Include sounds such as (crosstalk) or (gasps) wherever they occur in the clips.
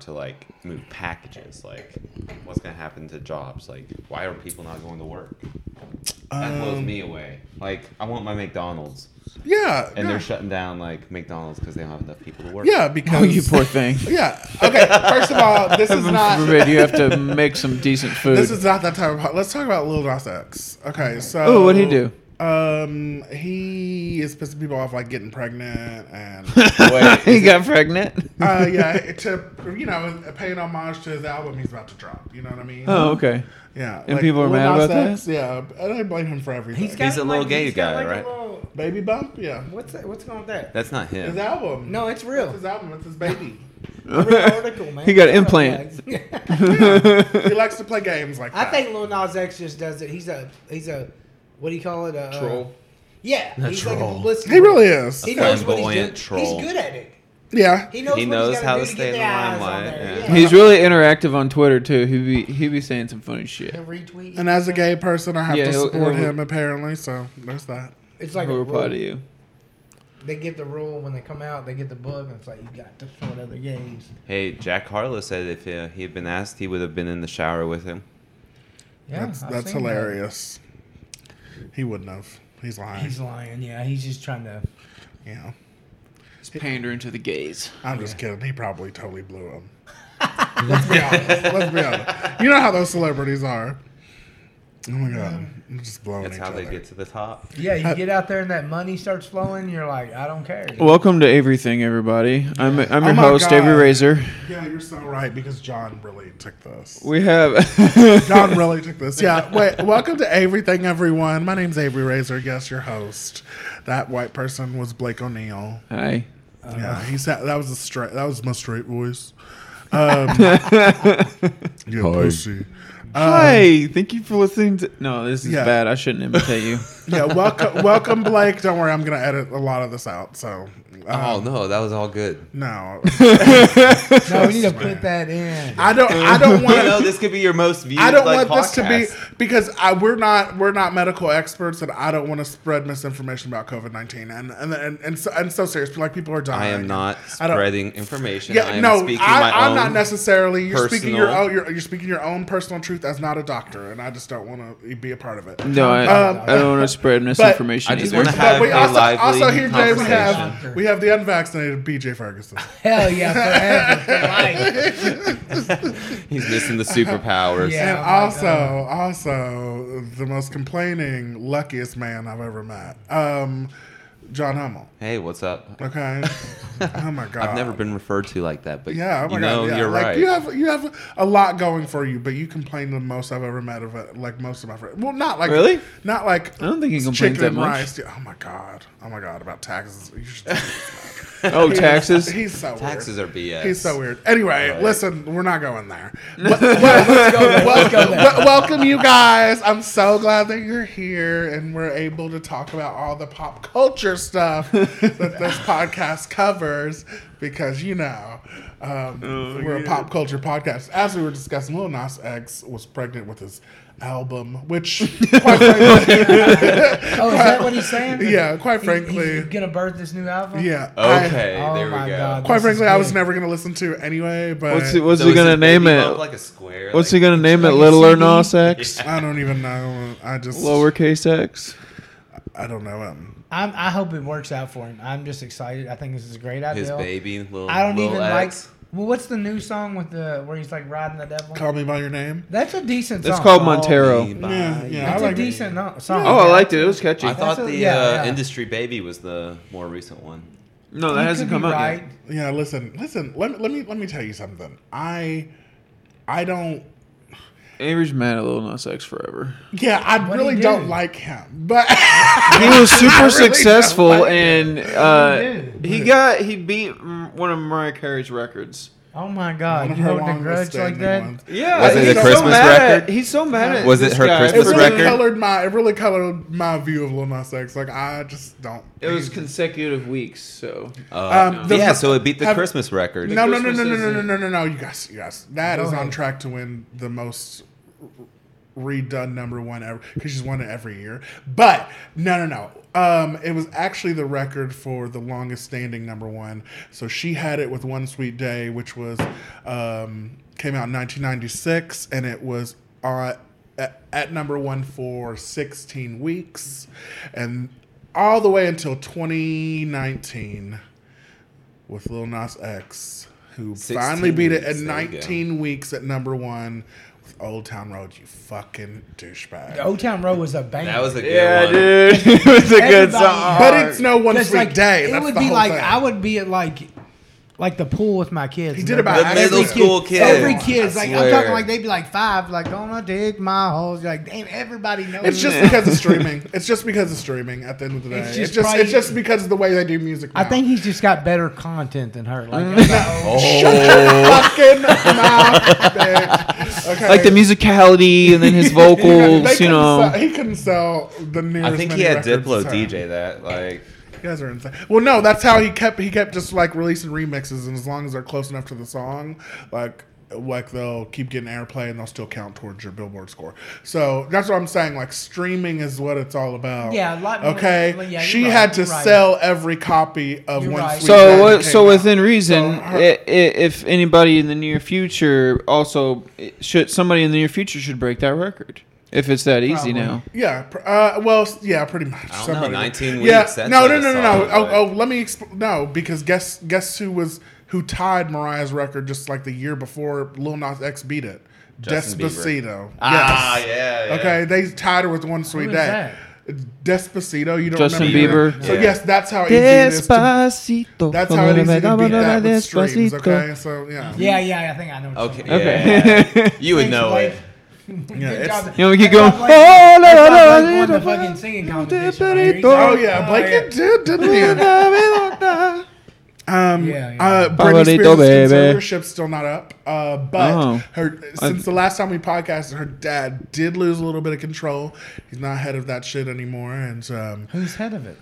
to like move packages. Like, what's gonna happen to jobs? Like, why are people not going to work? That blows Um, me away. Like, I want my McDonald's, Yeah. and yeah. they're shutting down like McDonald's because they don't have enough people to work. Yeah, because (laughs) Oh, you poor thing. (laughs) Yeah. Okay. First of (laughs) all, this is not. Forbid you have to make some decent food. This is not that type of. po- Let's talk about Lil Nas X. Okay, so. Ooh, what'd he do? Um, he is pissing people off like getting pregnant (laughs) and Wait, (laughs) he got pregnant. uh, yeah, to you know, paying homage to his album he's about to drop. You know what I mean? Oh, okay. yeah. and people are Lil mad Nas about X, Yeah, and I blame him for everything. He's got He's a little like, gay he's guy, got, like, a right? little- baby bump. Yeah, what's that, what's going on with that? that's not his (laughs) him. album. No, it's (laughs) real. It's his album. It's his (laughs) baby. Read the article, man. He got Shut up, implants. guys. he likes to play games like (laughs) I that. think Lil Nas X just does it. He's a he's a what do you call it? A uh, Troll. Yeah, he's like a troll. publicity. he really is. He knows what he's doing. Flamboyant troll. He's good at it. Yeah. He knows, He what knows he's gotta how do to get stay in their the eyes on limelight, there. yeah. He's really interactive on Twitter too. He be he be saying some funny shit. He'll retweet. And as a gay person, I have Yeah, to he'll- support he'll- him apparently. So there's that. it's like Who a are proud of rule. you? They get the rule when they come out. They get the book, and it's like you got to support other gays. Hey, Jack Harlow said if uh, he had been asked, he would have been in the shower with him. Yeah, that's I've that's seen that. hilarious. He wouldn't have. He's lying. He's lying. Yeah, he's just trying to. yeah, He's pandering to the gays. I'm just kidding. He probably totally blew (laughs) him. Let's be honest. Let's be honest. You know how those celebrities are. Oh my god, They're just blowing That's each how other. they get to the top. Yeah, you get out there and that money starts flowing. You're like, I don't care. (laughs) Welcome to Everything, everybody. I'm I'm Oh your my host, Avery God. Razor. yeah, you're so right because John really took this. We have (laughs) John really took this. Yeah. Wait, welcome to Everything, everyone. My name's Avery Razor. Yes, your host. That white person was Blake O'Neill. Hi. Yeah, he said that was a straight. That was my straight voice. Um, you pussy. Hi. Thank you for listening. to... No, this is Yeah. bad. I shouldn't imitate you. Yeah, welcome, welcome, Blake. Don't worry, I'm gonna edit a lot of this out. So, uh, Oh no, that was all good. no, No, we need to Trust me. put that in. I don't. I (laughs) don't You know, want. this could be your most viewed. I don't like, want this to be podcast. because I, we're not we're not medical experts, and I don't want to spread misinformation about COVID nineteen. And and and and so, and so serious, like people are dying. I am not I don't- spreading information. I Yeah, am no, speaking my I, I'm own. not necessarily. You're speaking your personal- own. You're, you're speaking your own personal truth as not a doctor, and I just don't want to be a part of it. No, I, Um, I don't want to spread misinformation I just either. wanna have we a also, lively also here today we have conversation. we have the unvaccinated BJ Ferguson. Hell yeah, forever. for life. He's missing the (laughs) superpowers. Yeah. And Oh my also, also the most complaining, luckiest man I've ever met, um, John Hummel. Hey, what's up? (laughs) Okay. oh my god. I've never been referred to like that, but Yeah. Oh my you know, god. Yeah. you're like, right. You have you have a lot going for you, but you complain the most I've ever met of it. Like most of my friends. Well, not like Really? Not like I don't think he complains chicken that and much. rice. Yeah, Oh my god. Oh my god about taxes. (laughs) You should- Oh, (laughs) taxes. He's so weird. Taxes are BS. He's so weird. Anyway, Right. listen, we're not going there. But- well- wel- wel- Welcome, you guys. I'm so glad that you're here and we're able to talk about all the pop culture stuff that this podcast covers because, you know, um, we're a pop culture podcast. As we were discussing, Lil Nas X was pregnant with his album, which, quite frankly, Oh, is that what he's saying? Yeah, quite He- frankly. he's gonna birth this new album. yeah. I- Okay, Oh there we my go. God. quite This is frankly, I good. was never going to listen to it anyway, but What's he, what's So he is gonna his name baby it? bump Like a square. what's he like, gonna name it? like a Little or CD? Nos X? I don't even know. I just Lowercase X. I don't know um, him. I'm, I hope it works out for him. I'm just excited. I think this is a great idea. His baby, little. I don't Lil even X. like. Well, what's the new song with the where he's like riding the devil? Call me by your name. That's a decent. It's song. called Montero. Me by Yeah, yeah, you. I That's like a it. decent no- song. Oh, I liked it. It was catchy. I thought That's a- the yeah, uh, yeah. industry baby was the more recent one. No, that You hasn't could come be out right. yet. Yeah, listen, listen. Let, me- let me let me tell you something. I I don't. Avery's mad at Lil Nas X forever. Yeah, I What'd he really do? don't like him. But He was super successful, don't like and uh, What he got he beat m- one of Mariah Carey's records. Oh (laughs) my One god, of you her holding a longest grudge like standing that? ones. Yeah, Was it he's a so Christmas mad record? At, he's so mad at Was it this her guy Christmas It for- really record? colored my it really colored my view of Lil Nas X. Like I just don't. It was consecutive weeks, so Uh, Um, the- yeah, so it beat the have- Christmas record. no, no, no, no, Christmas no, no, isn't- no, no, no, no. You guys, you guys. That Go is on ahead. track to win the most redone number one ever because she's won it every year. But no, no, no. Um, it was actually the record for the longest standing number one. So she had it with One Sweet Day, which was um, came out in 1996, and it was on. At, at number one for 16 weeks and all the way until 2019 with Lil Nas X, who 16 finally beat it weeks, at there you go. 19 weeks at number one with Old Town Road, you fucking douchebag. The Old Town Road was a banger. That was a good Yeah, one. dude. (laughs) it's a good Everybody- song. but it's no one 'Cause, sweet like, day. It That's would the be whole like thing. I would be at like like the pool with my kids. He and did they'd about be The like, middle every school kid- kids. Every kid's I like I'm swear. talking like they'd be like five, like gonna dig my holes. Like damn, everybody knows. It's just (laughs) that. because of streaming. It's just because of streaming. At the end of the day, It's it's just just it's just, probably- because of the way they do music. Now. I (laughs) think he's just got better content than her. Like oh, Mm. fucking mouth, (laughs) bitch. Okay. like the musicality and then his vocals, They you couldn't know. sell- he couldn't sell the nearest. I think he many had records Diplo to her. DJ that. Like, You guys are insane. Well, no, that's how he kept. He kept just like releasing remixes, and as long as they're close enough to the song, like like they'll keep getting airplay, and they'll still count towards your Billboard score. So that's what I'm saying. Like streaming is what it's all about. Yeah, a lot more- okay. yeah, you're she right, had to you're right. sell every copy of You're one. right. Sweet Day So, that what, came so out. within reason, So i her- i if anybody in the near future also it should somebody in the near future should break that record if it's that easy Probably. now. Yeah. pr- Uh, well, s- yeah, pretty much. I don't know, Somebody- 19 Yeah. weeks, that's No, no, like no, a no, no. solid, Oh, like- oh, let me exp- no, because guess guess who was who tied Mariah's record just like the year before Lil Nas X beat it. Justin Bieber. Despacito. ah, Yes. yeah, yeah. Okay, they tied her with one sweet is day. Despacito, you don't Justin remember either? Bieber. So Yeah. yes, that's how easy it is. To, Despacito. that's how it is to beat that with streams. Okay, so yeah, yeah, yeah. I think I know. What Okay. you're talking (laughs) Okay. Yeah. you would know Blake. it. yeah, Good it's- job. You know, we keep Good going. job, Blake. Oh, la, Good la, la, job, Blake la, won the la, fucking singing la, competition. la, He's- la, Oh yeah, Blake it did, didn't he? Oh, Um, Yeah, yeah. Uh, Britney Favorito, Spears' baby. conservatorship's still not up, uh, but Oh. her since the last time we podcasted, her dad did lose a little bit of control. He's not head of that shit anymore, and um, Who's head of it?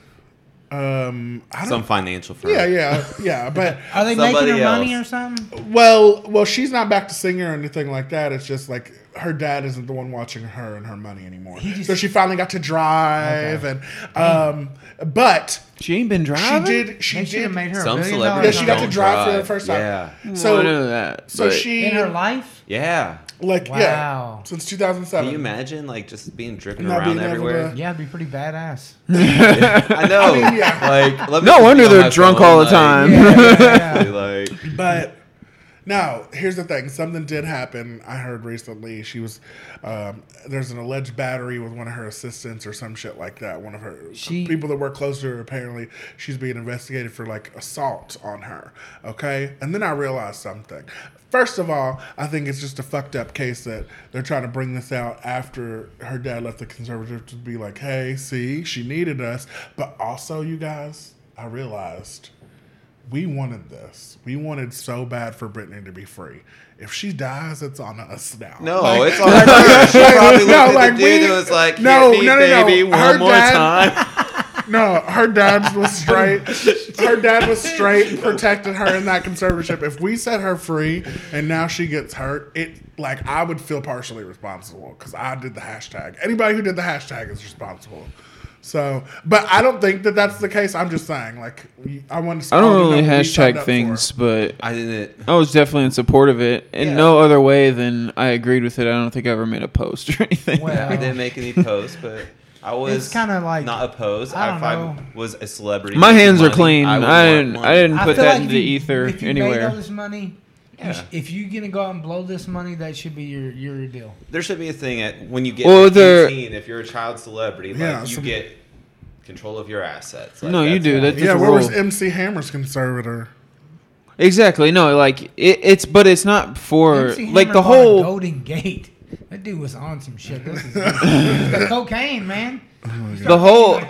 um, I don't. Some financial firm. yeah, yeah, yeah, but Are they Somebody making her money else. or Oh, something? well, well, she's not back to singing or anything like that. It's just like her dad isn't the one watching her and her money anymore. just- so she finally got to drive, and um, but She ain't been she driving. did, she They should did, have made her a Some million yeah, celebrities dollars she got to Don't drive for the drive, first yeah. time. So, I know So, that. so but- she in her life. Yeah. Like Wow. yeah, since Can 2007. you imagine like just being driven Not around being able everywhere? Yeah, it'd be pretty badass. (laughs) I know. mean, yeah. Like, let me No just wonder be on they're my drunk phone, all the like- time. Yeah, yeah, Exactly, (laughs) Like, but no, here's the thing. Something did happen. I heard recently she was um, there's an alleged battery with one of her assistants or some shit like that. One of her She- people that work close to her apparently she's being investigated for like assault on her. Okay, and then I realized something. First of all, I think it's just a fucked up case that they're trying to bring this out after her dad left the conservative to be like, hey, see, she needed us. But also, you guys, I realized we wanted this. We wanted so bad for Brittany to be free. If she dies, it's on us now. no, Like, (laughs) it's all her. She probably looked at the dude and was like, no, "Hit me, no, no, no. baby, Her one more dad- time." (laughs) no, her dad (laughs) was straight. her dad was straight, protected her in that conservatorship. If we set her free and now she gets hurt, it like I would feel partially responsible because I did the hashtag. Anybody who did the hashtag is responsible. So, but I don't think that that's the case. I'm just saying, like, I want to. wanna I Oh, don't know really what we signed hashtag up things, for. but I didn't. I was definitely in support of it. In Yeah. no other way than I agreed with it. I don't think I ever made a post (laughs) or anything. I Well, didn't make any posts, but I was It's kinda like- not opposed. I don't if I know. was a celebrity, My making hands are money, clean. would I want didn't- I money. didn't I put feel that like into if the you- ether if you anywhere. Made all this money, you sh- Yeah. if you're gonna go out and blow this money, that should be your your deal. There should be a thing at when you get Well, like there- 18, if you're a child celebrity, like Yeah, you some- get control of your assets. Like, No, you that's do. it. That's Yeah, just a where was rule. MC Hammer's conservator? Exactly. No, like it, it's, but it's not for MC Hammer like the bought whole. Golden Gate. That dude was on some shit. This is the cocaine, man. the whole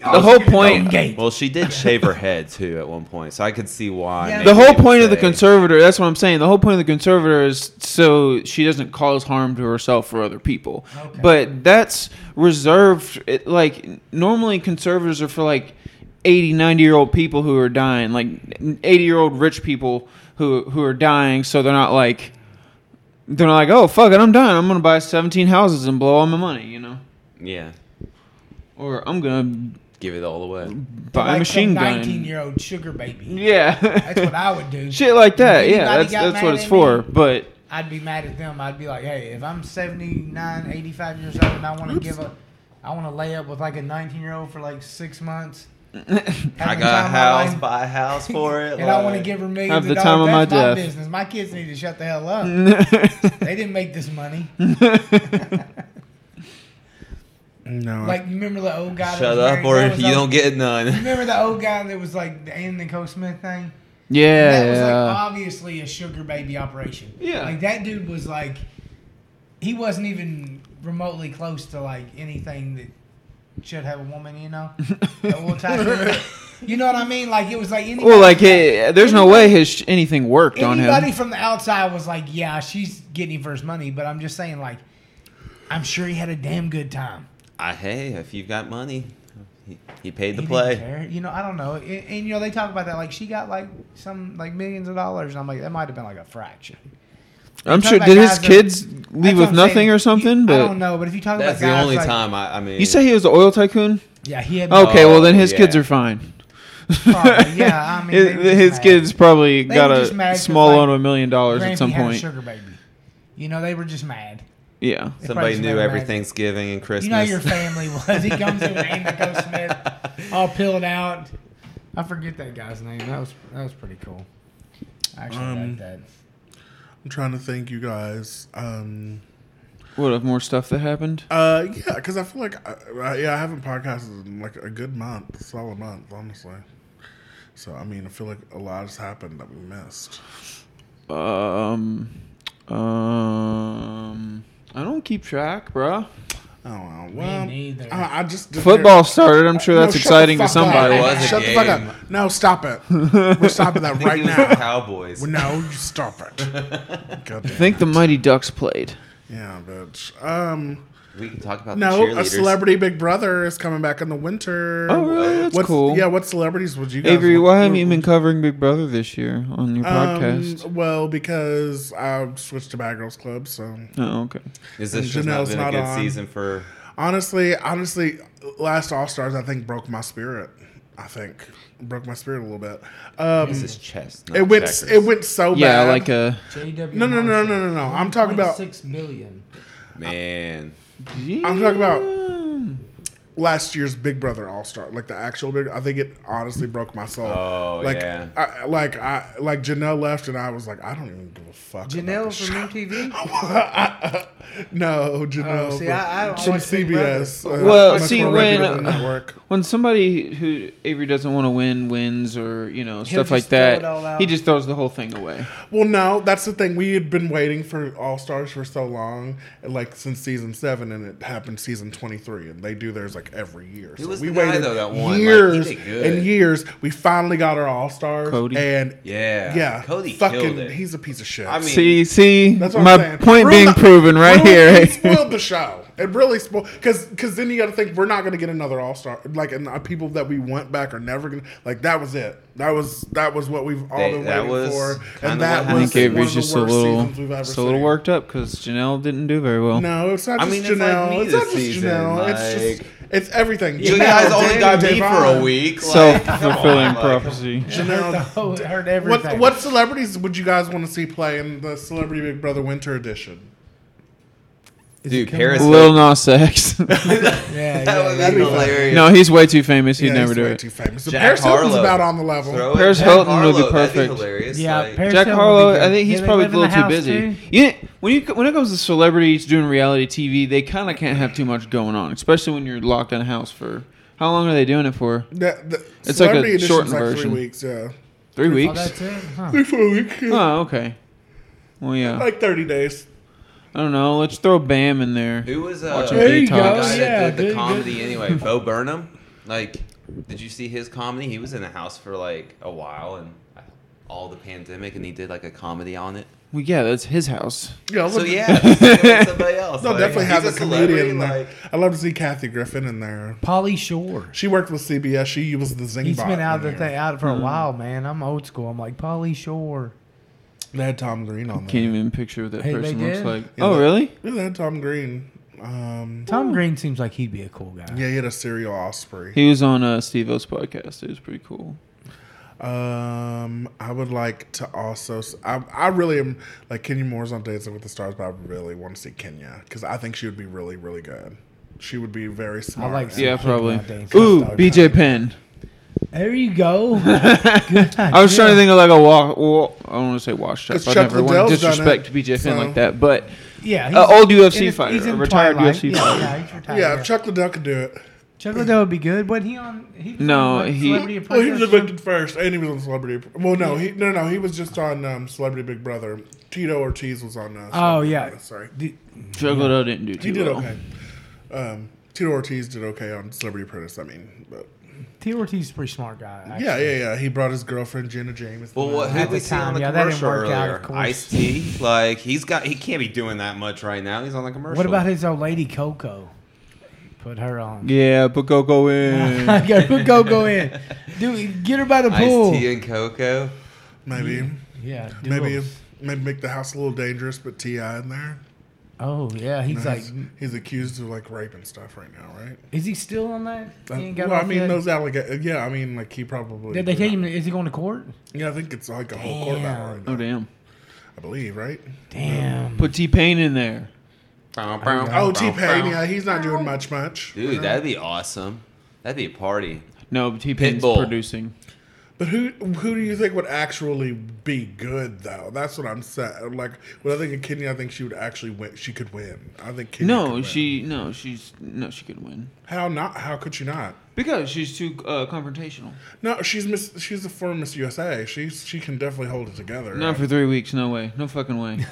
the whole point Gate. Well, she (laughs) did shave her head too at one point, so I could see why. Yeah. maybe the whole people point of the say- conservator that's what i'm saying the whole point of the conservator is so she doesn't cause harm to herself or other people Okay. but that's reserved it, like normally conservators are for like 80 90 year old people who are dying like 80 year old rich people who who are dying so they're not like they're like, oh fuck it, I'm done. I'm gonna buy 17 houses and blow all my money, you know, Yeah. or I'm gonna Give it all away. buy a machine gun. and- Nineteen year old sugar baby. yeah, That's what I would (laughs) do. shit like that. If Yeah, anybody that's got that's mad what it's at for. me- But I'd be mad at them. I'd be like, hey, if I'm 79, 85 years old and I want to give up, I want to lay up with like a 19 year old for like six (laughs) months. I have the got a time of my house, life, buy a (laughs) house for it. and I want to like- give her millions Have of the dollars. time of That's my my death. Mm-hmm. business. My kids need to shut the hell (laughs) up. they didn't make this money. No. Like, you remember the old guy? that Shut was up, married- or that if was you old- don't get You none. remember the old guy that was like the Anthony Cole Smith thing? that was like yeah, obviously a sugar baby operation. Yeah. Like that dude was like he wasn't even remotely close to like anything that should have a woman, you (laughs) know? The old type dude. you know what I mean? Like it was like anybody, well, like eh, there's no way his sh- anything worked on anybody him. from the outside was like, Yeah, she's getting him for his money, but I'm just saying like I'm sure he had a damn good time. I, hey, if you've got money, he, he paid to He didn't play. care. You know, I don't know. And, and, you know, they talk about that. Like, she got like some, like millions of dollars. And I'm like, that might have been like a fraction. I'm talk sure. about Did his guys that- kids That's leave what with I'm nothing saying. or something? You- but I don't know. But if you talk That's about the guys, only like- time I, I mean. You say he was an oil tycoon? yeah, he had. Oh, Okay, well then his yeah. kids are fine. Probably, yeah, (laughs) I mean, they his, were just his mad. kids probably They got were just mad a 'cause, small like, loan of a million dollars Granny at some had a point. sugar baby. You know, they were just mad. Yeah, They probably Somebody just knew mad every about it. Thanksgiving and Christmas. You know, how your family was. He comes in with Amico (laughs) Smith, all peeled out. I forget that guy's name. That was that was pretty cool. I actually Um, like that. I'm trying to thank you guys. Um, what of more stuff that happened? uh, yeah, because I feel like, I, I, yeah, I haven't podcasted in like a good month, solid month, honestly. So I mean, I feel like a lot has happened that we missed. Um, um, I don't keep track, bruh. Oh well, well neither. I, I just didn't Football started. I'm sure No, that's shut the exciting to fuck up. somebody. It was a Shut the game. fuck up! No, stop it. We're (laughs) stopping that (laughs) I think right it was the now. Cowboys. Well, no, you (laughs) stop it. God I damn. think the Mighty Ducks played. Yeah, bitch. Um, We can talk about the no, cheerleaders. a celebrity Big Brother is coming back in the winter. Oh, really? That's What's, cool. Yeah, what celebrities would you guys? Avery, why haven't you would- been covering Big Brother this year on your podcast? Um, well, because I switched to Bad Girls Club. So Oh, okay. Is this And just not Janelle's been not a good on. season for? honestly, honestly, last All Stars I think broke my spirit. I think broke my spirit a little bit. This Um, is chess. not it went checkers. it went so Yeah, bad. like uh, a. JW. no no no no no no. I'm talking about six million. Man, I'm talking about- last year's Big Brother All Star, like the actual Big. I think it honestly broke my soul. Oh, like, yeah. I, like I like Janelle left, and I was like, I don't even give a fuck. about Janelle this from (laughs) MTV. shit. (laughs) no, Janelle. Oh, see, from- I- I don't from watch Big CBS. Brother. uh, Well, much see, more when- uh, reputable network. When somebody who Avery doesn't want to win wins or, you know, stuff like just throw it all that, out. he just throws the whole thing away. Well, no, that's the thing. We had been waiting for All Stars for so long, like since season seven, and it happened season twenty three, and they do theirs like every year. was the guy, though, that won? Like, he years did good. and years. We finally got our All Stars, Cody? and yeah, yeah, Cody killed fucking, it. he's a piece of shit. I mean, See, see, That's what my I'm saying. point Ruined being the- proven right ruined- (laughs) here. It spoiled the show. It really spoiled because because then you got to think we're not going to get another All Star like and uh, people that we want back are never going to like that was it. That was that was what we've all They- been that waiting was for, kinda and that what I was think Avery's one of just the a worst little, seasons we've ever just a seen. little worked up because Janelle didn't do very well. No, it's not I just mean, it's like Janelle. me it's this not just season, Janelle. it's like- just it's everything. you Janelle, guys only Danny, got me for Devon. a week. Self like, (laughs) come on, fulfilling like, prophecy. Hurt, the (laughs) Janelle. whole, hurt everything. What what celebrities would you guys want to see play in the Celebrity Big Brother Winter Edition? Dude, Paris. Lil Nas X. (laughs) Yeah, That yeah, Oh, would be be hilarious. no, he's way too famous. He'd Yeah, never he's do way it. Too famous. So Jack Paris Hilton's Harlow. about on the level. Throw it- Paris Jack Hilton would be Harlow, that'd perfect. hilarious. yeah. like- Paris Jack Hilton would Harlow, be I good. think he's Do they probably a live in little the too house, busy. too? Yeah, when you when it comes to celebrities doing reality TV, they kind of can't have too much going on, especially when you're locked in a house for how long are they doing it for? That, the It's like a celebrity edition's shortened like version. Three weeks, yeah. Three Oh, weeks? that's it. Huh. Before a week, yeah. Oh, okay. Well, yeah. like thirty days. I don't know. Let's throw Bam in there. Who was uh, Watching the There you guy go, that yeah, did the good, comedy (laughs) anyway? Bo Burnham. Like, did you see his comedy? He was in the house for like a while and all the pandemic, and he did like a comedy on it. Well, yeah, that's his house. Yeah, So yeah, just like with (laughs) somebody else. they'll like, definitely he's have a, celebrity, comedian. in there. Like, I love to see Kathy Griffin in there. Polly Shore. She worked with CBS. She was the Zing. He's bot been out in of the there. thing out for a while, man. I'm old school. I'm like Polly Shore. They had Tom Green on there. Can't even picture what that Hey, they person looks did. like. Yeah, oh, they- really? Yeah, they had Tom Green. Um, Tom Green seems like he'd be a cool guy. yeah, he had a serial osprey. He was on uh, Steve O's podcast. It was pretty cool. Um, I would like to also. s- I, I really am like Kenya Moore's on Dancing with the Stars, but I really want to see Kenya because I think she would be really, really good. She would be very smart. like and- Some Yeah, kid probably. nowadays. Ooh, Custom. BJ Penn. There you (laughs) go. I was trying to think of like a walk. Well, I don't want to say washed up. 'Cause I Chuck never want to Liddell's done disrespect it, BJ Penn so- like that, but Yeah, uh, old UFC in his- fighter, he's in a retired Twilight. UFC yeah, fighter. Yeah, he's retired. Yeah, Yeah, if Chuck Liddell could do it. Chuck Liddell would be good. Wasn't he on? He was No, on, like, he- Celebrity Well, Oh, he was Apprentice or evicted first, and he was on Celebrity. Well, no, he no no he was just on um, Celebrity Big Brother. Tito Ortiz was on. Uh, Oh Celebrity yeah. Big Brother, sorry, Did- Chuck Liddell didn't do too he did well. okay. Um, Tito Ortiz did okay on Celebrity Apprentice. I mean, but T. Ortiz is a pretty smart guy. actually. yeah, yeah, yeah. He brought his girlfriend Jenna uh, James. Well, what At who the we see on time, the yeah, that didn't commercial work out, of earlier? course. Ice T, like he's got he can't be doing that much right now. He's on the commercial. What about his old lady Coco? Put her on. (laughs) Yeah, but go go (laughs) in. Okay, Put Coco in. Dude, get her by the Ice pool. T and Coco? maybe Yeah. do maybe it. maybe make the house a little dangerous, but Ti in there. Oh yeah, he's He's, like. he's accused of like rape and stuff right now, right? Is he still on that? He ain't got well, I off mean yet? those allegations. Yeah, I mean like he probably. Did they take him? Is he going to court? Yeah, I think it's like a whole court battle right now. oh damn. I believe, right? Damn. Put T Pain in there. Oh, T Pain. Yeah, he's not doing much, much. Uh-huh. Dude, that'd be awesome. That'd be a party. No, T Pain's Pitbull. producing. But who who do you think would actually be good though? That's what I'm saying. Like when I think of Kenya, I think she would actually win. She could win. I think Kenya. could No, win. she no, she's no, she could win How not? How could she not? because she's too uh, confrontational. No, she's Miss. She's a former Miss USA. She's she can definitely hold it together. Not for three weeks. No way. No (laughs) fucking way.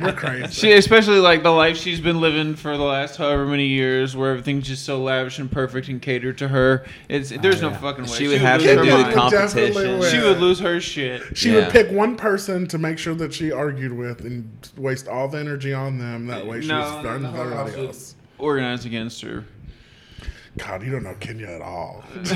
You're crazy. She, especially like the life she's been living for the last however many years, where everything's just so lavish and perfect and catered to her. It's there's no Ah, yeah. fucking way She would have lose to do her the She would mind. definitely competition. win. She would lose her shit. She Yeah. would pick one person to make sure that she argued with and waste all the energy on them. That way, she No, was starting no, no, everybody no. else. Organized against her. God, you don't know Kenya at all. (laughs)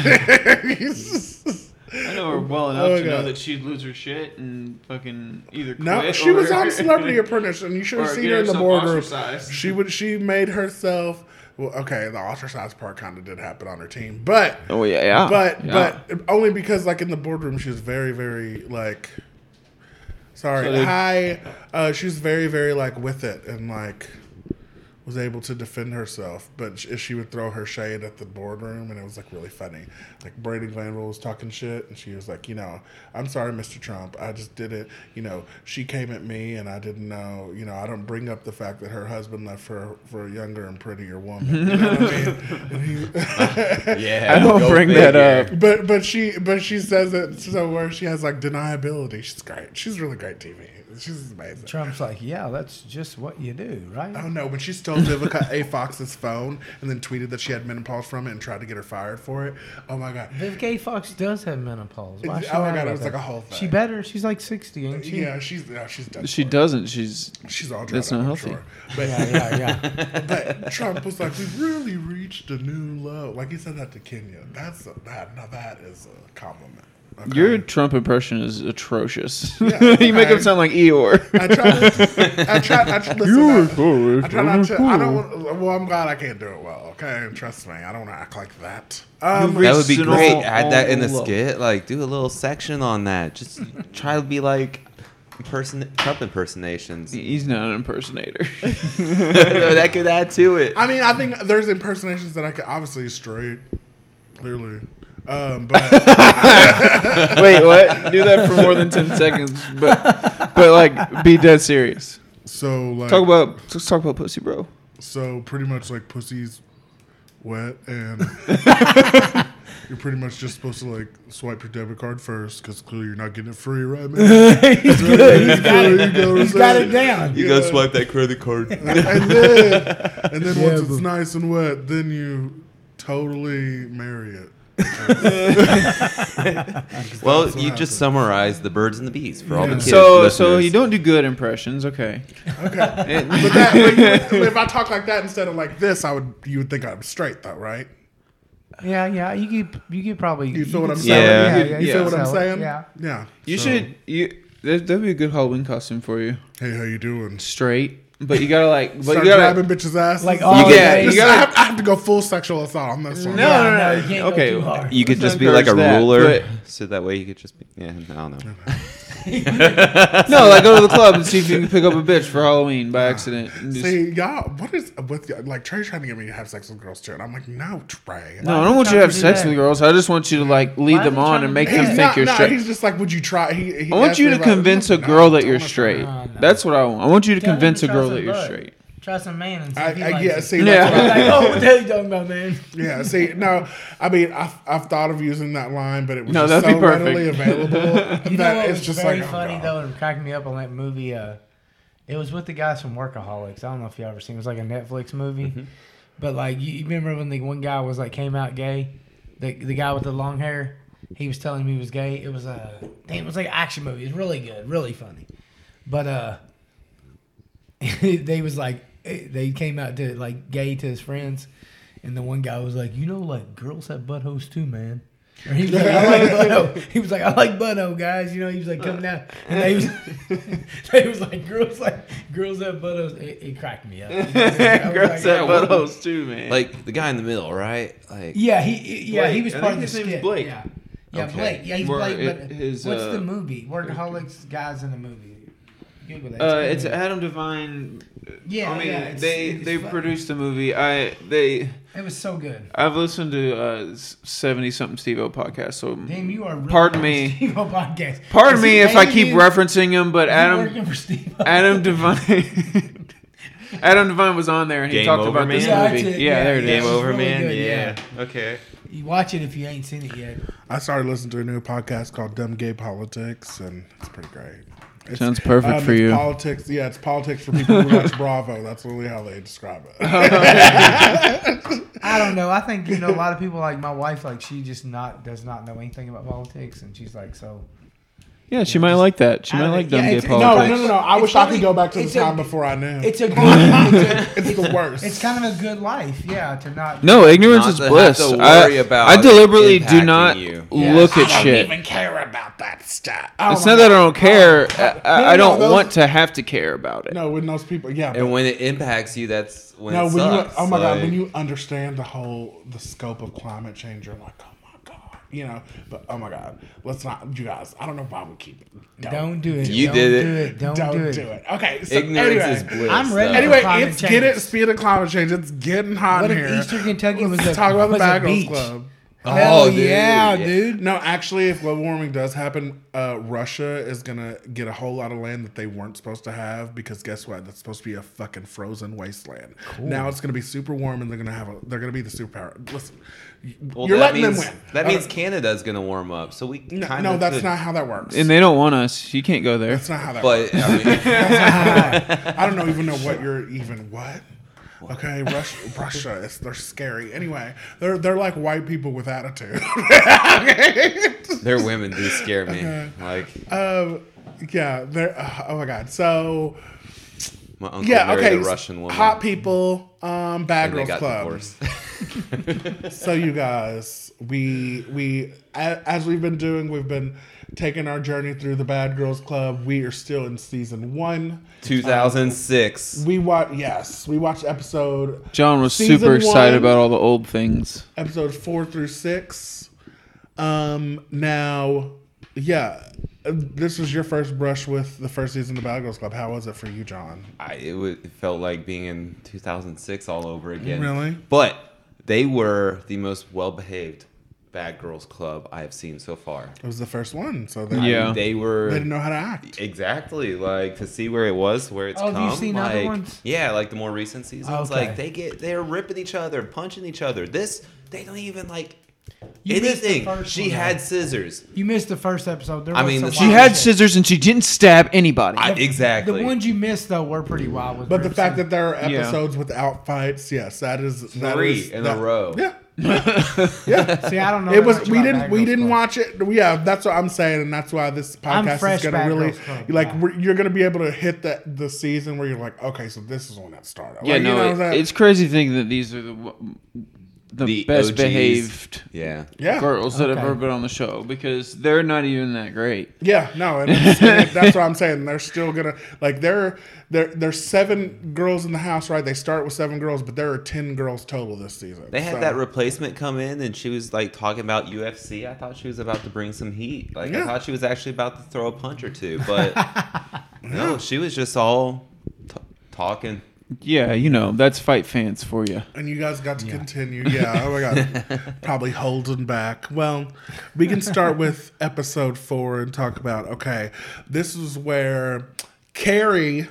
I know her well enough to know Oh, God. that she'd lose her shit and fucking either quit. No, she was or- on Celebrity Apprentice, and you should have or seen get her in the herself boardroom. ostracized. She would. She made herself. Well, okay, the ostracized part kind of did happen on her team, but Oh yeah, yeah. but yeah. but only because like in the boardroom she was very very like sorry So they- hi uh, she was very very like with it and like was able to defend herself but she, she would throw her shade at the boardroom and it was like really funny like brady glanville was talking shit and she was like you know i'm sorry mr trump i just did it you know she came at me and i didn't know you know i don't bring up the fact that her husband left for for a younger and prettier woman you know what i mean (laughs) Yeah. I don't go bring that figure. But but she but she says it so where she has like deniability. She's great. She's really great TV. She's amazing. Trump's like, yeah, that's just what you do, right? Oh no, but she stole Vivica A. Fox's phone and then tweeted that she had menopause from it and tried to get her fired for it. Oh my god. Vivica A. Fox does have menopause. Why It's- she oh my lying God, it about was like that? a whole She thing. better. She's like sixty, ain't she? Yeah, she's no, she's done. (laughs) she for it. doesn't. She's She's all dried That's up, not I'm healthy. sure. But yeah, yeah, yeah. (laughs) but Trump was like, "We've really reached a new low." Like he said that to Kenya. That's a, that. Now that is a compliment. Okay? your Trump impression is atrocious. Yeah, (laughs) you make him I- sound like Eeyore. I try. To, I try. I, tr- listen, You're I- cool, I, try not to. I cool. don't. want- Well, I'm glad I can't do it well. Okay, trust me. I don't act like that. Um, You That would be Reasonable great. Add that in the all up. skit. Like, do a little section on that. Just try to be like person Trump impersonations. He's not (laughs) an impersonator. (laughs) that could add to it. I mean, I think there's impersonations that I could obviously is straight, clearly. Um, but (laughs) Wait, what? Do that for more than (laughs) ten seconds, but but like be dead serious. so like Talk about let's talk about pussy, bro. so pretty much like pussies wet (laughs) and you're pretty much just supposed to like swipe your debit card first because clearly you're not getting it free, right, (laughs) man? (laughs) He's good. He's got You know what it. I'm He's got it saying? down. You go swipe that credit card. (laughs) and then, and then once boo. it's nice and wet, then you totally marry (laughs) it. well, That's what you happened. just summarized the birds and the bees for all the Yeah. kids. So so listeners. you don't do good impressions, okay? Okay, but, that, but you- if I talk like that instead of like this, I would you would think I'm straight though, right? Yeah, yeah. You could, you could probably. You feel what could I'm sell saying? it. Yeah. you yeah, feel what sell I'm it. saying? Yeah. yeah. You So- should you. That- That'd be a good Halloween costume for you. Hey, how you doing? Straight, but you gotta like, but Start you gotta. grabbing bitches' ass. Like, no, all You get- day. oh, you I, gotta- have, I have to go full sexual assault on this one. No, no, no, you can't okay. go too hard. You could Let's just be not like a encourage that, ruler, so that way you could just be. Yeah, I don't know. No, like go to the club and see if you can pick up a bitch for Halloween by accident. And just- See, y'all, what is with y'all? Like, Trey's trying to get me to have sex with girls too, and I'm like, no, Trey. no, I don't want you to have sex with girls. I just want you to like lead Why them are you on trying and to make do them he's that? think not, you're no, straight. he's just like, would you try? He, he I want asked you me to about it. convince a No, girl that don't you're wanna- straight. No, no. That's what I want. I want you to Tell him convince to a try girl some that you're butt. (laughs) straight. Try some man and see I, if he I, likes yeah, it. see, that's what I- (laughs) (laughs) like, oh, (laughs) what the hell you talking about, man? yeah, see, no, I mean, I've, I've thought of using that line, but it was No, just so that'd be perfect. readily available (laughs) You know that what it's was just very like, oh, funny God. though, and cracked me up on that movie. Uh, it was with the guys from Workaholics. I don't know if you all ever seen. It It was like a Netflix movie, Mm-hmm. but like you, you remember when the one guy was like came out gay, the the guy with the long hair. He was telling me he was gay. It was a it was like an action movie. It's really good, really funny. But uh, (laughs) they was like they came out to like gay to his friends, and the one guy was like, you know, like girls have buttholes too, man. Or he was like, (laughs) I like butthole. He was like, I like butthole, guys. You know, he was like coming out, and they was, (laughs) they was like, girls like girls have buttholes. It, it cracked me up. I was like, Girls have "Oh." buttholes too, man. Like the guy in the middle, right? Like Yeah, he- he yeah he Blake. was I part think of the his name's skit. Blake. Yeah, yeah, Okay. Blake. Yeah, he's Where Blake. it- But his, what's uh, the movie? Workaholics guys in the movie. Google that. Uh, good. it's Adam Devine. Yeah, I mean, yeah, it's- they it's they fun. produced the movie. I they it was so good. I've listened to seventy something Steve O podcast. So Damn, you are. Really Pardon on me. Steve-O podcast. pardon Is me he if I paying keep you? referencing him, but Is he Adam working for Steve. (laughs) Adam Devine. (laughs) Adam Devine was on there and he Game talked over, about this man? Yeah, movie. that's it. Yeah, Yeah, there it is. yeah. Game it's Over really Man. good, yeah. Okay. You watch it if you ain't seen it yet. I started listening to a new podcast called Dumb Gay Politics, and it's pretty great. It's, um, Sounds perfect for it's you. Politics, yeah, it's politics for people who (laughs) watch Bravo. That's literally how they describe Oh, it. I don't know. I think you know a lot of people like my wife. Like she just not does not know anything about politics, and she's like so. Yeah, she might like that. She I might don't- like yeah, Dumb Gay it's- no, no, no, Politics. no, no. I It's wish I probably- could go back to the it's a- time before I knew. It's a (laughs) good, (laughs) It's the worst. it's kind of a good life, yeah. To not No, ignorance Not is to have bliss. to I, worry about I deliberately impacting do not you. look I at don't shit. even care about that stuff. Oh It's my not that I God. don't care. I, I, I No, no, don't those- want to have to care about it. No, when those people, yeah. but- And when it impacts you, that's when no, it when sucks. you, oh my god, Like, when you understand the whole the scope of climate change, you're like, oh my god, you know. But oh my god, let's not, you guys. I don't know why we keep it. Don't do it. You don't did it. Do it. Don't, don't do it. Okay, so ignorance anyway, is bliss. I'm ready. though. for Anyway, climate it's change. get it speed of climate change. It's getting hot What in if here. Eastern Kentucky was Let's a- talk about the was a Bad Girls beach? Club. Hell dude, yeah, yeah. dude. No, actually, if global warming does happen, uh, Russia is gonna get a whole lot of land that they weren't supposed to have because guess what? That's supposed to be a fucking frozen wasteland. Now it's gonna be super warm, and they're gonna have a, they're gonna be the superpower. Listen, y- Well, you're that letting means, them win. That I means don't- Canada's gonna warm up, so we no, kind no, of that's could, not how that works. And they don't want us. You can't go there. that's not how that works. But I mean, I don't know even know what you're even what. Okay, Russia, (laughs) Russia, it's, they're scary. Anyway, they're they're like white people with attitude. (laughs) (laughs) their women do scare me. Like um, yeah, they're uh, oh my god. So my uncle yeah, married okay, a Russian woman. hot people, um, bad and they girls got club. divorced. (laughs) (laughs) so you guys, we we a- as we've been doing, we've been taking our journey through the bad girls club. We are still in season one. 2006. We watch yes, we watched episode John was Season super excited one. about all the old things. episodes four through six. Um, now, yeah, this was your first brush with the first season of Bad Girls Club. How was it for you, John? I, it, wa it felt like being in 2006 all over again. Really? But they were the most well-behaved bad girls club I have seen so far. It was the first one, so they, Yeah. They were they didn't know how to act. Exactly, like to see where it was, where it's Oh, have come. you seen like, other ones? Yeah, like the more recent seasons, Okay. like they get they're ripping each other, punching each other. This they don't even like You missed the anything. first She one, had though. scissors. You missed the first episode. There I was mean, some the- She wild had shit. scissors and she didn't stab anybody. I, The exactly. ones you missed though were pretty wild. with But the Ripson. fact that there are Yeah. episodes without fights, yes, that is that Three is- in a that- row. (laughs) Yeah, yeah. see, I don't know. It that was. much We about didn't. Bad We Girls didn't Club. watch it. Yeah, that's what I'm saying, and that's why this I'm podcast is fresh gonna Bad really Girls Club, like yeah. we're, you're gonna be able to hit that the season where you're like, okay, so this is when that started. yeah, Like, you no, know it- that- it's crazy to think that these are the w- the, The best OGs. behaved Yeah. Yeah. girls that have Okay. ever been on the show because they're not even that great. Yeah, no, (laughs) and it's- and that's what I'm saying. They're still gonna like there, there, there's seven girls in the house, right? They start with seven girls, but there are ten girls total this season. They had So- that replacement come in, and she was like talking about UFC. I thought she was about to bring some heat. Like Yeah. I thought she was actually about to throw a punch or two, (laughs) but no, she was just all t- talking. Yeah, you know that's fight fans for you. and you guys got to continue. Yeah, oh my god, (laughs) probably holding back. Well, we can start with episode four and talk about. Okay, this is where Carrie.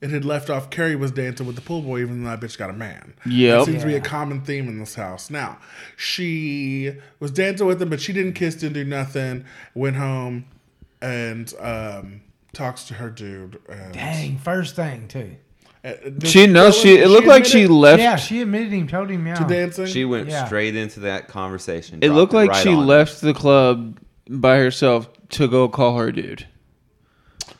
It had left off. Carrie was dancing with the pool boy, even though that bitch got a man. Yep. That seems to be a common theme in this house. Now, she was dancing with him, but she didn't kiss, didn't do nothing. Went home and um, talks to her dude. And, Dang, first thing too. Uh, She knows she. It looked like she admitted left. Yeah, she admitted him, told him yeah. to dancing. She went Yeah. straight into that conversation. It dropped looked like right she on it. left the club by herself to go call her dude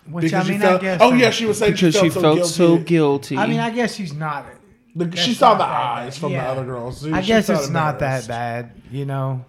Which Because I she mean, I felt, guess. oh yeah, she was saying because she felt, so guilty. I mean, I guess she's not. The- she That's saw not the that eyes bad. from the Yeah. other girls. I She guess felt it's not that embarrassed. bad, you know.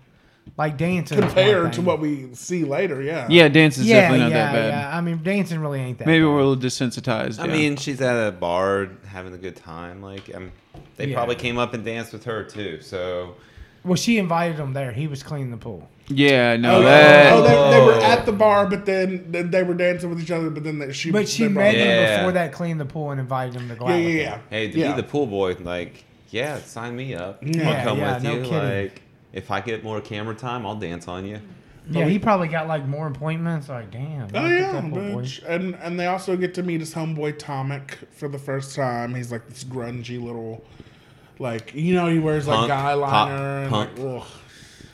Like dancing is one compared to thing. what we see later. Yeah, yeah, dance is yeah, definitely not yeah, that bad. yeah. I mean, dancing really ain't that. Maybe bad. we're a little desensitized. I yeah. mean, she's at a bar having a good time. Like, um they Yeah. probably came up and danced with her too. So Well, she invited him there. He was cleaning the pool. yeah, no, Oh, that. oh, they, they were Oh. at the bar, but then, then they were dancing with each other. But then they, she, But she they brought- met Yeah. him before that, cleaned the pool, and invited him to go Yeah, out. yeah, with yeah. her. hey, to yeah. be the pool boy, like, yeah, sign me up. Yeah, I'll come yeah, with no you. kidding. Like, if I get more camera time, I'll dance on you. Yeah, he probably got like more appointments. Like, Oh damn. look at yeah, that pool boy. bitch. and and they also get to meet his homeboy Tomic for the first time. He's like this grungy little, like you know, he wears like Punk, guy pop, liner and punk. like, ugh.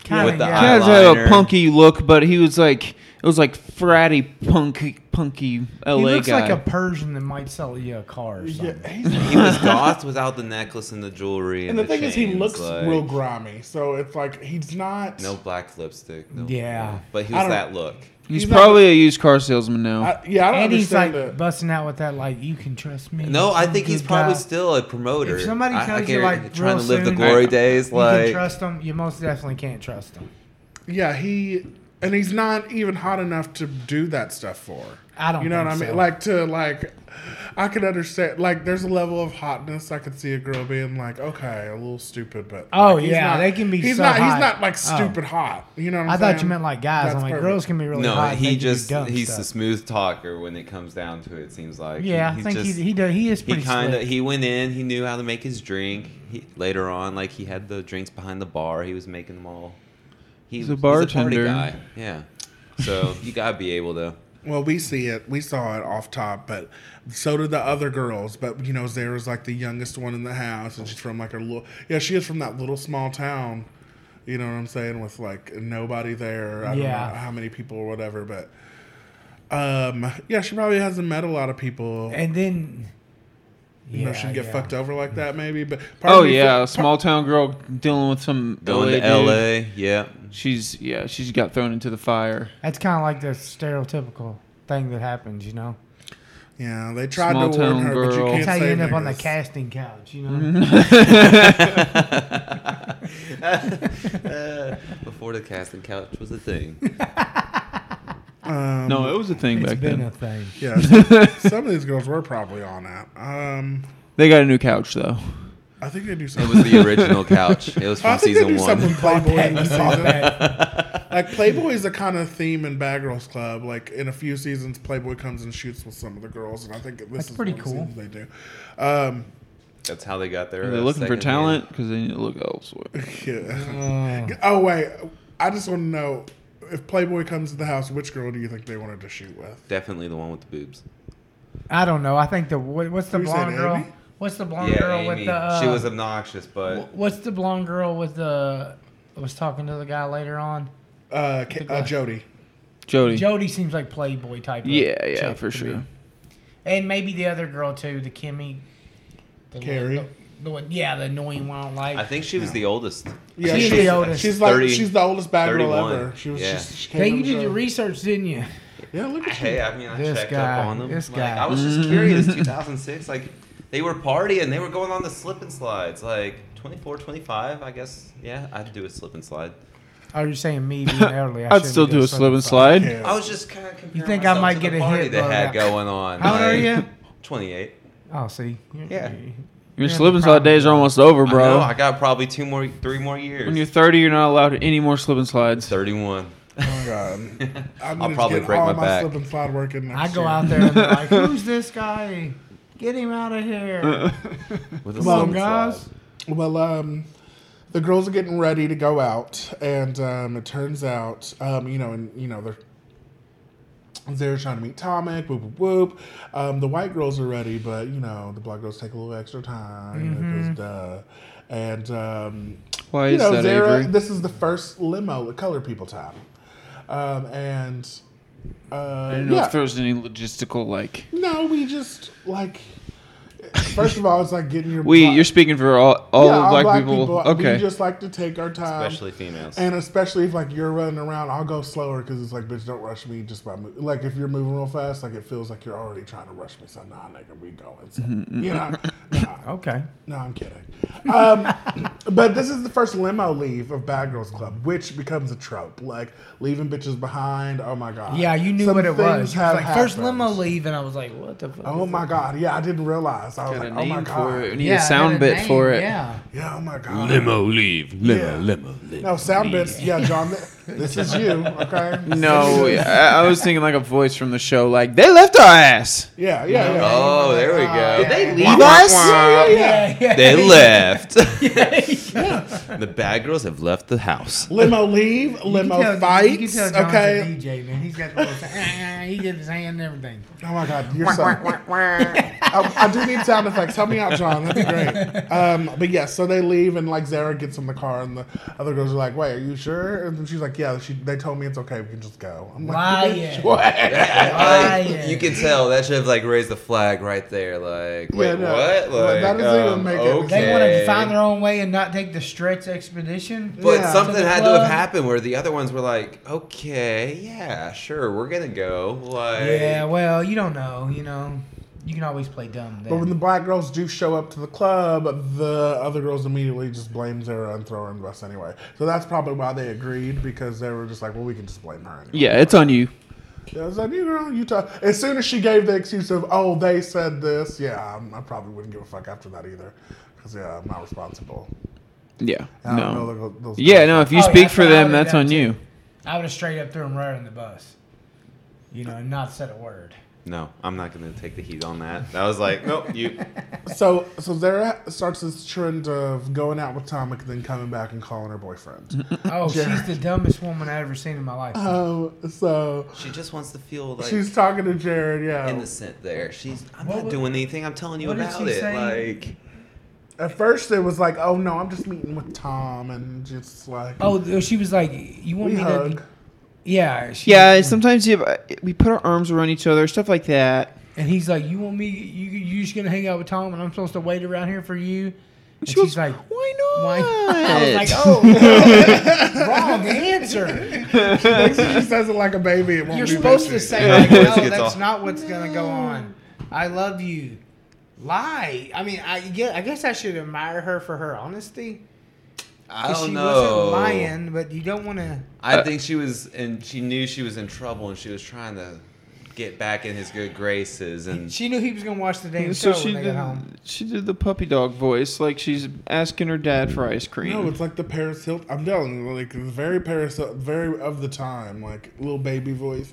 Kinda, With the yeah. eye- Kaz had a eyeliner. punky look, but he was like it was like fratty punky punky LA He looks guy. like a Persian that might sell you a car or something. Yeah, he's He (laughs) was goth without the necklace and the jewelry. And And, the thing is, he chains, looks like, real grimy, so it's like he's not. No black lipstick. No, Yeah. But he I was don't- that look. He's he's Uh, not- probably a used car salesman now. I, yeah, I don't And he's like understand it. busting out with that, like, you can trust me. No, I I'm think he's good probably guy. still a promoter. If somebody I- I tells you, can't- like, trying to real live the soon, glory days, You like can trust him. You most definitely can't trust him. Yeah, he and he's not even hot enough to do that stuff for. I don't You know think what I mean? so. Like to like, I could understand. Like, there's a level of hotness I could see a girl being like, okay, a little stupid, but Oh, like, he's yeah, not- they can be He's so not. hot. He's not like Oh. stupid hot. You know what I'm I saying? thought you meant like guys. That's I'm like, perfect. girls can be really no, hot. and they he can do just dumb he's stuff. a smooth talker when it comes down to it. it seems like Yeah, I he's think just- he he does, he is he pretty kind of slick. he went in. He knew how to make his drink. He, later on, like he had the drinks behind the bar. He was making them all. He, He's a was party bartender. guy. Yeah. So you gotta be able to. Well, we see it. We saw it off top, but so did the other girls. But you know, Zara's like the youngest one in the house, and she's from like a little. Yeah, she is from that little small town. You know what I'm saying? With like nobody there. I Yeah. don't know how many people or whatever, but um, yeah, she probably hasn't met a lot of people. And then you know, she'd get yeah. fucked over like that, maybe. But part of oh me fe- yeah, a small town girl dealing with some Going LA to dude. LA, (laughs) yeah. She's yeah, she's got thrown into the fire. That's kind of like the stereotypical thing that happens, you know. yeah, they tried Small to warn town her, but you girl. can't That's how you say end up on the niggas. casting couch, you know. (laughs) Before the casting couch was a thing. Um, No, it was a thing It's back been then. a thing. yeah, (laughs) some, some of these girls were probably on that. Um, they got a new couch though. I think they do something. It was the original couch. It was I from think they season do something one. Playboy in the Hey, you bought season. that. Like Playboy is the kind of theme in Bad Girls Club. Like in a few seasons, Playboy comes and shoots with some of the girls, and I think this That's is pretty one of the cool. seasons They do. Um, That's how they got uh, there. Are they looking for talent? Because they need to look elsewhere. yeah. Uh, Oh wait, I just want to know if Playboy comes to the house, which girl do you think they wanted to shoot with? Definitely the one with the boobs. I don't know. I think the what, what's the Who said blonde girl? Amy? What's the blonde girl with the? Uh, she was obnoxious, but wh- What's the blonde girl with the? I was talking to the guy later on. Uh, K- uh Jody. Jody. Jody seems like Playboy type. of yeah, yeah, chick for to me. sure. And maybe the other girl too, the Kimmy. The Carrie? The, the one, yeah, the annoying one I don't like. I think she was the oldest. Yeah, She's the oldest. She's like 30, she's the oldest bad girl 31. ever. She was Yeah. just she came Hey, on you the did your show. research, didn't you? Yeah, look at you. Hey, I mean, I This checked guy, up on them. this Like, guy. I was just curious. 2006, like they were partying, they were going on the slip and slides. Like 24, 25, I guess. Yeah, I'd do a slip and slide. (laughs) Oh, you're saying (laughs) me being elderly? I I'd shouldn't still do a slip and slide. I was just kind of comparing. think I myself might to get the a party hit, they bro, had now. going on? How old are like, you? Twenty-eight. Oh, see. You're- Yeah. Your Yeah, slip and slide probably. days are almost over, Bro, I, know, bro. I got probably two more, three more years. when you're 30, you're not allowed any more slip and slides. thirty-one, Oh my god. I'm I'll gonna probably get break all my my back. slip and slide working next I go year. out there and be (laughs) like, who's this guy? Get him out of Uh-uh. here. with a Come slip on, and guys. slide. Well, um, the girls are getting ready to go out, and um, it turns out, um, you know, and you know they're they're trying to meet Tomic. Whoop whoop whoop. Um, the white girls are ready, but you know the black girls take a little extra time. you know, 'cause duh. And um, Why you is know, that, Zara, Avery? this is the first limo with color people time, um, and uh, I don't know yeah. if there's any logistical like. no, we just like. First of all, it's like getting your We, black- you're speaking for all all yeah, all black, people. We Okay, just like to take our time, especially females. and especially if like you're running around, I'll go slower because it's like, bitch, don't rush me just by mo- like if you're moving real fast, like it feels like you're already trying to rush me. So nah, nigga, we (laughs) going, so, you know. Nah, okay. no, I'm kidding. Um, (laughs) but this is the first limo leave of Bad Girls Club, which becomes a trope, like leaving bitches behind. Oh my god. Yeah, you knew Some what it things was. You was have like, first happened. limo leave, and I was like, what the fuck? Oh is my that? god. Yeah, I didn't realize. I was Got a like, oh my name for god. it. We Yeah. need Yeah, I a had sound bit name, for it. (laughs) Yeah. oh my god. leave, Yeah. limo, limo. No sound bits. Yeah, John. th- This is you. Okay. No, (laughs) I, I was thinking like a voice from the show, like they left our ass. Yeah, yeah, yeah. Oh, there we go. Did they leave us? (laughs) Yeah. yeah. They left. (laughs) (laughs) The bad girls have left the house. Limo leave, You can limo tell- You fights. can tell John's okay. a DJ, man. He's got the (laughs) little, he did his (laughs) hand and everything. Oh my God, you're so. I, (laughs) I do need sound effects. Help me out, John. That'd be great. Um, but yeah, so they leave, and like Zara gets in the car, and the other girls are like, "Wait, are you sure?" And then she's like, "Yeah." She, they told me it's okay. We can just go. I'm like, Lying. "Bitch, what?" Like, Lying. You can tell that should have like raised the flag right there. Like, wait, Yeah, no. what? Well, Like, that doesn't even um, make it- okay. They want to find their own way and not take the stretch expedition. But Yeah. something To the had to have club. happened where the other ones were like, okay, yeah, sure, we're gonna go. Like, yeah, well, you don't know. You know, you can always play dumb. But when the Then. black girls do show up to the club, the other girls immediately just blame Zara and throw her in the bus anyway. So that's probably why they agreed because they were just like, well, we can just blame her. Anyway. Yeah, it's on you. Yeah, I was like, you girl, you talk. As soon as she gave the excuse of, oh, they said this, yeah, I'm, I probably wouldn't give a fuck after that either. Because, yeah, I'm not responsible. Yeah, I don't no. know tho- those Yeah, girls. no. If you Oh, yeah, speak that's for what I them, would've that's done on too. you. I would have straight up threw him right on the bus. You know, and not said a (laughs) word. No, I'm not gonna take the heat on that. I was like, nope, (laughs) you. So, so Zara starts this trend of going out with Tomic and then coming back and calling her boyfriend. Oh, she's the dumbest woman I've ever seen in my life. um, so She just wants to feel like she's talking to Jared, yeah. innocent there. She's, I'm What not wa- doing anything. I'm telling you what did about she it. say? Like, At first, it was like, oh no, I'm just meeting with Tom and just like, Oh, th- she was like, "You want we me hug. (laughs) to?" Yeah, she, Yeah, sometimes you have, uh, we put our arms around each other, stuff like that. And he's like, "You want me? You you just gonna hang out with Tom, and I'm supposed to wait around here for you?" And She was- she's like, Why not? "Why?" (laughs) I was like, "Oh, (laughs) wrong answer. she says it like a baby. It won't You're be supposed to bitchy. say, like, Voice no, gets that's off. not what's gonna go on. I love you." Lie. I mean, I yeah, I guess I should admire her for her honesty. I 'cause don't she know. wasn't lying, but you don't want to. I think she was, and she knew she was in trouble, and she was trying to get back in his good graces. And She knew he was gonna watch the damn so show she when they did, got home. she did the puppy dog voice, like she's asking her dad for ice cream. No, it's like the Paris Hilton. I'm telling you, like it's very Paris, very of the time, like little baby voice.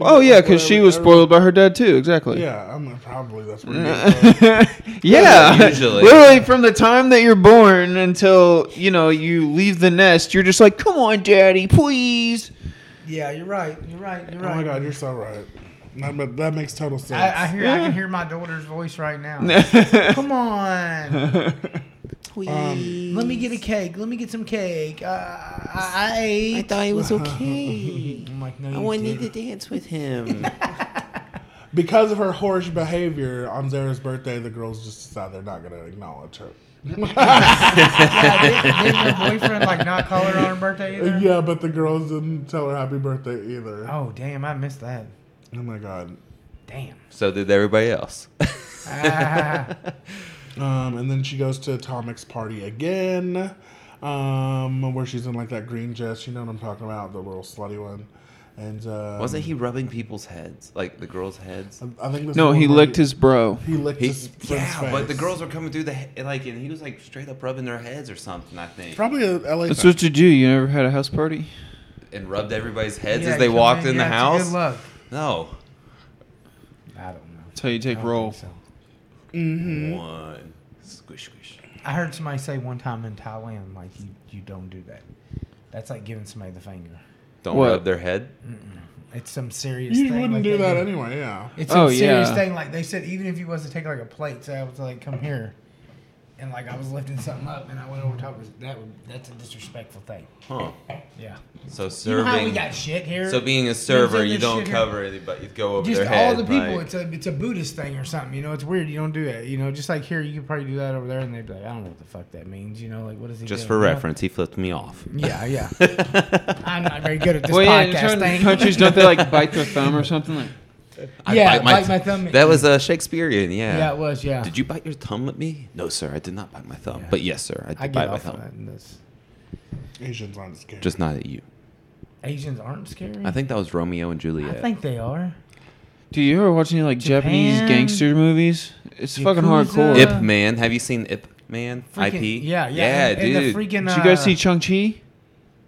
oh yeah, because she was spoiled by her dad too. Exactly. (laughs) Yeah, I'm probably that's where. it is. Yeah, Usually. literally from the time that you're born until you know you leave the nest, you're just like, "Come on, (laughs) daddy, please." Yeah, you're right. You're right. You're Oh right. my god, you're so right. That, but that makes total sense. I, I (laughs) hear. I can hear my daughter's voice right now. yeah, Come on. Let me get a cake. Let me get some cake. Uh, I, I ate. I thought it was (laughs) okay. I'm like, no, you didn't. dance with (laughs) him. because of her whorish behavior on Zara's birthday, the girls just decide they're not gonna acknowledge her. Yeah, did, did her boyfriend like not call her on her birthday either? Uh, Yeah, but the girls didn't tell her happy birthday either. Oh, Oh damn, I missed that. my god. Damn. so did everybody else. Ah. Um, and then she goes to Atomic's party again, um, where she's in like that green dress. You know what I'm talking about, the little slutty one. And (laughs) um, Wasn't he rubbing people's heads, like the girls' Um, heads? I think this No, is he one where licked his bro. He licked He, his friend's yeah, but the face. girls were coming through the he- like, and he was like straight up rubbing their heads or something, I think, Probably a LA. That's thing. what you do. You never had a house party. and rubbed everybody's heads Yeah, as they come walked in the yeah, house. it's a Good luck. No, I don't know. That's how you I take don't roll. think so. Mm-hmm. one squish squish. I heard somebody say one time in Thailand, like you, you don't do that. That's like giving somebody the finger. Don't What? rub their head. It's some serious. You thing, wouldn't like, do they that anyway. Yeah. It's Oh, a serious yeah. thing. Like they said, even if you was to take like a plate, say I was like, come here, and like I was lifting something up and I went over top, of it, that would that's a disrespectful thing. Huh? Yeah. So You know how we serving. got shit here. so being a You server, know, you don't shit here. cover anybody. You go over Just their head. all the people. like- it's a it's a Buddhist thing or something. You know, it's weird. You don't do it. You know, just like here, you could probably do that over there, and they'd be like, I don't know what the fuck that means. You know, like what is he? just doing? for You know? reference, he flipped me off. Yeah, yeah. (laughs) I'm not very good at this Well, yeah, in podcast certain (laughs) thing. countries, don't they like bite their thumb or something? Like, yeah, bite my thumb. That was uh, Shakespearean. Yeah. (laughs) yeah, it was. Yeah, Did you bite your thumb at me? No, sir. I did not bite my thumb. Yeah. But yes, sir. I did I get bite my off on thumb. that. And this. Asians aren't scared. Just not at you. Asians aren't scary. I think that was Romeo and Juliet. I think they are. do you ever watch any like Japanese Japan. gangster movies? It's fucking Yakuza. hardcore. Ip Man. Have you seen Ip Man? uh, Freaking- IP. Yeah, yeah. and, dude. And the freaking, Did you guys uh, see Chung Chi?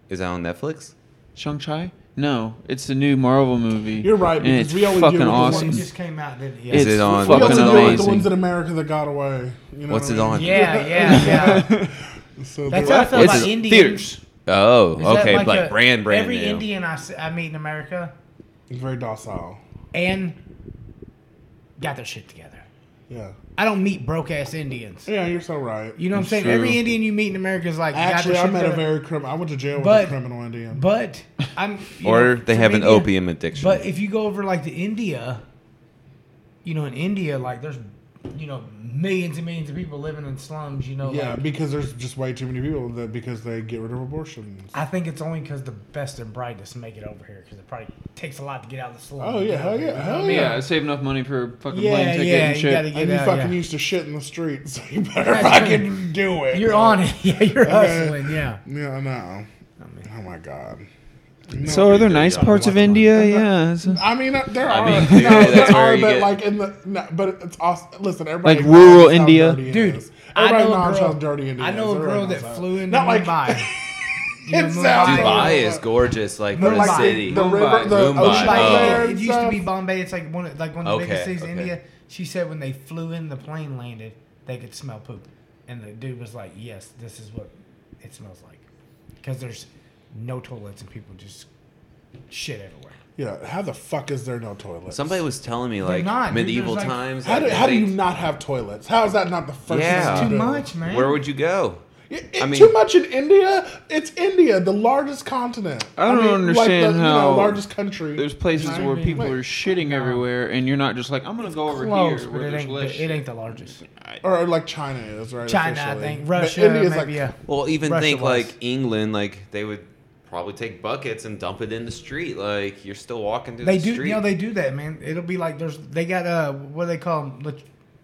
Is that on Netflix? Chung Chi? No, it's the new Marvel movie. You're right, and because it's we only fucking deal with the awesome. It ones- just came out, didn't it? Yeah. Is It's it on? We fucking also What's it deal with the amazing. ones in America that got away. You know What's what it I mean? on? yeah, yeah, yeah. (laughs) So That's they're- how I feel It's about a- Indians. theaters. Oh, Is that okay. Like, a- brand brand Every new. Indian I, s- I meet in America very docile. and got their shit together. Yeah. I don't meet broke ass Indians. Yeah, you're so right. You know what I'm It's saying? true. Every Indian you meet in America is like Actually, I got their shit met a together. very criminal. I went to jail with But- a criminal Indian. But I'm. you or know, they from have an India- opium addiction. But if you go over like to India, you know, in India, like there's, you know, millions and millions of people living in slums. You know, yeah, like, because there's just way too many people that because they get rid of abortions. I think it's only because the best and brightest make it over here because it probably takes a lot to get out of the slum. Oh, You yeah, know, hell yeah, you know hell what I mean? Yeah, save enough money for fucking Yeah, plane ticket yeah, and you shit. gotta get and you out, fucking yeah. used to shit in the streets, (laughs) so you better fucking do it. You're on it. (laughs) Yeah, you're hustling. Yeah. Yeah, I know. Oh my god. No. So are there nice Yeah. parts of India? Yeah. it's- I mean, uh, there I are, mean, no, yeah, that's there where are, you but get- like in the, no, but it's awesome. Listen, everybody, Like acknowledges rural how India? dirty it Dude, is. I everybody know a acknowledges girl- how dirty India I know is. a Everybody girl that knows flew into Not like- (laughs) Mumbai. You know, It Mumbai- sounds Dubai Mumbai. is gorgeous, like for Mumbai. a city. The river, Mumbai. the Mumbai. ocean Like, Oh. there. it, and used stuff. to be Bombay. It's like one, of, like one of the Okay, biggest cities in okay. India. She said when they flew in, the plane landed, they could smell poop, and the dude was like, "Yes, this is what it smells like," because there's no toilets and people just shit everywhere. Yeah, how the fuck is there no toilets? Somebody was telling me like not, dude. There's, medieval like- times. how do, like, how do they- you not have toilets? How is that not the first? Yeah. thing Too you do? much, man. Uh, Where would you go? It- I it- mean- too much in India. It's India, the largest continent. I don't understand like the, you how know, largest country. There's places Might where be. people are shitting everywhere, and you're not just like, I'm gonna go over Close, here but where it there's ain't, less. it ain't the largest. or like China is right. China, I officially. think. But Russia, India's maybe. yeah. Well, even Russia think was. like England, like they would probably take buckets and dump it in the street. Like you're still walking through They the do. street. You know, they do that, man. It'll be like there's. They got uh, what do they call them? Lat-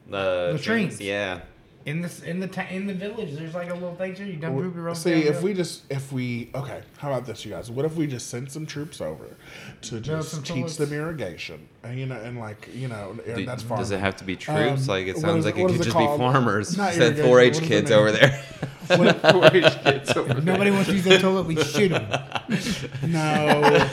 the latrines. things, Yeah. In this, in the ta- in the village, there's like a little thing too. You dump poop, you roll See, down, if go. we just if we okay, how about this, you guys? What if we just send some troops over to some just teach toilets. them irrigation, and you know, and like you know, and Do- that's far. does it (laughs) have to be troops? Um, like it what sounds is- like it what could is it just called? be farmers. Not Said irrigation, 4-H what is the kids name? over there. If (laughs) nobody wants to use their toilet, we shoot them. No,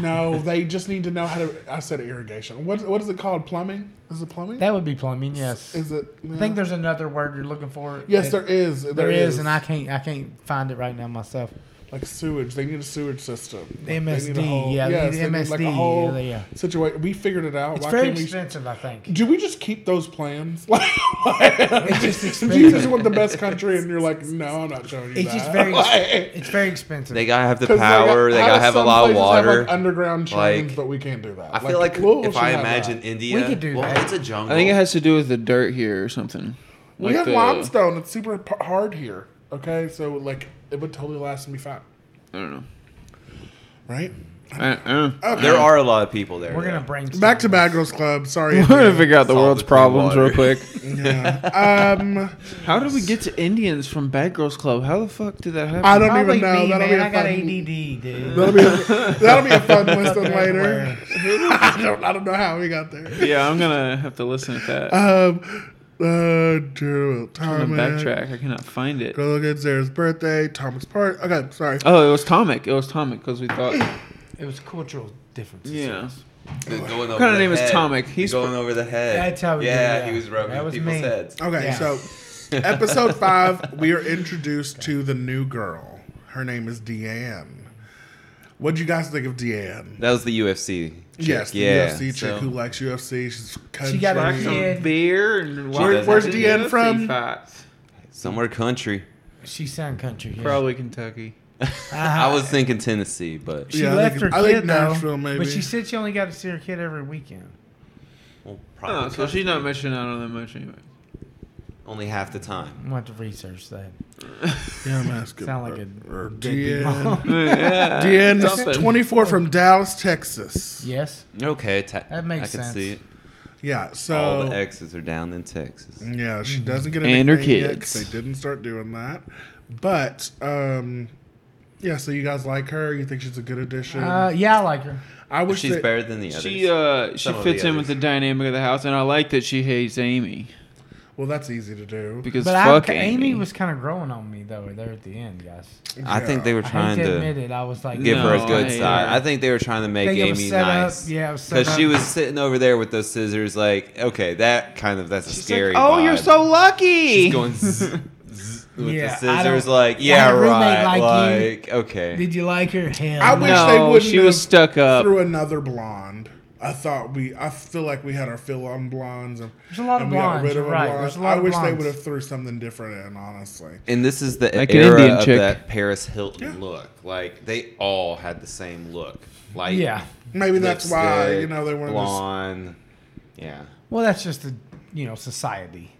no, they just need to know how to. I said irrigation. What what is it called? Plumbing? Is it plumbing? (laughs) That would be plumbing. Yes. is it? I think there's another word you're looking for. Yes, It- there is. There, there is, and I can't I can't find it right now myself. like sewage. They need a sewage system. They need a MSD, whole- yeah, they yes, need they need, like MSD, a whole yeah, yeah. situation. We figured it out. It's Why very can't we? expensive, I think. Do we just keep those plans? (laughs) Like, it's (laughs) just Do you just expensive. want the best country, and you're like, no, I'm not showing you It's that. (laughs) just very Like, it's very expensive. they gotta have the (laughs) 'cause got- power. They how gotta do have a some lot of places have, like, water. underground trains, Like, but we can't do that. I feel like, Louisville if should I have that. imagine India, could do well, that. it's a jungle. I think it has to do with the dirt here or something. we Like have the- limestone. It's super p- hard here. Okay, so like it would totally last and be fine, I don't know. right? I, I (laughs) don't know. There are a lot of people there. We're though. gonna brainstorm. Back to Bad Girls Club. Sorry. (laughs) We're gonna figure out the Solve world's the clean problems water. real (laughs) quick. Yeah. Um, How did we get to Indians from Bad Girls Club? How the fuck did that happen? I don't Probably even know. Me, that'll, man. be I a got fun, ADD, dude. that'll, be a, that'll be a (laughs) fun listen later. Everywhere. (laughs) I don't, I don't know how we got there. yeah, I'm gonna have to listen to that. Um, uh, Gerald I'm Thomas. gonna backtrack. I cannot find it. Go look at Sarah's birthday. Thomas Park. Okay, sorry. Oh, it was Tomic. It was Tomic because (laughs) we thought. It was cultural differences. Yeah. They're going over kind of the name is head. Tomic? They're He's- going over the head. That's how we did it, Yeah, yeah. he was rubbing That was people's me. heads. Okay, Yeah. (laughs) so episode five, we are introduced to the new girl. Her name is Deanne. What do you guys think of Deanne? That was the UFC. chick, Yes, the yeah. UFC chick so- who likes UFC. She's country. She got a Like Yeah. some beer and Where- where's watching Deanne UFC from? fights. somewhere country. She sound country. Yeah. Probably Kentucky. Ah. I was thinking Tennessee, but She Yeah, I left think- her I kid think though, Nashville, maybe. but she said she only got to see her kid every weekend. well, probably Oh, so she's not missing out on that (laughs) much anyway. only half the time. I'm gonna have to research that. Yeah, I'm asking. Sound like her. a Or deadbeat Deanne. mom. yeah. (laughs) Deanne is Something. 24 from Dallas, Texas. Yeah, Yes, Okay, ta- That makes I can sense. see it. All the so. X's are down in Texas. Yeah, Mm-hmm. she doesn't get And her anything yet 'cause kids. They didn't start doing that. But, um, yeah, so you guys like her? You think she's a good addition? uh, yeah, I like her. I wish She's that- better than the others. She uh she Some of the fits in with the dynamic of the house, and I like that she hates Amy Well, that's easy to do. because But I, fuck Amy. Amy. was kind of growing on me though. There at the end, guys. uh, I think they were I hate trying to to admit it. I was like, give her No, a good I- side. I think they were trying to make Think it was Amy set up. nice. Yeah, it was set because she up. was sitting over there with those scissors. Like, okay, that kind of that's a She's scary. like, oh, vibe." you're so lucky. She's going (laughs) zzz, zzz with Yeah, the I scissors. don't- Like, I yeah, had a roommate right. like you. Like, okay. Did you like her? Hell, I no. wish they no, wouldn't. she was have stuck up. through another blonde. I thought we. I feel like we had our fill on blondes. And, There's a lot of and blondes. You're right. There's a lot I of wish they blondes. would have threw something different in. Honestly, And this is the Like an era Indian of chick. that Paris Hilton look. Like they all had the same look. Like Yeah. maybe that's why lipstick, you know they wanted. to blonde. Yeah, Well, that's just the you know society.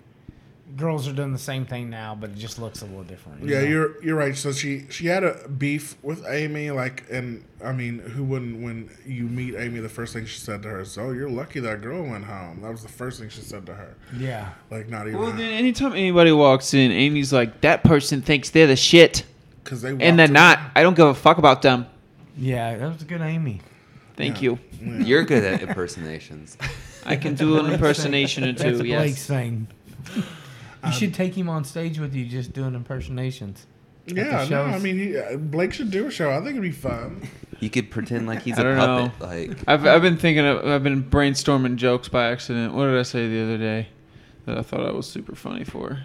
Girls are doing the same thing now, but it just looks a little different. you Yeah, know? you're you're right. So she she had a beef with Amy, like, and I mean, who wouldn't when you meet Amy? The first thing she said to her is, "Oh, you're lucky that girl went home." That was the first thing she said to her. yeah. Like, not Well, even then anytime anybody walks in, Amy's like, that person thinks they're the shit, because they and walked they're her- not. I don't give a fuck about them. Yeah, that was a good Amy. Thank you. you're good at impersonations. I can do (laughs) an impersonation or That's two. Blake's Yes. thing. You Um, should take him on stage with you, just doing impersonations. Yeah, the no, I shows. mean, he, uh, Blake should do a show. I think it'd be fun. you could pretend like he's I a don't puppet. Like I've I've been thinking of, I've been brainstorming jokes by accident. What did I say the other day that I thought I was super funny for?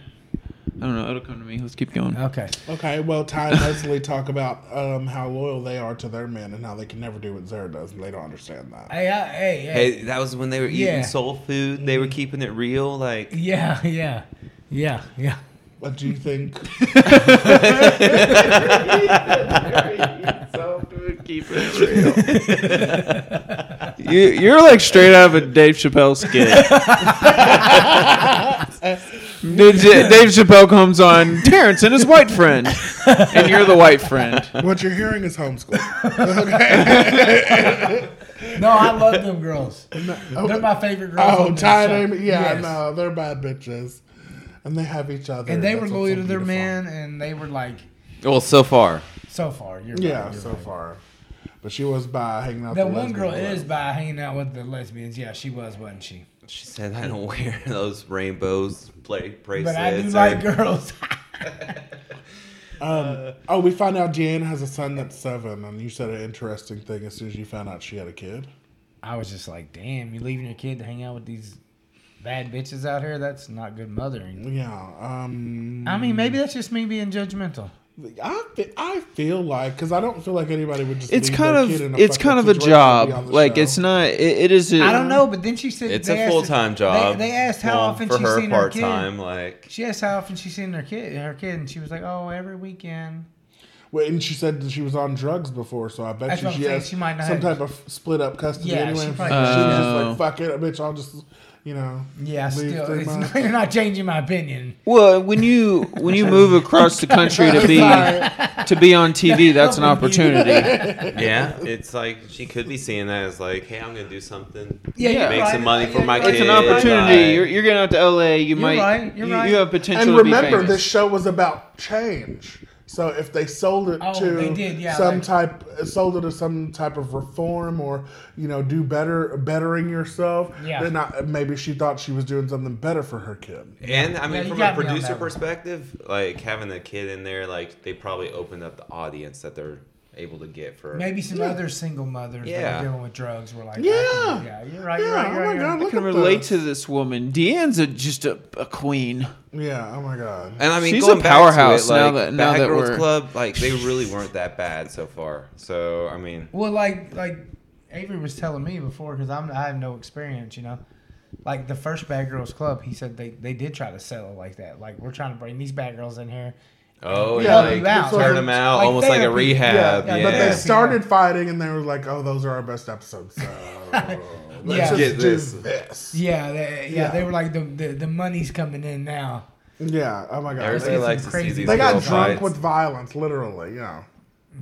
I don't know. It'll come to me. Let's keep (laughs) going. Okay. Okay, well, Ty and Leslie talk about um, how loyal they are to their men and how they can never do what Zara does, and they don't understand that. Hey, I, hey, hey. Hey, that was when they were eating Yeah. soul food. Mm-hmm. They were keeping it real. (laughs) Like Yeah, yeah, yeah, (laughs) yeah. What do you (laughs) think? You, you're like straight out of a Dave Chappelle skit. Uh, Did you- Dave Chappelle comes on Terrence and his white friend, and you're the white friend. what you're hearing is homeschool. No, I love them girls. They're my favorite (laughs) girls. Oh, on the Ty and show. Amy, yeah, Yes. no, they're bad bitches, and they have each other. And they That's were what's loyal so to their beautiful. man, and they were like, well, so far. so far, you're Yeah, right, you're so right. far, but she was by hanging out. That the one lesbian girl club. is by hanging out with the lesbians. Yeah, she was, wasn't she? She said, "I don't wear those rainbows play But bracelets." I do or- like girls. (laughs) uh, Um, oh, we find out Jan has a son that's seven, and you said an interesting thing as soon as you found out she had a kid. I was just like, damn, you leaving your kid to hang out with these bad bitches out here? That's not good mothering. Yeah. Um, I mean, maybe that's just me being judgmental. I fe- I feel like because I don't feel like anybody would just. It's leave kind their kid of in it's fucking kind of a situation to be on job. the Like show. it's not. It, it is. A, I don't know, but then she (laughs) said It's they a asked- full time they- job. They, asked how Well, often for she's her seen her part kid. time. Like She asked how often she's seen her kid, her kid, and she was like, "Oh, every weekend." Well, and she said that she was on drugs before, so I bet That's you what I'm she saying, has she might not some have- type of split up custody Yeah, anyway. she and probably- she was just Oh. like, "Fuck it, bitch! I'll just you know. Yeah, I leave still, three it's months. (laughs) you're not (laughs) changing my opinion. Well, when you when you move across the country to (laughs) be to be on TV, that's an opportunity. Yeah, it's like she could be seeing that as like, hey, I'm gonna do something. Yeah, you're make right. some money for Yeah, my you're kids. It's an right. opportunity. like- You're, you're getting out to LA. You might. right, you're you, right. you have potential. And to remember, this be famous. show was about change. So if they sold it Oh, they to did, yeah, some like- type, sold it to some type of reform or you know do better, bettering yourself. Yeah. Then I, maybe she thought she was doing something better for her kid. And I Yeah, mean, you from got a me on that producer one. perspective, like having a kid in there, like they probably opened up the audience that they're able to get for. Maybe some Yeah. other single mothers that Yeah. are dealing with drugs were like, I Yeah. can do- yeah, you're right, you're Yeah, right, oh you're right. my you're God, right. look I can at relate this. to this woman. Deanne's a, just a, a queen. Yeah. Oh my god. And I mean, She's going a back powerhouse to it, now like, that- now Bad that Girls we're- Club, like they really weren't that bad so far. So I mean, Well, like like Avery was telling me before, because I'm I have no experience, you know. Like the first Bad Girls Club, he said they they did try to sell it like that. Like we're trying to bring these bad girls in here. oh Yeah, yeah, like, like, that's what turn I'm- them out, like almost like a therapy. rehab. Yeah, Yeah, yeah, But they Yeah. started fighting, and they were like, "Oh, those are our best episodes." So (laughs) let's Yeah. just Get do this. this. Yeah, they, yeah, Yeah. They were like the, the the money's coming in now. Yeah. Oh my god. Everybody It's likes to crazy. see these they got little drunk fights. with violence, literally. You know.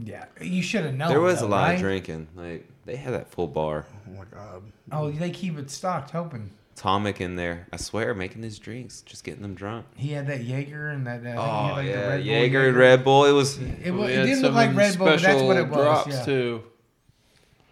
Yeah, you should have known. There was though, a lot right? of drinking. Like they had that full bar. Oh my god. Oh, they keep it stocked, hoping Tomic in there, I swear, making his drinks, just getting them drunk. he had that Jaeger and that. that Oh he had, like, the yeah, Red Bull Jaeger and Red Bull. It was It, wa- We it had didn't some look like Red Bull, but that's what it special was. Drops yeah. too.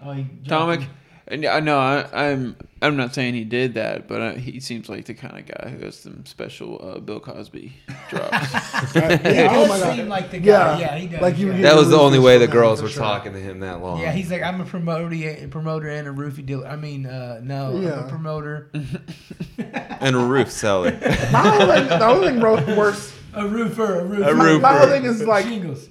Oh, he drank Tomic, it. and I know I, I'm I'm not saying he did that, but I, he seems like the kind of guy who has some special uh, Bill Cosby (laughs) drops. (laughs) He Yeah, does oh my god. seem like the Yeah. guy. Yeah, he does. Like you yeah. get- that was the lose only this way for the them, girls for were sure. talking to him that long. Yeah, he's like, I'm a promoter, promoter and a roofie dealer. I mean, uh, no, I'm Yeah. a promoter, and a roof (laughs) seller. My whole thing, the (laughs) only thing wrote worse. a roofer, a roofer. A My, my whole roofer. thing is like, shingles.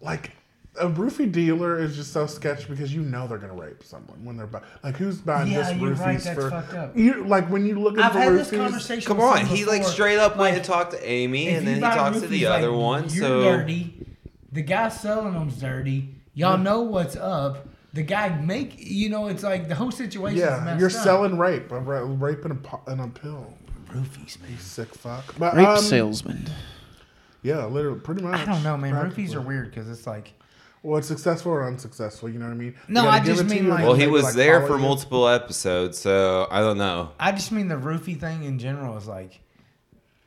like a roofie dealer is just so sketchy because you know they're gonna rape someone when they're bu- like, who's buying Yeah, just you're roofies right, that's for? fucked up. You like when you look at I've the had roofies. this conversation. Come with on, someone he like before. straight up went Like, and talked to Amy, if and you then he buy talks to roofies, the like, other one. You're So dirty. The guy selling them's dirty. Y'all know what's up. The guy make you know it's like the whole situation. is Yeah, messed you're up. selling rape, a ra- rape in a, po- in a pill. roofies, man. Sick fuck. But, Rape um, salesman. Yeah, literally, pretty much. I don't know, man. Roofies practically. are weird because it's like Well, it's successful or unsuccessful. You know what I mean? No, You gotta I give just it to mean, you, like- and Well, he maybe, was like, there follow for you. multiple episodes, so I don't (laughs) know. I just mean the roofie thing in general is like.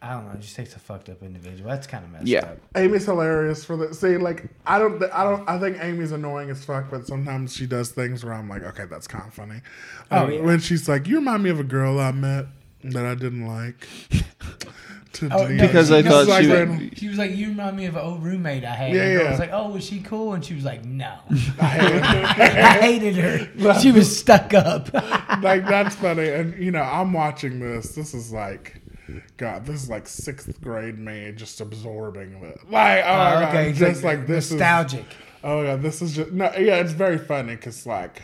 I don't know. It just takes a fucked up individual. That's kind of messed Yeah. up. Amy's hilarious for the see. Like I don't, I don't, I think Amy's annoying as fuck. But sometimes she does things where I'm like, okay, that's kind of funny. Oh, Like, yeah. When she's like, you remind me of a girl I met that I didn't (laughs) like. To Oh, delete. no, Because I no, thought was she- like, she was like, "You remind me of an old roommate I had." Yeah, and I yeah. was like, "Oh, was she cool?" And she was like, (laughs) "No, (laughs) I hate it. I hated her. She was (laughs) stuck up." (laughs) like that's funny. And you know, I'm watching this. This is like. God, this is like sixth grade me just absorbing this. Like, oh, my God, okay, just like this is nostalgic. Oh yeah, this is just no. Yeah, it's very funny because like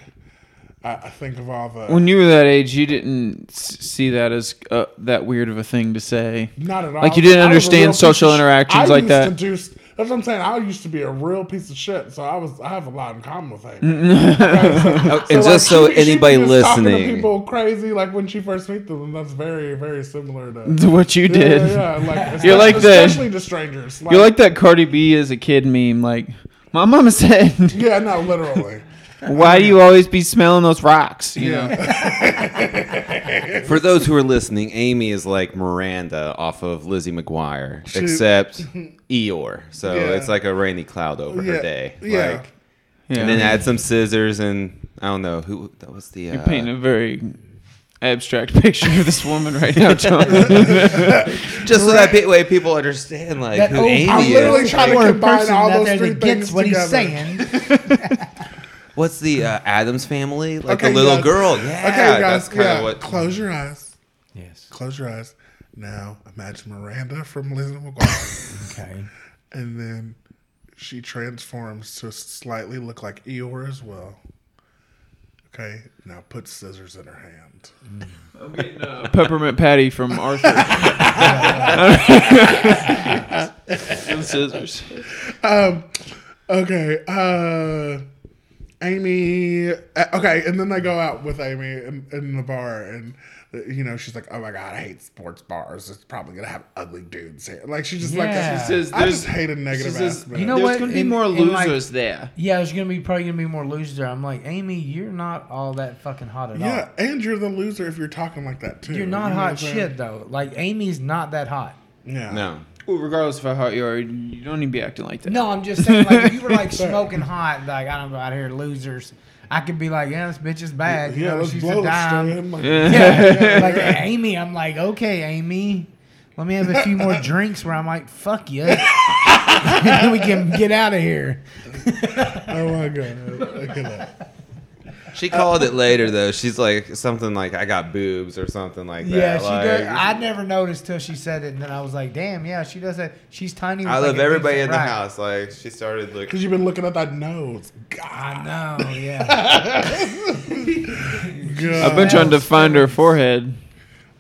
I, I think of all the When you were that age, you didn't s- see that as uh, that weird of a thing to say. (laughs) not at all. Like, you didn't I was a understand real piece social of sh- interactions I like used that. to do s- that's what I'm saying. I used to be a real piece of shit, so I was I have a lot in common with him. and just (laughs) so anybody listening, people crazy like when she first meet them, and that's very very similar to. To what (laughs) you Yeah, did. yeah, yeah, like (laughs) You're like especially- the- especially to strangers. You're like that Cardi B as a kid meme. Like, my mama said, (laughs) yeah, (laughs) no, literally. "Why do you always be smelling those rocks?" You know. yeah, for those who are listening, Amy is like Miranda off of Lizzie McGuire, She- (laughs) except Eeyore. So Yeah. it's like a rainy cloud over Yeah, her day. yeah. Like, Yeah. and then add some scissors and I don't know who that was the. Uh, You're painting a very abstract (laughs) picture of this woman right (laughs) now, John. just so that pe- way people understand like That who old- Amy I'm is. literally trying to Or a combine person all out those there three that gets things what he's together. saying. (laughs) What's the uh, Adams family? Like Okay, a little guys. girl. Yeah. Okay, guys, That's kind yeah, of what. close your eyes. yes. Close your eyes. Now imagine Miranda from Lizzie McGuire, Okay. and then she transforms to slightly look like Eeyore as well. Okay, now put scissors in her hand. Peppermint Patty from Arthur. Some scissors. Um, okay, uh, Amy. uh, Okay, and then they go out with Amy in, in the bar, and you know, she's like, oh my god, I hate sports bars. It's probably gonna have ugly dudes here. Like she's just Yeah. like, She says I there's- just hate a negative aspect. You know There's what? gonna be In- more in, like- losers there. Yeah, there's gonna be probably gonna be more losers there. I'm like, Amy, you're not all that fucking hot at yeah, and you're the loser if you're talking like that too. all. You're not You know what I'm hot saying? shit though. Like Amy's not that hot. Yeah. No. Well, regardless of how hot you are, you don't need to be acting like that. No, I'm just saying like if you were like smoking hot, like I don't go out here losers. I could be like, yeah, this bitch is bad. You Yeah, know, let's she's blow a it straight dime. in, like- (laughs) Yeah, (laughs) like Amy, I'm like, okay, Amy, let me have a few more drinks where I'm like, fuck (laughs) you, and we can get out of here. Oh my god. Look at that. She called it later though. She's like something like I got boobs or something like that. Yeah, she like, does. I never noticed till she said it, and then I was like, "Damn, yeah, she does that. She's tiny." with, I like, love a everybody in decent the rack. house. Like she started like Because you've been looking at that nose. God. I know. Yeah. I've been trying to find her forehead.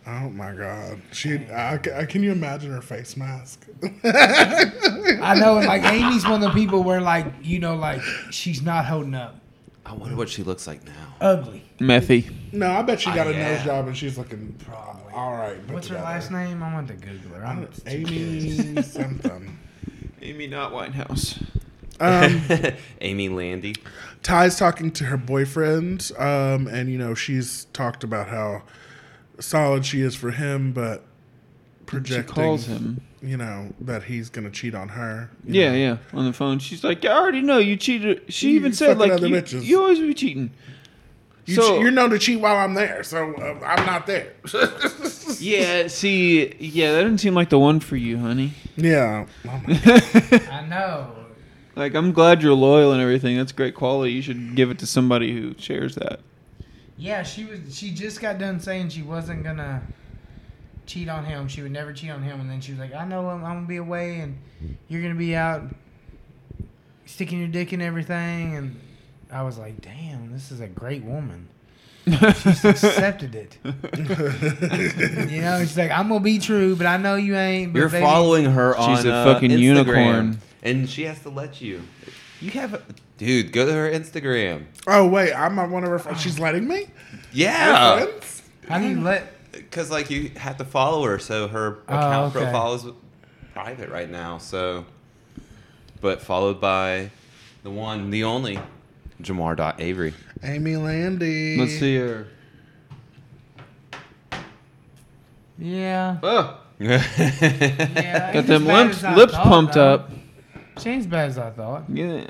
Oh my god. She. I, I- can you imagine her face mask? (laughs) I know. And like Amy's one of the people where like you know like she's not holding up. I wonder what she looks like now. Ugly. Methy. No, I bet she got a yeah. nose job and she's looking probably all right. put Oh, What's her together. last name? I want to Google her. I'm Amy (laughs) something. Amy, not Winehouse. Um, (laughs) Amy Landy. Ty's talking to her boyfriend, um, and you know she's talked about how solid she is for him, but She projecting, calls him. you know, that he's gonna cheat on her. you Yeah, know. yeah. On the phone, she's like, "I already know you cheated." She even You said, fucking "Like other you, bitches." you always be cheating." you so che- you're known to cheat while I'm there, so uh, I'm not there. (laughs) yeah. See, yeah, that didn't seem like the one for you, honey. (laughs) yeah, Oh my- I know. Like, I'm glad you're loyal and everything. That's great quality. You should give it to somebody who shares that. Yeah, she was. She just got done saying she wasn't gonna cheat on him. She would never cheat on him. And then she was like, "I know I'm, I'm gonna be away, and you're gonna be out sticking your dick in everything." And I was like, "Damn, this is a great woman." She's accepted it. (laughs) you know, she's like, "I'm gonna be true, but I know you ain't." But You're baby, following her on She's a uh, fucking Instagram, unicorn. and she has to let you. You have, a, dude, go to her Instagram. oh wait, I'm not one of her. Friends. She's letting me. Yeah, Friends? How do you let? because like you have to follow her, so her Oh, account okay. profile is private right now. So, but followed by the one, the only, (laughs) Jamar.Avery. Amy Landy. Let's see her. Yeah. Oh, yeah got them lips, lips pumped up. She ain't as bad as I thought. Yeah.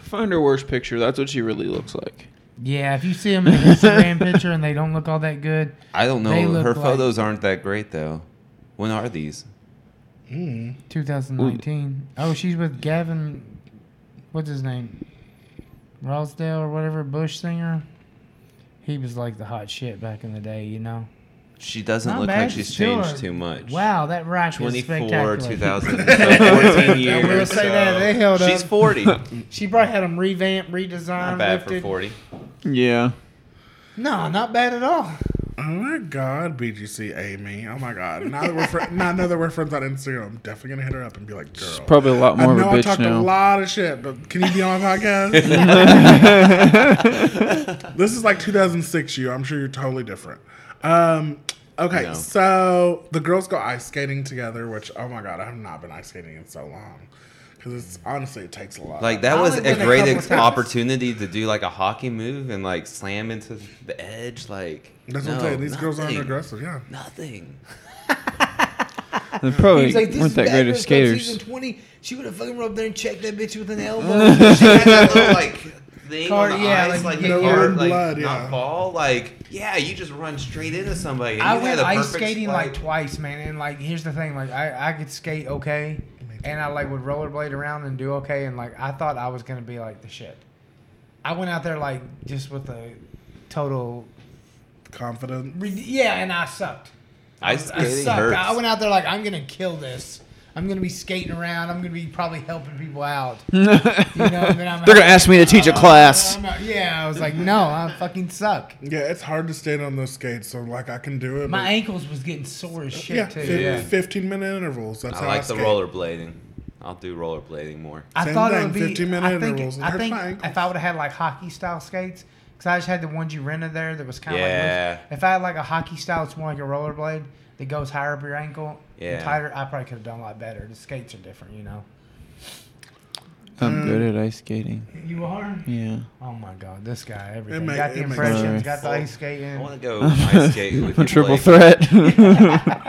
Find her worst picture. That's what she really looks like. Yeah, if you see them in an Instagram picture and they don't look all that good, I don't They know. look Her like- photos aren't that great though. When are these? Hmm. 2019. Oh, she's with Gavin. What's his name? Rosdale or whatever Bush singer. He was like the hot shit back in the day, you know. She doesn't Not look bad, like she's still changed a- too much. Wow, that rack is 24, spectacular. (laughs) 2000, so 14 years. will say that, they held She's up. (laughs) 40. Not She probably had them revamped, redesigned, bad for lifted. 40. Yeah. No, not bad at all. Oh my God, BGC Amy. Oh my God. Now that we're fri (laughs) now that we're friends on Instagram, I'm definitely gonna hit her up and be like, girl. She's probably a lot more I of a know I bitch talked now. a lot of shit, but can you be on my podcast? (laughs) (laughs) this is like 2006 you. I'm sure you're totally different. Um, okay, No. so the girls go ice skating together, which oh my god, I have not been ice skating in so long because it's honestly it takes a lot. Like that I've was only a been a great couple ex- times. opportunity to do like a hockey move and like slam into the edge. Like that's no, what I'm saying. These girls aren't nothing. aggressive. Yeah, Nothing. They probably He's like, this weren't is that great of Backwards Club skaters. Season 20. She would have fucking rubbed there and checked that (laughs) bitch with an elbow. She had that little like thing (laughs) Card- on the yeah, ice, like, like, you the get card, in like blood, not yeah. fall. Like yeah, you just run straight into somebody. and I you had went a ice perfect skating spike. like twice, man. And like, here's the thing: like, I I could skate okay, and I like would rollerblade around and do okay. And like, I thought I was gonna be like the shit. I went out there like just with a total, confident. re- yeah, and I sucked. ice I skating sucked. hurts. I went out there like I'm gonna kill this. I'm gonna be skating around. I'm gonna be probably helping (laughs) people out. You know, and then I'm They're gonna ask me to teach a class. I'm out- yeah, I was like, no, I fucking suck. Yeah, it's hard to stand on those skates, so like I can do it. My but- ankles was getting sore as shit yeah, too. fif- Yeah. 15 minute intervals. That's I how like the skate. rollerblading. I'll do rollerblading more. I Same thought thing, it would be. 15 minute I think, intervals. It I hurts think my ankles. if I would have had like hockey style skates, Cause I just had the ones you rented there that was kind of Yeah. like. loose. If I had like a hockey style, it's more like a rollerblade that goes higher up your ankle Yeah. and tighter. I probably could have done a lot better. The skates are different, you know. I'm good at ice skating. You are. Yeah. Oh my god, this guy! Everything make- got it the makes impressions, sense. got the ice I skating. want to (laughs) go (laughs) ice skate with you, triple Blake. threat.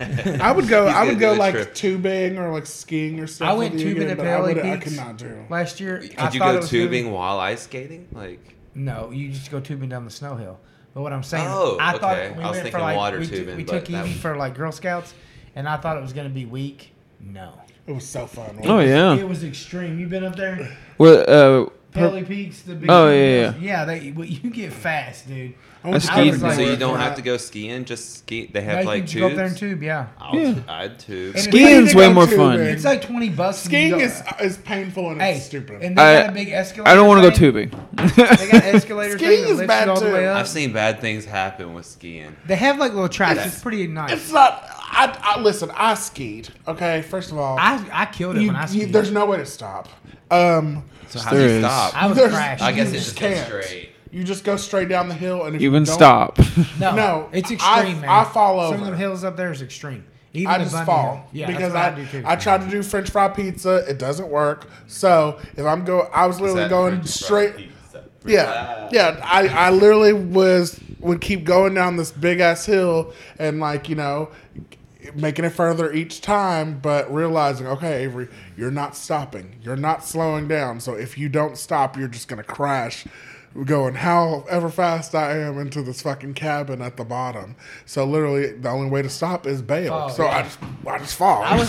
I would go. He's I would gonna go do a like trip. tubing or like skiing or stuff. I went with you tubing again, at but I Valley would- I Peaks. could not do. Last year, I Could you thought it go was tubing gonna- while ice skating? Like, No, you just go tubing down the snow hill. But what I'm saying, Oh, I thought okay. we I was went for thinking like water we, t- tubing, we but took that Evie was- for like Girl Scouts, and I thought it was gonna be weak. No, It was so fun. (laughs) oh yeah. it was extreme. You been up there, What? Uh, per- Pelly Peaks, the big. Oh, tubing yeah, hills? yeah. They, well, you get fast, dude. I went I to skied- Cover Like, so you Bend don't for have that. to go skiing. Just ski. They Yeah, have you like can go up there and tubes. tube, yeah. I'll Yeah. uh, t- I'd tube. And- skiing's way more Tubing. fun. It's like twenty bucks. and you Skiing go- is is painful and hey it's stupid. And they I- got a big escalator. I don't want to go thing. tubing. They got an (laughs) escalator Skiing thing that is lifts bad you all the too. way up. I've seen bad things happen with skiing. They have like little tracks. It's pretty nice. it's not. I, I listen. I skied. Okay, first of all, I I killed it you, when I you, skied. there's no way to stop. Um, So how do There you is. stop? I was there's- crashing. I guess you it just goes can't. straight. You just go straight down the hill and if Even don't- (laughs) stop. No, No, it's I- extreme, man. I fall Some of over. them hills up there is extreme. Even I the just Bundy fall Hill. Yeah, because that's I what I, do too. I, tried to do French fry pizza. It doesn't work. So if I'm go, I was Is literally that going French fry straight. pizza? Yeah, yeah. I, I literally was would keep going down this big ass hill and like you know making it further each time, but realizing okay, Avery, you're not stopping, you're not slowing down. So if you don't stop, you're just gonna crash. Going however fast I am into this fucking cabin at the bottom. So literally, the only way to stop is bail. Oh, so yeah. I just I just fall. (laughs) I was,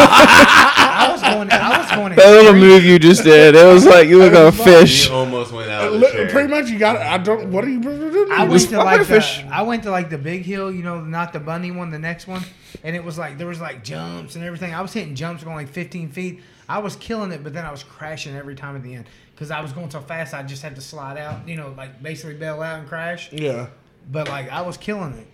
I was going. I was (laughs) going. that little extreme. move you just did, it was like you look like a fish. You almost went out of the Li- chair. pretty much, you got. I don't. What are you? I was- went to I'm like gonna fish. the, I went to like the big hill, you know, not the bunny one, the next one, and it was like there was like jumps and everything. I was hitting jumps going like 15 feet. I was killing it, but then I was crashing every time at the end because I was going so fast. I just had to slide out, you know, like basically bail out and crash. Yeah. But like I was killing it.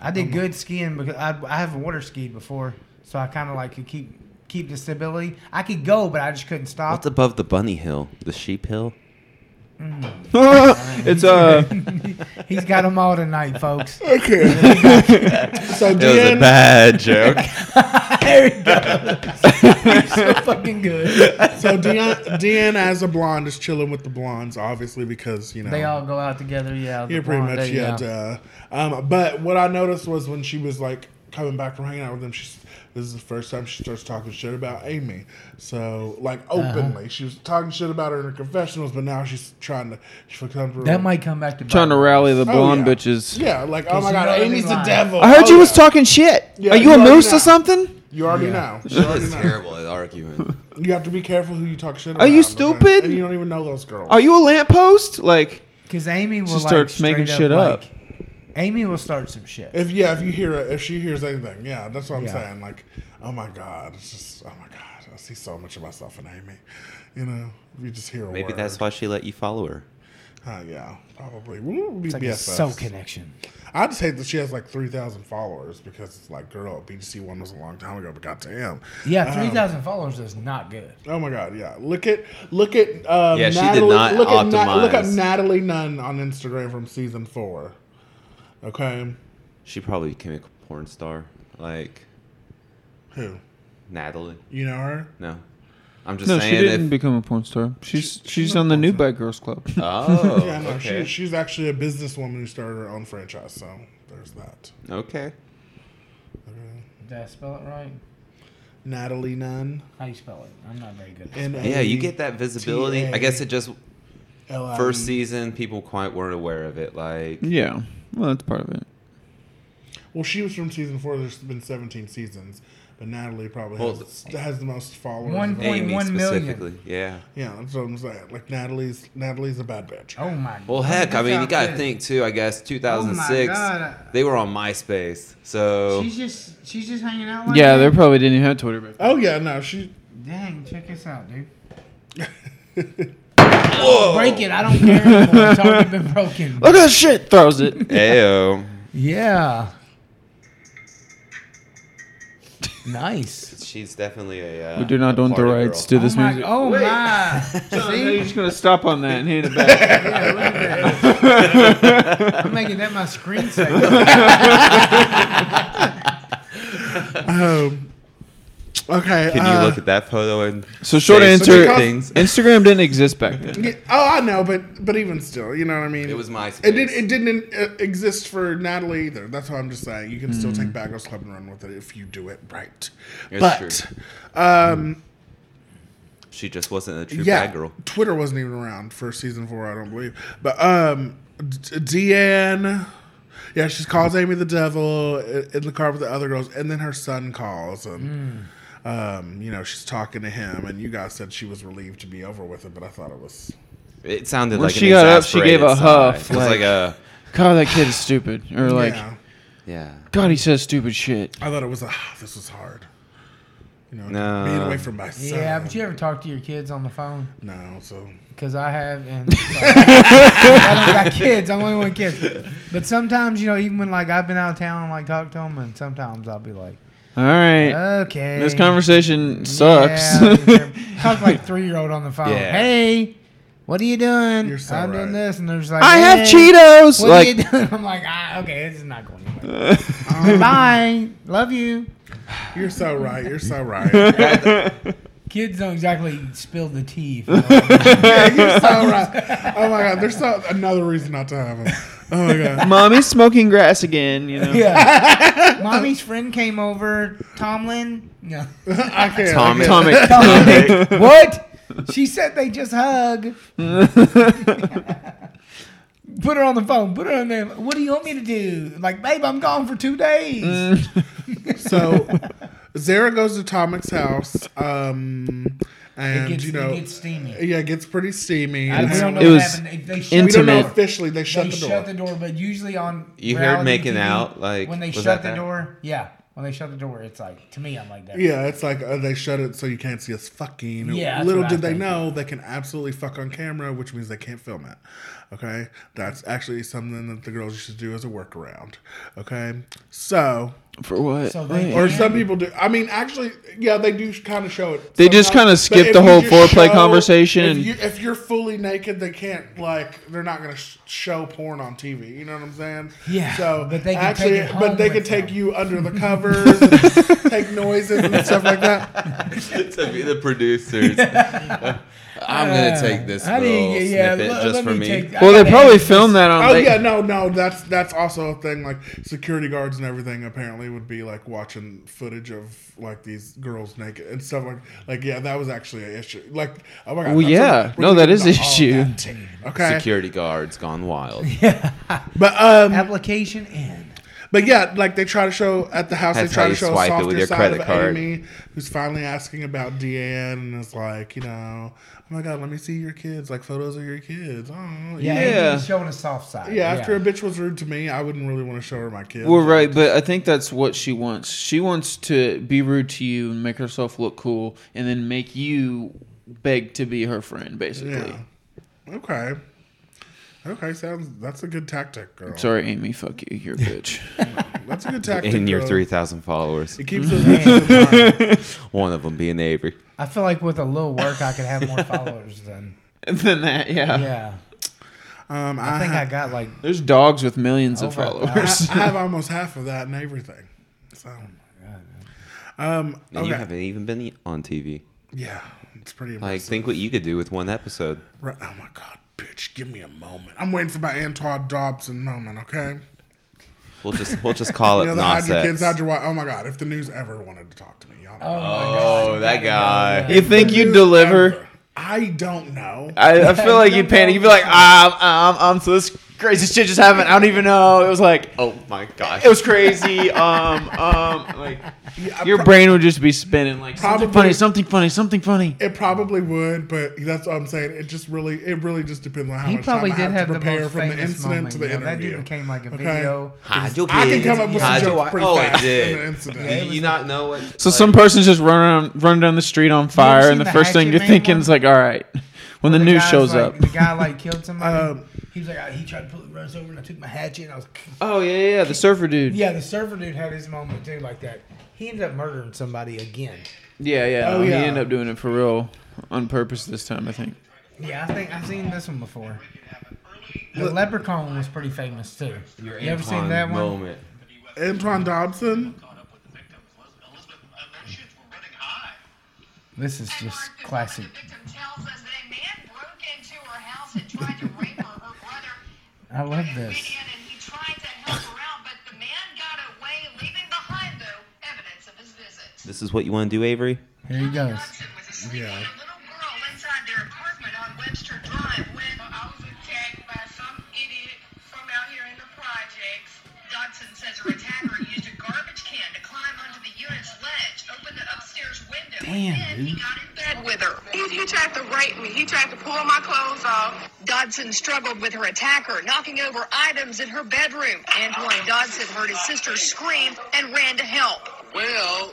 I did good skiing because I I haven't water skied before, so I kind of like could keep keep the stability. I could go, but I just couldn't stop. What's above the bunny hill? The sheep hill? (laughs) it's uh, He's got them all tonight, folks. Okay. (laughs) so It was a Jen, bad joke. there he goes. (laughs) He's so fucking good. so Deanne, Deanne as a blonde is chilling with the blondes, obviously because you know They all go out together. Yeah, the you're Oh. pretty blonde, much they- yeah. Duh. Um, but what I noticed was when she was like coming back from hanging out with them, she's this is the first time she starts talking shit about Amy. So like openly, she was talking shit about her in her confessionals, but now she's trying to she feels comfortable. That might come back (laughs) to trying to bite rally the Oh, blonde yeah. bitches. Yeah, like oh Because my you god, know they Amy's the lie. devil. I heard Oh, you was yeah. talking shit. Yeah, Are you, you a already moose know. or something? You already know. You already That's know. terrible at arguing. You have to be careful who you talk shit about. Are you okay? stupid? And you don't even know those girls. Are you a lamppost? Like, because Amy will She like, starts making straight shit up. like- Amy will start some shit. If yeah, if you hear it, if she hears anything, yeah, that's what I'm Yeah. saying. Like, oh my god, it's just oh my god, I see so much of myself in Amy. You know, if you just hear (laughs) a Maybe word. that's why she let you follow her. Uh, yeah, probably. We would be it's like a BFFs. soul connection. I just hate that she has like three thousand followers because it's like, girl, BGC one was a long time ago, but goddamn. Yeah, three thousand followers is not good. Oh my god, yeah. Look at look at uh, Yeah, she did Natalie, not look at Nat- look at optimize. Natalie Nunn on Instagram from season four. Okay, She probably became a porn star. Like, who Natalie. you know her? No. I'm just no, she saying didn't if. become a porn star. She's she's on the new Bad Girls Club. (laughs) oh. Yeah, no, okay. she, she's actually a businesswoman who started her own franchise, so there's that. okay. Did I spell it right? Natalie Nunn. How you spell it? I'm not very good. At N-A- Yeah, you get that visibility. I guess it just L-I-E. Um, first season people quite weren't aware of it. Like yeah, well, that's part of it. Well, she was from season four. There's been 17 seasons, but Natalie probably Well, has, has the most followers. One of all- point- Amy 0.1 million. specifically. Yeah. Yeah, that's what I'm saying. Like Natalie's, Natalie's a bad bitch. oh my. Well, God, heck, look I mean, how you gotta good. think too. I guess 2006, God. they were on MySpace, so (laughs) She's just she's just hanging out. Like Yeah, that? they probably didn't even have Twitter. Back. Oh yeah, no, she. Dang, check this out, (laughs) dude. Whoa. Break it. I don't care anymore. It's already (laughs) been broken. Oh, Look at that shit. (laughs) Throws it. Ayo. Yeah. Nice. She's definitely a. Uh, We do not a own the party rights girl. to this oh my, music. Oh Wait. my. You're just gonna stop on that and hand (laughs) it back. Yeah, look at (laughs) that. I'm making that my screensaver. Um, okay. Can uh, you look at that photo and? So short say answer, some things? Instagram didn't exist back then. Yeah, oh, I know, but but even still, you know what I mean. It was MySpace. It didn't. It didn't uh, exist for Natalie either. That's what I'm just saying. You can still take Baggers Club and run with it if you do it right. Mm. It's but true. um, She just wasn't a true yeah, bad girl. Twitter wasn't even around for season four. I don't believe. But um, D- Deanne, yeah, she calls Amy the devil i- in the car with the other girls, and then her son calls and. Mm. Um, you know, she's talking to him, and you guys said she was relieved to be over with it, but I thought it was It sounded When like she an got up, she gave a exasperated sigh. huff, It was like- like a God, that kid is stupid. Or like, yeah. (laughs) yeah. God, he says stupid shit. I thought it was, ah, this was hard. You know, No. being away from my son. yeah, but you ever talk to your kids on the phone? No, so. Because I have, (laughs) and I don't got kids. I'm only one kid. But sometimes, you know, even when like I've been out of town, and, like talk to them, and sometimes I'll be like, All right, okay, this conversation sucks. (laughs) Yeah, I (laughs) mean, talk to, like three year old on the phone. Yeah. Hey, what are you doing? You're so I'm doing right. this, and there's like, I have "Hey, Cheetos. What are you Like, doing? (laughs) I'm like, ah, okay, this is not going anywhere. Bye. Love you. You're so right. You're so right. (laughs) Oh Yeah, Kids don't exactly spill the tea. (laughs) for what- you're so right. Oh my God. There's so, another reason not to have him. Oh my (laughs) God. mommy's smoking grass again. You know. (laughs) yeah. (laughs) Mommy's friend came over. Tomlin. No. (laughs) (laughs) I can't. Tom- I can't. Atomic. what? She said they just hug. Put her on the phone. Put her on there. What do you want me to do? Like, babe, I'm gone for two days. Mm. So, Zara goes to Tomic's house. Um, It and, gets, you know, it gets steamy. yeah, it gets pretty steamy. I, and we don't know It what was happened. They- They shut we don't know intimate. officially. They They shut the door. shut the door, but usually on You heard reality making TV, out, like, when they was shut that the that? door. Yeah, when they shut the door, it's like to me, I'm like that. Yeah, it's like uh, they shut it so you can't see us fucking. Yeah, that's Little what I did they think. know they can absolutely fuck on camera, which means they can't film it. Okay, that's actually something that the girls should do as a workaround. Okay, so (laughs) For what? So they- Wait. or some people do. I mean, actually, yeah, they do kind of show it. They just sometimes, kinda but skip if the you whole just foreplay conversation If, and- you, if you're fully naked, they can't like they're not going to sh- show porn on TV. You know what I'm saying? Yeah, So, but they can take actually, it home but they with can take them. you under (laughs) the covers, and take noises and stuff like that. (laughs) to be the producers. (laughs) I'm Uh, gonna take this I little didn't- yeah, snippet let- just let for me. take- I well, they gotta probably edit this. filmed that on. Oh like, yeah, no, no, that's that's also a thing. Like security guards and everything apparently would be like watching footage of like these girls naked and stuff like like yeah, that was actually an issue. Like oh my god, Well, that's yeah. we're No, gonna that get is into an all issue. that tea. Okay, Security guards gone (laughs) wild. but um, Application in. but yeah, like they try to show at the house. That's they try how to you show a swipe it softer with your side credit of card. Amy, who's finally asking about Deanne and is like, you know, oh my god, let me see your kids, like photos of your kids. Oh, Yeah, yeah. Yeah. he's showing a soft side. Yeah, after a bitch was rude to me, I wouldn't really want to show her my kids. Well, right, but I think that's what she wants. She wants to be rude to you and make herself look cool, and then make you beg to be her friend, basically. Yeah. Okay. Okay, sounds that's a good tactic, girl. Sorry, Amy. Fuck you. (laughs) You're a bitch. (laughs) That's a good tactic. In your girl. 3,000 followers, It keeps those bitches in (laughs) line. one of them being Avery. I feel like with a little work, I could have (laughs) more followers than. than that, yeah. Yeah, Um, I, I think I ha- got like. There's dogs with millions of Over a I, Oh followers. I have almost half of that and everything. So, um, And you okay. haven't even been on TV. yeah, it's pretty Like, impressive. think what you could do with one episode. Right- Oh my god, bitch, give me a moment. I'm waiting for my Antoine Dobson moment. Okay, We'll just we'll just call (laughs) you it know the not hide your kids, hide sex. your wife. Oh my god, if the news ever wanted to talk to me, y'all. Oh, know. Oh, that guy. you think The you'd news deliver? ever. I don't know. Uh, I, I feel like you'd panic. You'd be like, um, um, um. So this crazy shit just happened. I don't even know. It was like, Oh my gosh. it was crazy. Um, um. Like Yeah, I your pro- brain would just be spinning. Like something Probably- funny, something funny, something funny. It probably would, but that's what I'm saying. It just really, it really just depends on how He much probably time I have did have to the prepare most from the famous incident moment. to the you know, that interview. dude became like a Okay? video. Hide your I can kids, come up with some hide your wi- jokes pretty oh, fast I did. (laughs) in the incident. Did you not know what? So like- some person's just running around, running down the street on fire, seen and the the first thing Hatchet you're Man thinking one? is like, all right, when the, news guy's shows like- up. (laughs) The guy like (laughs) killed somebody. Um, he was like, "Ah, he tried to pull the runs over, and I took my hatchet, and I was. Oh yeah, yeah, the surfer dude. Yeah, the server dude had his moment too, like that. He ended up murdering somebody again. Yeah, yeah. Oh, no, yeah. He ended up doing it for real on purpose this time, I think. Yeah, I think I've seen this one before. The leprechaun one was pretty famous too. You ever seen Antoine that one? Moment. Antoine Dobson. This is just classic. I love this. This is what you want to do, Avery? Here he goes. Yeah. Says her attacker (laughs) used a garbage can to climb onto the unit's ledge, open the upstairs window, Damn, and dude. he got in bed with her. He, he tried to rape me. He tried to pull my clothes off. Dodson struggled with her attacker, knocking over items in her bedroom. Antoine Dodson heard his sister scream and ran to help. Well,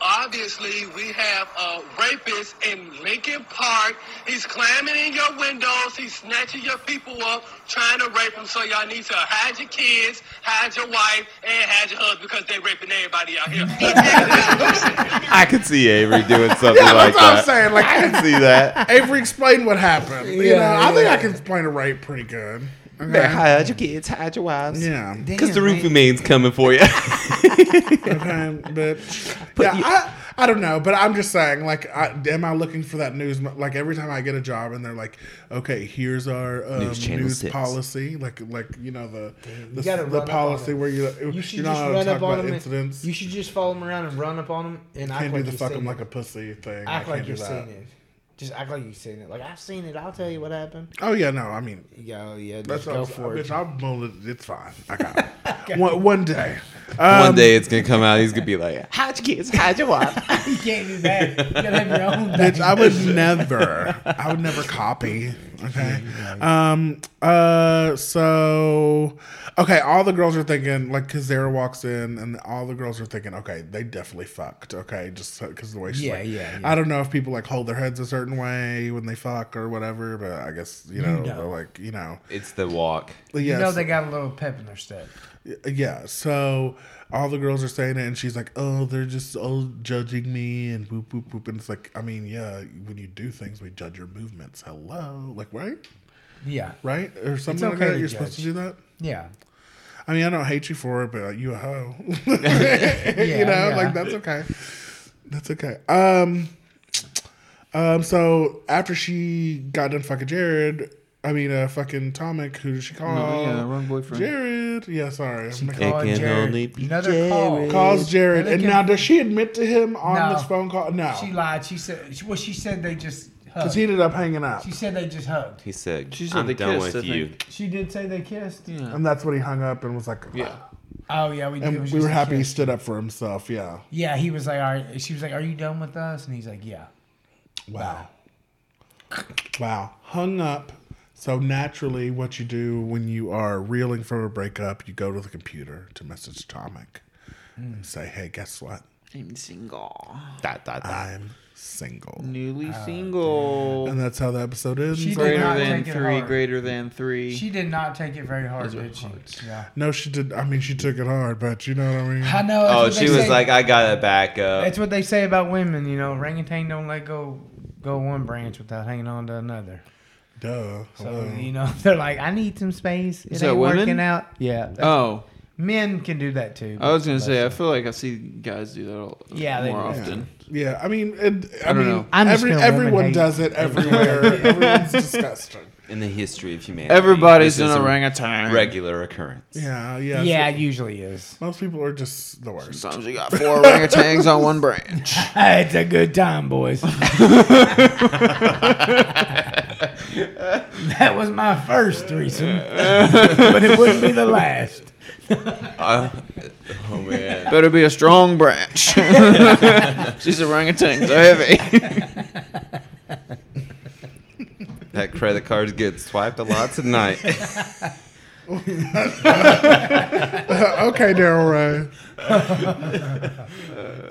obviously, we have a rapist in Lincoln Park. He's climbing in your windows. He's snatching your people up, trying to rape them. So y'all need to hide your kids, hide your wife, and hide your husband because they raping everybody out here. The attacker was I could see Avery (laughs) doing something Yeah, like that's what I'm that. saying. Like, I (laughs) can see that. Avery explained what happened. you Yeah, know, I think yeah. I can explain a rape pretty good. Okay? hide your kids, hide your wives. Yeah. Because the Damn, roof man. remains coming for you. Okay, (laughs) but, yeah, I, I don't know, but I'm just saying, like, I, am I looking for that news? Like every time I get a job, and they're like, "Okay, here's our um, News news, Channel 6. policy," like, like you know the the, gotta the run up policy on 'em. where you You you should are not just allowed to run talk up on about them. incidents. And, you should just follow them around and run up on them and act can't like do the you've fuck seen I'm it. like a pussy thing. I act can't like do you've that. seen it. Just act like you've seen it. Like I've seen it. I'll tell you what happened. Oh yeah, no, I mean Yeah, oh, yeah. that's Just what go I'm- for it. bitch, I'll mold it. It's fine. I got (laughs) it. one, one day. Um, One day it's going to come out. He's going to be like, hide your kids, hide your wives. You can't do that. You gotta have your own. (laughs) Bitch, I would (laughs) never. I would never copy. Okay. Um. Uh. So. Okay. All the girls are thinking like Kazera walks in, and all the girls are thinking, okay, they definitely fucked. Okay, just because the way she's Yeah, like, yeah, yeah. I don't know if people like hold their heads a certain way when they fuck or whatever, but I guess you know, know. they're like you know, it's the walk. yeah. You know they got a little pep in their step. Yeah, so all the girls are saying it, and she's like, "Oh, they're just all judging me," and whoop whoop whoop. And it's like, I mean, yeah, when you do things, we judge your movements. Hello, like right, Yeah, right, or something like okay that. to You're supposed to judge. do that. yeah. I mean, I don't hate you for it, but like, you a hoe. (laughs) you (laughs) Yeah, know, yeah. like that's okay. That's okay. Um, um. So after she got done fucking Jared, I mean, uh, fucking Tomic, who did she Oh, call? yeah, wrong boyfriend. Jared. Yeah, sorry. I'm like- It Calling can Jared. only be Another call. calls Jared. And Another now, kid- does she admit to him on No. this phone call? No, She lied. She said. She, well, she said they just hugged. because he ended up hanging out, she said they just hugged. He said, She said I'm they done kissed, with I you. think. She did say they kissed. Yeah. and that's when he hung up and was like, Yeah. Oh yeah, we. it And was we just were a happy he kiss. stood up for himself. Yeah. Yeah, he was like, "All right." She was like, "Are you done with us?" And he's like, "Yeah." Wow. Wow. Hung up. So naturally, what you do when you are reeling from a breakup, you go to the computer to message Tomic Hmm. and say, "Hey, guess what? I'm single. Dot, dot, dot. I'm single." Newly single. And that's how the episode ends. She did Greater Ah, not than take it three. hard. Greater than three. She did not take it very hard, did she? Yeah. no, she did. I mean, she took it hard, but you know what I mean. I know. Oh, that's what she they was say. like, I got to back up. That's what they say about women, you know. Orangutan don't let go go one branch without hanging on to another. Duh. So Hello. you know, (laughs) they're like, I need some space. It that ain't women? working out. Yeah. oh, Men can do that too. I was gonna but- say. I feel like I see guys do that all, Yeah, they more do. often. Yeah, I mean, and, I, I don't mean, know. I'm just every, gonna everyone eliminate does it everywhere. Everyone's disgusting. In the history of humanity. Everybody's this an is a orangutan. Regular occurrence. Yeah, yeah. Yeah, it's- it usually is. (laughs) Most people are just the worst. Sometimes you got four orangutans on one (laughs) branch. it's a good time, boys. (laughs) (laughs) that was my first threesome, (laughs) but it wouldn't be the last. Uh, (laughs) oh, man. Better be a strong (laughs) branch. These orangutans are heavy. (laughs) That credit card gets swiped a lot (laughs) tonight. (laughs) okay, Daryl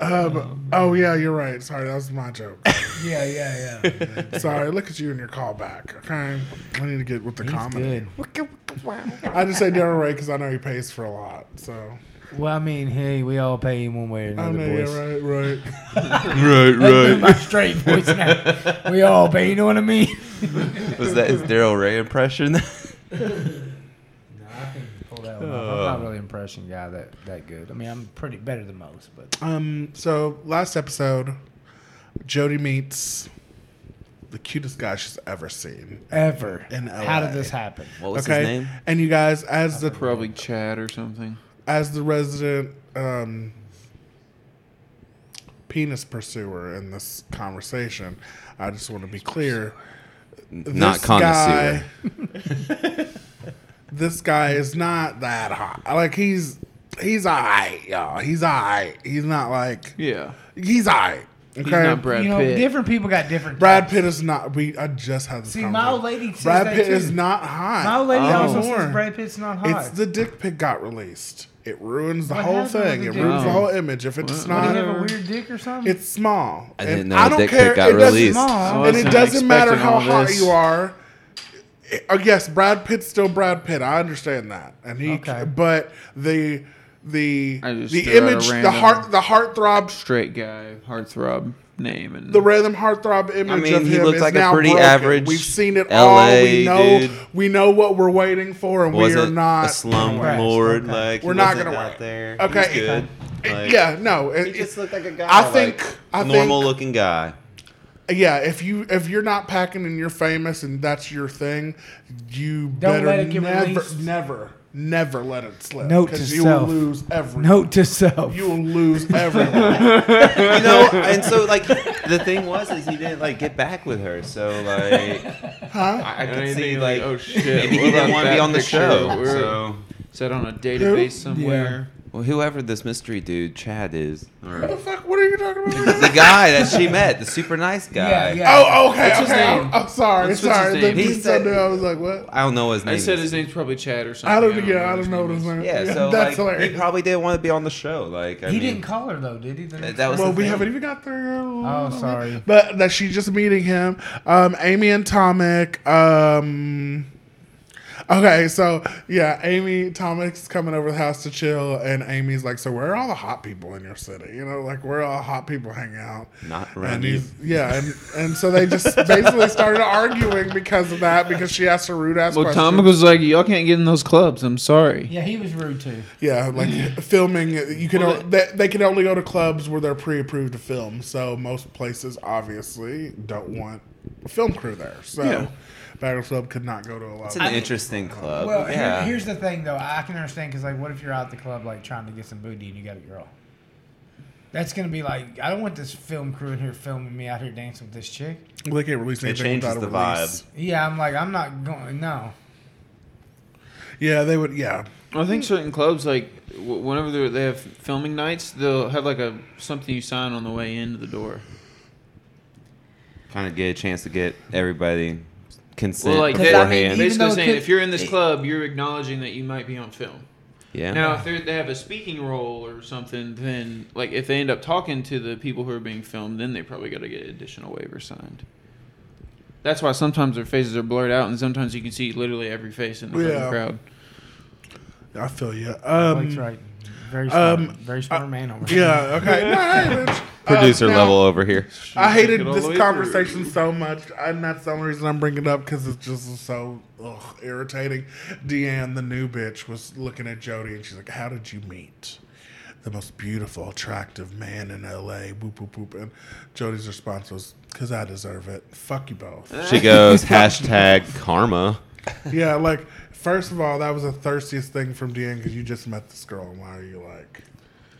Ray. (laughs) um, oh yeah, you're right. Sorry, that was my joke. Yeah, (laughs) yeah, yeah. Sorry, look at you and your callback. Okay, I need to get with the He's comedy. good. I just say Daryl Ray because I know he pays for a lot. So Well, I mean, hey, we all pay him one way or I another, know, boys. yeah, right, Right, right. That's my (laughs) straight (laughs) voice now. We all pay. You know what I mean? Was that his Daryl Ray impression? (laughs) No, I can pull that one off. I'm not really an impression guy that that good. I mean, I'm pretty better than most, but Um, so last episode, Jody meets the cutest guy she's ever seen. ever. In How LA. did this happen? what was okay, his name? and you guys, as the Probably Chad or something. as the resident um, penis pursuer in this conversation, I just want to be clear. Not connoisseur. guy- (laughs) this guy is not that hot. Like he's he's alright, y'all. He's alright. He's not like Yeah. he's alright. Okay. He's not Brad you know, Pitt. different people got different. Brad types. Pitt is not. We I just had this. See, my old lady says Brad that Pitt too. is not hot. My old lady Oh. also More. says Brad Pitt's not hot. It's the dick pic got released. It ruins the What whole happened with thing. the It dick ruins the pic? whole image. If it's Did not, he have a Whatever. weird dick or something? it's small. I didn't And know a dick pic got it doesn't- released. small. I and it wasn't doesn't matter expecting how all hot this. you are. It- uh, yes, Brad Pitt's still Brad Pitt. I understand that, and he. Okay. But the the I just the threw out a image, the random- heart, the heartthrob, Straight guy, heartthrob name, and the random heartthrob image mean, of he him looked is like a now pretty broken. average We've seen it all. LA We know dude. we know what we're waiting for, and we are wasn't not a slum Right, lord. okay. Like he We're not wasn't gonna out work. there. Okay. He's good. Like, yeah, no. It, He just it- looked like a guy. I think- I think- normal looking guy. yeah, if you if you're not packing and you're famous and that's your thing, you better let it get never, released. never, never let it slip. Note to you self. will lose everything. (laughs) Note to self. You will lose (laughs) everything. You know, and (laughs) so like the thing was is he didn't like get back with her. So like, (laughs) I, I And could I see think, like, oh shit, maybe (laughs) what he about didn't want to be that on the picture? show. We're- So Is that on a database somewhere? well, whoever this mystery dude Chad is, what the or fuck? What are you talking about? the guy that she met, the super nice guy. Yeah, yeah. Oh, okay, What's his okay. name? I'm, I'm sorry, What's- what's sorry. his The name? He dude said said- I was like, what? I don't know his name. I said his name's probably Chad or something. I don't. Yeah, I don't know what his his name name. is. Yeah, so that's like, hilarious. he probably didn't want to be on the show. oh. Like, I he mean, didn't call her though, did he? The that next that was. day? the well, we thing. haven't even got there. Oh, sorry. But that she's just meeting him. Um, Amy and Tomic. Um, okay, so yeah, Amy Tomic's coming over the house to chill, and Amy's like, "So where are all the hot people in your city? You know, like where all hot people hang out?" Not And around you. he's, yeah, and, and so they just basically started arguing because of that because she asked a rude ass Well, question. Tom was like, "Y'all can't get in those clubs. I'm sorry." Yeah, he was rude too. (laughs) Yeah, like filming. You can o- they, they can only go to clubs where they're pre-approved to film. So most places obviously don't want a film crew there. So Yeah. Battle Club could not go to a lot. It's Of, an interesting Oh, club. Well, here- yeah. here's the thing though. I can understand because like, what if you're out the club like trying to get some booty and you got a girl? That's gonna be like, I don't want this film crew in here filming me out here dancing with this chick. well, they can't release anything changes without a the vibe. release. Yeah, I'm like, I'm not going. No, Yeah, they would. Yeah, I think certain clubs, like w- whenever they're- they have filming nights, they'll have like a something you sign on the way into the door. kind of get a chance to get everybody consent well, like Because I mean, beforehand. even basically though it saying could- if you're in this club, you're acknowledging that you might be on film. yeah. Now, if they're- they have a speaking role or something, then like if they end up talking to the people who are being filmed, then they probably got to get additional waiver signed. That's why sometimes their faces are blurred out, and sometimes you can see literally every face in the fucking Yeah. crowd. I feel you. Blake's Um, right. Very smart, um, very smart man over here. yeah. Okay. (laughs) No, hey, bitch. Uh, Producer now, level over here. I hated Take it all the way this through. conversation so much, and that's the only reason I'm bringing it up because it's just so ugh, irritating. Deanne, the new bitch, was looking at Jody, and she's like, "How did you meet the most beautiful, attractive man in L.A.?" Whoop whoop whoop. And Jody's response was, "Cause I deserve it. Fuck you both." (laughs) She goes hashtag karma. yeah, like first of all, that was the thirstiest thing from Deanne because you just met this girl, and why are you like?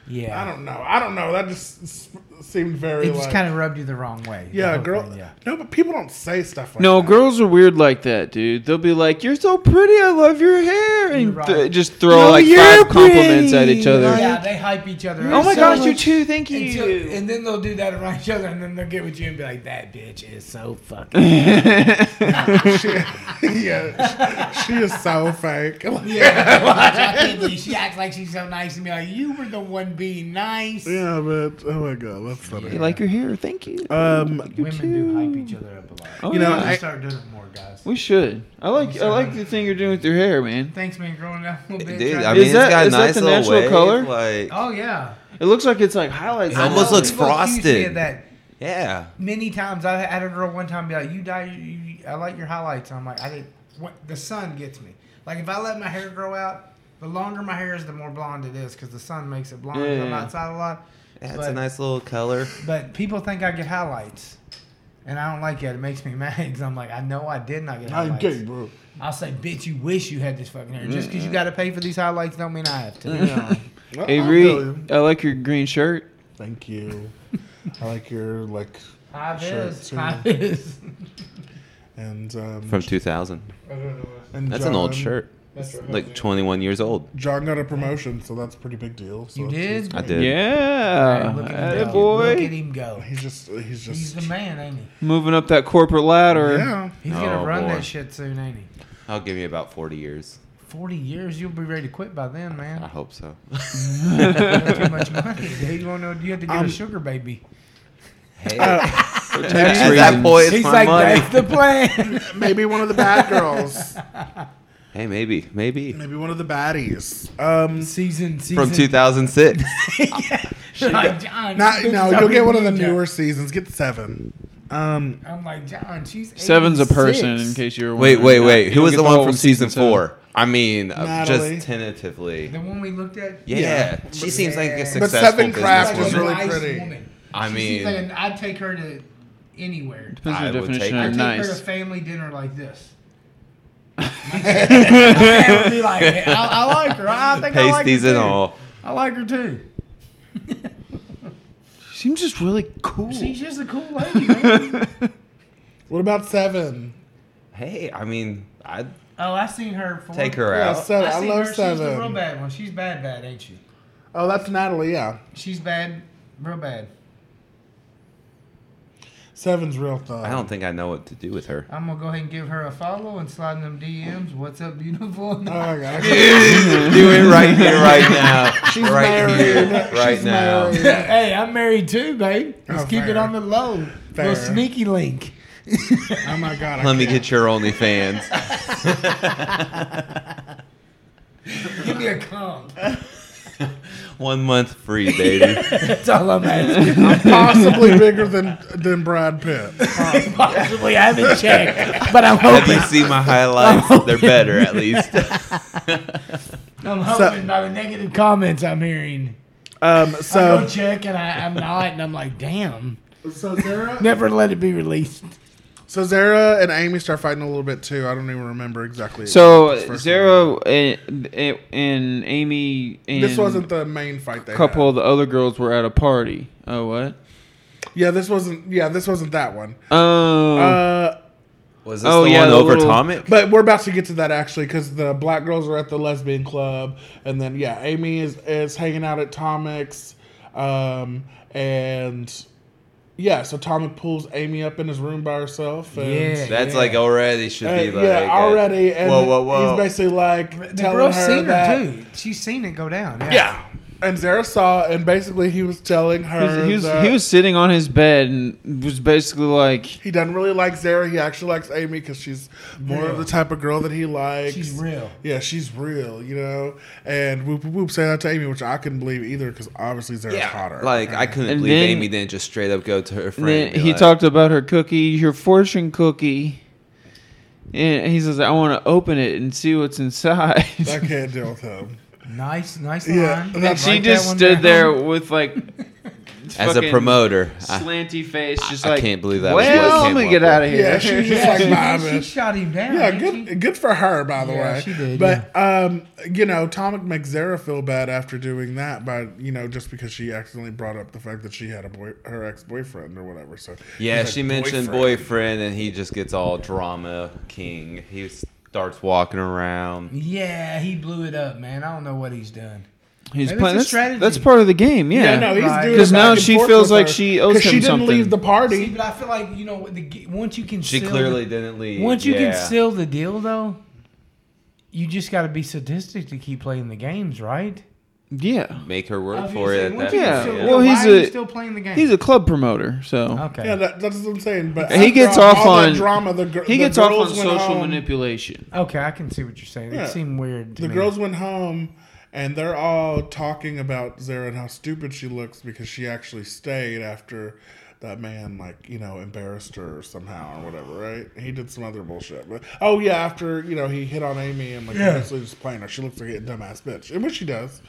yeah. I don't know. I don't know. That just s- seemed very. It just like, kind of rubbed you the wrong way. the Yeah, whole girl. thing, yeah. No, but people don't say stuff like No, that. girls are weird like that, dude. They'll be like, "You're so pretty. I love your hair," and You're th- right. just throw No, like you're five compliments at pretty, each other. Yeah, they hype each other. Oh up my so gosh, you much. too. Thank you. Until- and then they'll do that around each other, and then they'll get with you and be like, "That bitch is (laughs) so fucking." yeah, (laughs) she is so fake. (laughs) yeah. I can't believe she acts like she's so nice and be like, "You were the one be nice. Yeah, but oh my god, let's not. You like your hair? Thank you. Um, Women do hype each other up a lot. Oh, you know, We should I- start doing it more, guys. we should. I like I like the thing you're doing with your hair, man. Thanks, man, growing up a little bit. Dude, trying I to- mean, Is it's that- got a is that nice the little natural wave, color? Like, oh yeah, It looks like it's like highlights. It almost Oh, looks people accuse me frosted. of That yeah. many times I had a girl one time be like, "You dye, you, I like your highlights." And I'm like, I did. What the sun gets me. Like if I let my hair grow out, the longer my hair is, the more blonde it is because the sun makes it blonde. 'cause I'm Yeah. outside a lot. Yeah, it's but, a nice little color. but people think I get highlights, and I don't like it. It makes me (laughs) mad because I'm like, I know I did not get I'm highlights. gay, bro. I'll say, bitch, you wish you had this fucking hair. Just because you got to pay for these highlights don't mean I have to. (laughs) Well, Hey I'll Reed, tell you. I like your green shirt. Thank you. I like your like, High Sure, vis, sure. high vis. and um, From 2000. and That's an old John- shirt. Like 21 years old. John got a promotion, so that's a pretty big deal. So You it's- did? it's I great. did. Yeah, Look at him Atta go. Look at boy, him go. He's just he's just He's the man, ain't he? moving up that corporate ladder. yeah. He's Oh, gonna run boy. that shit soon, ain't he? I'll give you about 40 years. Forty years, you'll be ready to quit by then, I (laughs) man. hope so. That's too much money. dude. You wanna know? You have to get Um, a sugar baby. Hey, (laughs) For at tax that reasons. point, it's He's my like, money. that's the plan. (laughs) Maybe one of the bad girls. Hey, maybe, maybe. Maybe one of the baddies. Um, season, season. From 2006. like, John, not this no. is You'll get how one of the we do newer it. seasons. Get seven. Um, I'm like, John, she's Seven's a person, 86. in case you were wait, wondering. wait, Not- you wait. Who don't was get the one whole from season season. four? I mean, uh, Natalie. just tentatively. The one we looked at. Yeah, Yeah. she seems like a But successful Seven Craft businesswoman. She's was a really nice pretty. woman. I She seems mean- like an- I'd take her to anywhere. Depends on I the would take definition her. of I'd take nice. (laughs) her to family dinner like this. (laughs) My (laughs) dad would be like, I, I like her. I think I like her Pasties too. and all. I like her too. She seems just really cool. (laughs) She's just a cool lady, man. (laughs) what about seven? Hey, I mean, I'd oh, I seen her. For, take her Yeah, out. seven. I, I, seen love her. She's the real seven. bad one. She's bad, bad, ain't she? Oh, that's Natalie. Yeah, She's bad, real bad. seven's real thug. I don't think I know what to do with (laughs) her. I'm gonna go ahead and give her a follow and slide in them DMs. What's up, beautiful? Oh my god. I (laughs) can't- do it right here, right now. She's right married. here, right She's now. married. (laughs) hey, I'm married too, babe. Let's Oh, keep it fair. on the low. Fair. Little sneaky link. Oh my god. I Let me can't. get your (laughs) OnlyFans. Give me a cum. One month free, baby. (laughs) That's all I'm asking. possibly bigger than than Brad Pitt. (laughs) Possibly, I (laughs) haven't checked, but I'm Have hoping. you seen my Oh, highlights? They're better, at (laughs) least. I'm hoping by the negative comments I'm hearing. (laughs) Um. I go So check and I, I'm not, and I'm like, damn. so Zara Never let it be released. so Zara and Amy start fighting a little bit too. I don't even remember exactly. this So first Zara and, and Amy one. and This wasn't the main fight. They a couple Had. of the other girls were at a party. Oh what? Yeah. This wasn't. Yeah. This wasn't that one. Oh, Uh. Was this Oh, the yeah, one the over little- Tomic? But we're about to get to that actually, because the black girls are at the lesbian club, and then yeah, Amy is is hanging out at Tomic's, um, and yeah, so Tomic pulls Amy up in his room by herself. And, Yeah. That's like already should Uh, be like yeah, uh, already, and whoa, whoa, whoa! he's basically like The telling girl's her seen that. her too. She's seen it go down. Yeah. Yeah, and Zara saw, and basically he was telling he was her he was, that he was sitting on his bed and was basically like, he doesn't really like Zara. He actually likes Amy because she's more of Real. the type of girl that he likes. She's real. Yeah, she's real, you know. And whoop whoop whoop, say that to Amy, which I couldn't believe either, because obviously Zara's hotter. Like I couldn't And believe then- Amy didn't just straight up go to her and friend. then and be he like, talked about her cookie, her fortune cookie, and he says, "I want to open it and see what's inside." I (laughs) can't deal with him. Nice, nice Yeah, line. and she Write that just one stood down. there with like (laughs) as a fucking promoter. Uh, I- (laughs) slanty face, just I like can't believe that was what Well, I'm came gonna up get with." out of here. Yeah, (laughs) she (laughs) was just like, Yeah, "Nah, she bitch." shot him down. Yeah, didn't she? good, good for her, by the Yeah, way. she did, But um, you know, Tomic makes Zara feel bad after doing that, by you know, just because she accidentally brought up the fact that she had a boy, her ex boyfriend or whatever. So Yeah, he's like, she mentioned boyfriend, and he just gets all drama king. He starts walking around. Yeah, he blew it up, man. I don't know what he's done. He's Maybe playing. it's a That's, strategy. that's part of the game. Yeah. Yeah, no, he's Right. doing 'Cause it back now and she forth feels with like her, she owes 'cause him she didn't leave something. the party. See, but I feel like you know the g- once you can She seal clearly the, didn't leave. once you can yeah. seal the deal though, you just got to be sadistic to keep playing the games, right? Yeah. make her I work was for gonna say, it. At once that you Yeah, still- point. well, why he's are you a- still playing the game. He's a club promoter, so okay. Yeah, that, that's what I'm saying. But He after gets all, off all that on- drama. The, gir- he the gets off on girls went social home- manipulation. (laughs) okay, I can see what you're saying. Yeah. It seemed weird. To The me. girls went home and they're all talking about Zara and how stupid she looks because she actually stayed after that man, like, you know, embarrassed her somehow or whatever, right? He did some other bullshit. But oh yeah, after, you know, he hit on Amy and like Yeah. basically just playing her. She looks like a dumbass bitch. And which she does.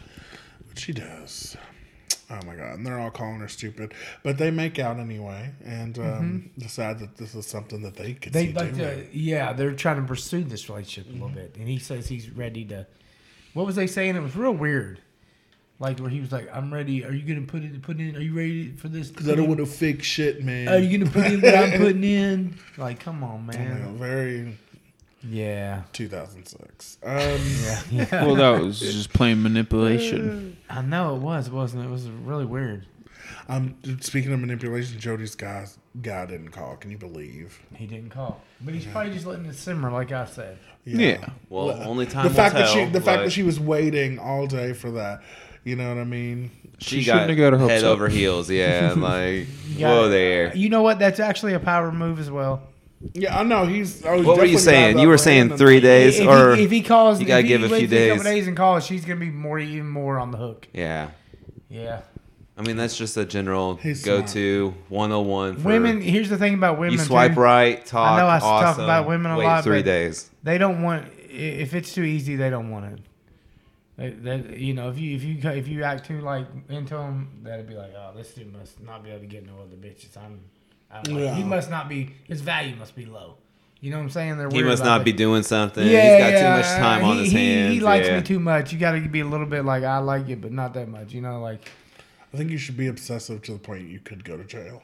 Which she does. Oh my god, and they're all calling her stupid, but they make out anyway, and um, decide that this is something that they could Mm-hmm. They see like doing. to, yeah, they're trying to pursue this relationship a little bit, and he says he's ready to. What was they saying? It was real weird, like where he was like, "I'm ready. Are you gonna put it? Put in? Are you ready for this? Cause I don't want to fake shit, man. Are you gonna put in what I'm putting in? Like, come on, You know, man. very Yeah, (laughs) 2006. Um, yeah, yeah. Well, that was just plain (laughs) manipulation. I know it was, wasn't it? It was really weird. I'm um, speaking of manipulation. Jody's guy guy didn't call. Can you believe? He didn't call, but Mm-hmm. he's probably just letting it simmer, like I said. Yeah. Well, only time the will fact that tell, she the fact but that she was waiting all day for that. You know what I mean? she, She got, shouldn't have got her hopes head up. over heels. Yeah, like Yeah. whoa there. You know what? That's actually a power move as well. Yeah, I know he's. Oh, he's What were you definitely saying? got You were that saying random- three days, if, or he, if he calls, you gotta if he give a few waits a days. couple days and calls, she's gonna be more even more on the hook. yeah. Yeah, I mean, that's just a general He's smart. go-to 101 for women. Here's the thing about women. You swipe too. right, talk. I know I talk awesome. about women a Wait lot, Three but- days. They don't want i- if it's too easy. They don't want it. They, they, you know, if you if you ca- if you act too like into them, that'd be like, oh, this dude must not be able to get no other bitches. I'm, I don't like, he Yeah. must not be his value must be low. You know what I'm saying? They're He worried must about not that. be doing something. He's got too much time on he, his he, hands. He likes yeah. me too much. You got to be a little bit like I like it, but not that much. You know, like I think you should be obsessive to the point you could go to jail.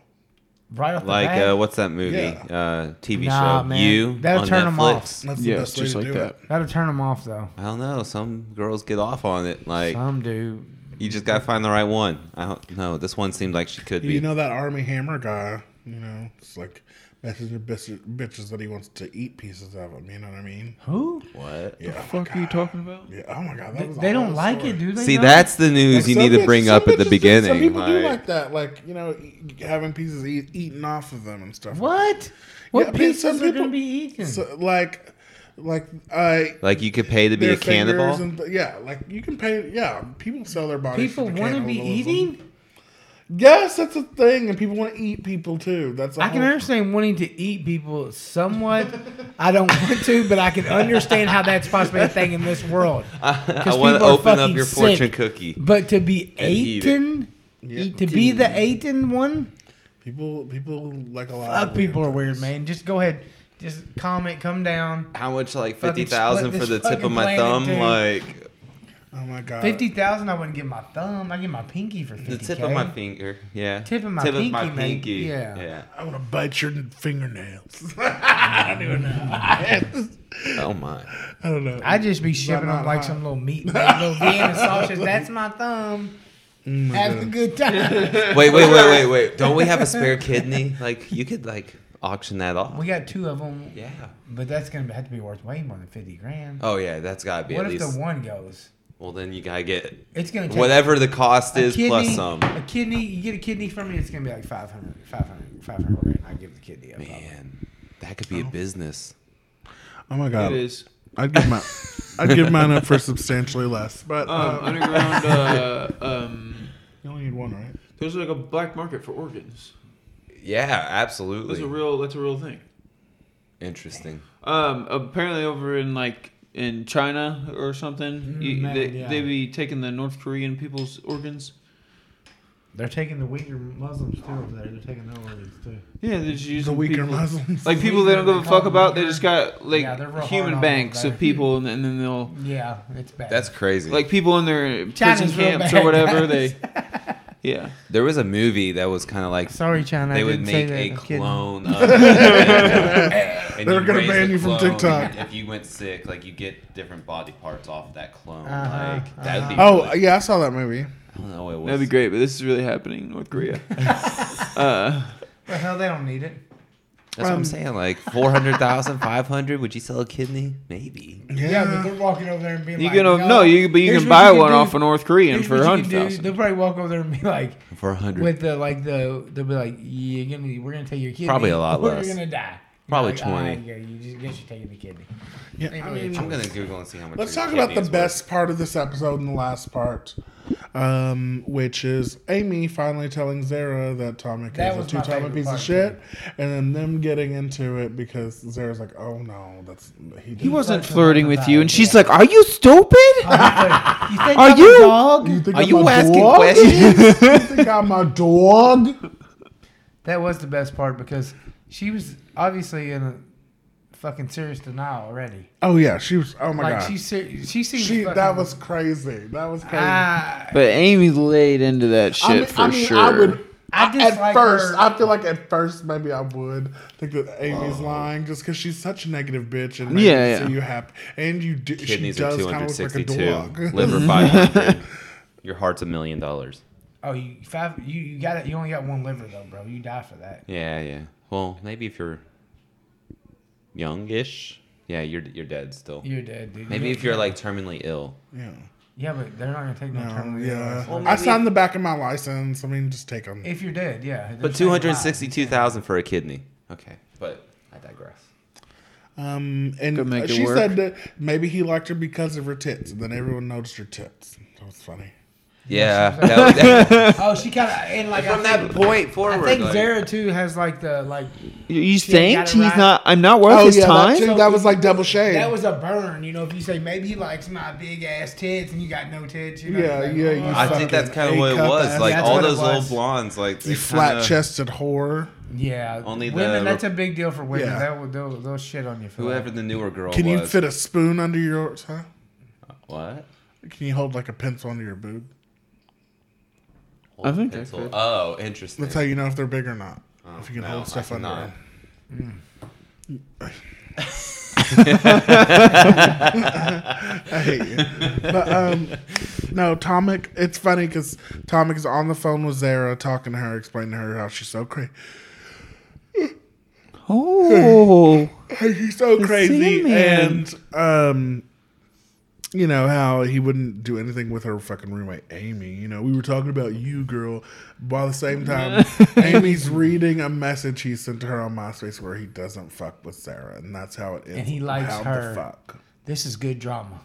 right off the Like bat. uh, what's that movie? Yeah. Uh, TV Nah, show. man. You That'll on turn 'em off. Netflix. That's yeah, the it's best way just to like do that. it. That'll turn them off though. I don't know. Some girls get off on it. Like Some do. you just gotta find the right one. I don't know. This one seemed like she could be. You know that Army Hammer guy. You know, it's like messaging bitches bitches that he wants to eat pieces of them. You know what I mean? Who? what? Yeah. oh The fuck are you talking about? Yeah. Oh my god, that They, was a they don't whole like story. it, do they? See, though? that's the news you Some need to bitch- bring some up at the bitches do- beginning. Some people do Like, like that, like you know, e- having pieces eat, eaten off of them and stuff. what. What I mean, pieces some are people- gonna be eaten? So, like, like I. like you could pay to be their a cannibal. fingers and- yeah, like you can pay. Yeah, people sell their bodies. people for want to be cannibalism. eating. Yes, that's a thing, and people want to eat people too. That's a I can whole- understand wanting to eat people somewhat. I don't (laughs) want to, but I can understand how that's possibly a thing in this world. (laughs) I 'Cause want to people are open up fucking your sick. fortune cookie. But to be And eat it. eaten, eat- to be the eaten one. people. People like a lot. Fuck, of people are things. weird, man. Just go ahead. Just comment, come down. How much? Like Fucking fifty thousand split for this the tip of fucking my planet, thumb? dude. Like Oh my god. Fifty thousand, I wouldn't give my thumb. I give my pinky for fifty. the tip of my finger. Yeah. Tip of my pinky, mate. Yeah. Yeah. I want to bite your fingernails. (laughs) (laughs) Oh my. I don't know. I just be shipping not up like high? some little meat, (laughs) like little Vienna sausage. That's my thumb. Oh Have a good time. (laughs) Wait, wait, wait, wait, wait. Don't we have a spare kidney? Like you could like auction that off. we got two of them, yeah. but that's gonna have to be worth way more than fifty grand. Oh yeah, that's gotta be what at if least. the one goes? well, then you gotta get It's gonna take whatever the cost a is kidney, plus some. A kidney, you get a kidney from me, it's gonna be like 500, 500, 500 grand. I give the kidney up. probably. Man, that could be a business. oh my god. It is I'd give my. I'd give mine up for (laughs) substantially less, but um, um, underground. Uh, (laughs) um, you only need one, right? there's like a black market for organs. Yeah, That's absolutely. a real. That's a real thing. Interesting. Um, apparently over in like in China or something, you- Mm, man, they, yeah. they be taking the North Korean people's organs. They're taking the Uyghur Muslims too over there. They're taking their organs too. Yeah, they just use The weaker people, Muslims. like people they don't give a They call fuck them about. They weaker. just got like Yeah, they're real hard on human them banks there. of people, and, and then (laughs) they'll Yeah, it's bad. That's crazy. like people in their prison China's real camps bad, or whatever. guys. (laughs) They, yeah, there was a movie that was kind of like sorry, China. they I would didn't say make that. a I'm kidding. (laughs) clone of (laughs) and They're you gonna raise the ban you from clone, TikTok. and If you went sick, like you get different body parts off that clone. Uh-huh, like that'd be Oh really- yeah, I saw that movie. I don't know, it was, that'd be great. But this is really happening in North Korea. uh, Well, hell, they don't need it. That's what I'm saying. Like 400,000, 500. Would you sell a kidney? Maybe. Yeah, but they're walking over there and being You like, can "Y'all, no, you but you here's can what buy you one do. off a North Korean Here's for what a you can hundred do." They'll thousand. probably walk over there and be like, (laughs) For a hundred. with the like the they'll be like, yeah, you're gonna we're gonna take your kidney. Probably a (laughs) lot or less. You're gonna die. You're Probably like, 20. "Ah, yeah, you just guess you're taking the kidney. Yeah, Ain't I really a mean, I'm gonna Google and see how much. Let's your talk about kidney the is best part of this episode and the last part, um, which is Amy finally telling Zara that Tomic That is a was my two-time favorite piece of part, shit, and then them getting into it because Zara's like, "Oh no, that's he." He didn't- wasn't That's flirting another with you, and thing. she's like, "Are you stupid? you think Are I'm a you- dog? You think Are I'm you a asking dog? questions? (laughs) you think I'm a dog? That was the best part because she was obviously in a fucking serious denial already. Oh yeah, she was. Oh my like god, she ser- she seems she fucking, that was crazy. That was crazy. Ah, (laughs) But Amy laid into that shit I mean, for I mean, sure. I would. I I at dislike first, her. I feel like at first maybe I would think that Amy's lying just because she's such a negative bitch and Yeah, yeah, yeah. see you happy and you do. Kidneys she are does kind of look like a 262. (laughs) dog. liver 500. Your heart's a million dollars. oh, you five. You you got it. You only got one liver though, bro. You die for that. Yeah, yeah. Well, maybe if you're youngish, yeah, you're you're dead still. You're dead, dude. Mm-hmm. Maybe if you're like terminally ill. yeah, yeah, but they're not gonna take no, Um, terminal. yeah. illness. I signed the back of my license. I mean, just take them. If you're dead, yeah. But two hundred sixty-two thousand for a kidney. Okay, but I digress. Um, and Could make it she work. said that maybe he liked her because of her tits, and then everyone noticed her tits. That was funny. Yeah, (laughs) that was, (laughs) Oh, she kind of and like from I that (laughs) think, point forward. I think like, Zara too has like the like You- you ain't got think it she's right. not? I'm not worth his Oh, that, time. too, that was like double shade. that was a burn. You know, if you say maybe he likes my big ass tits and you got no tits, you know, Yeah, like, yeah, oh, you I think that's kind of what it A-cup was. ass. Like That's all what it those little was. blondes, like you flat chested whore. yeah. Only women. the- That's a big deal for women. Yeah. That will they'll, they'll shit on you for Whoever that. the newer girl Can was. you fit a spoon under your huh? what? Can you hold like a pencil under your boob? I think I Pencil. could. Oh, interesting. That's how you know if they're big or not. if you can Oh, no, hold stuff I under. cannot. them. (laughs) I hate you. But um, no, Tomic. It's funny because Tomic is on the phone with Zara, talking to her, explaining to her how she's so crazy. Oh, He's so crazy, Sandman. and um, you know how he wouldn't do anything with her fucking roommate Amy. You know, we were talking about you, girl. While at the same (laughs) time, Amy's reading a message he sent to her on MySpace where he doesn't fuck with Sarah, and that's how it ends. And he likes how her. The fuck, This is good drama.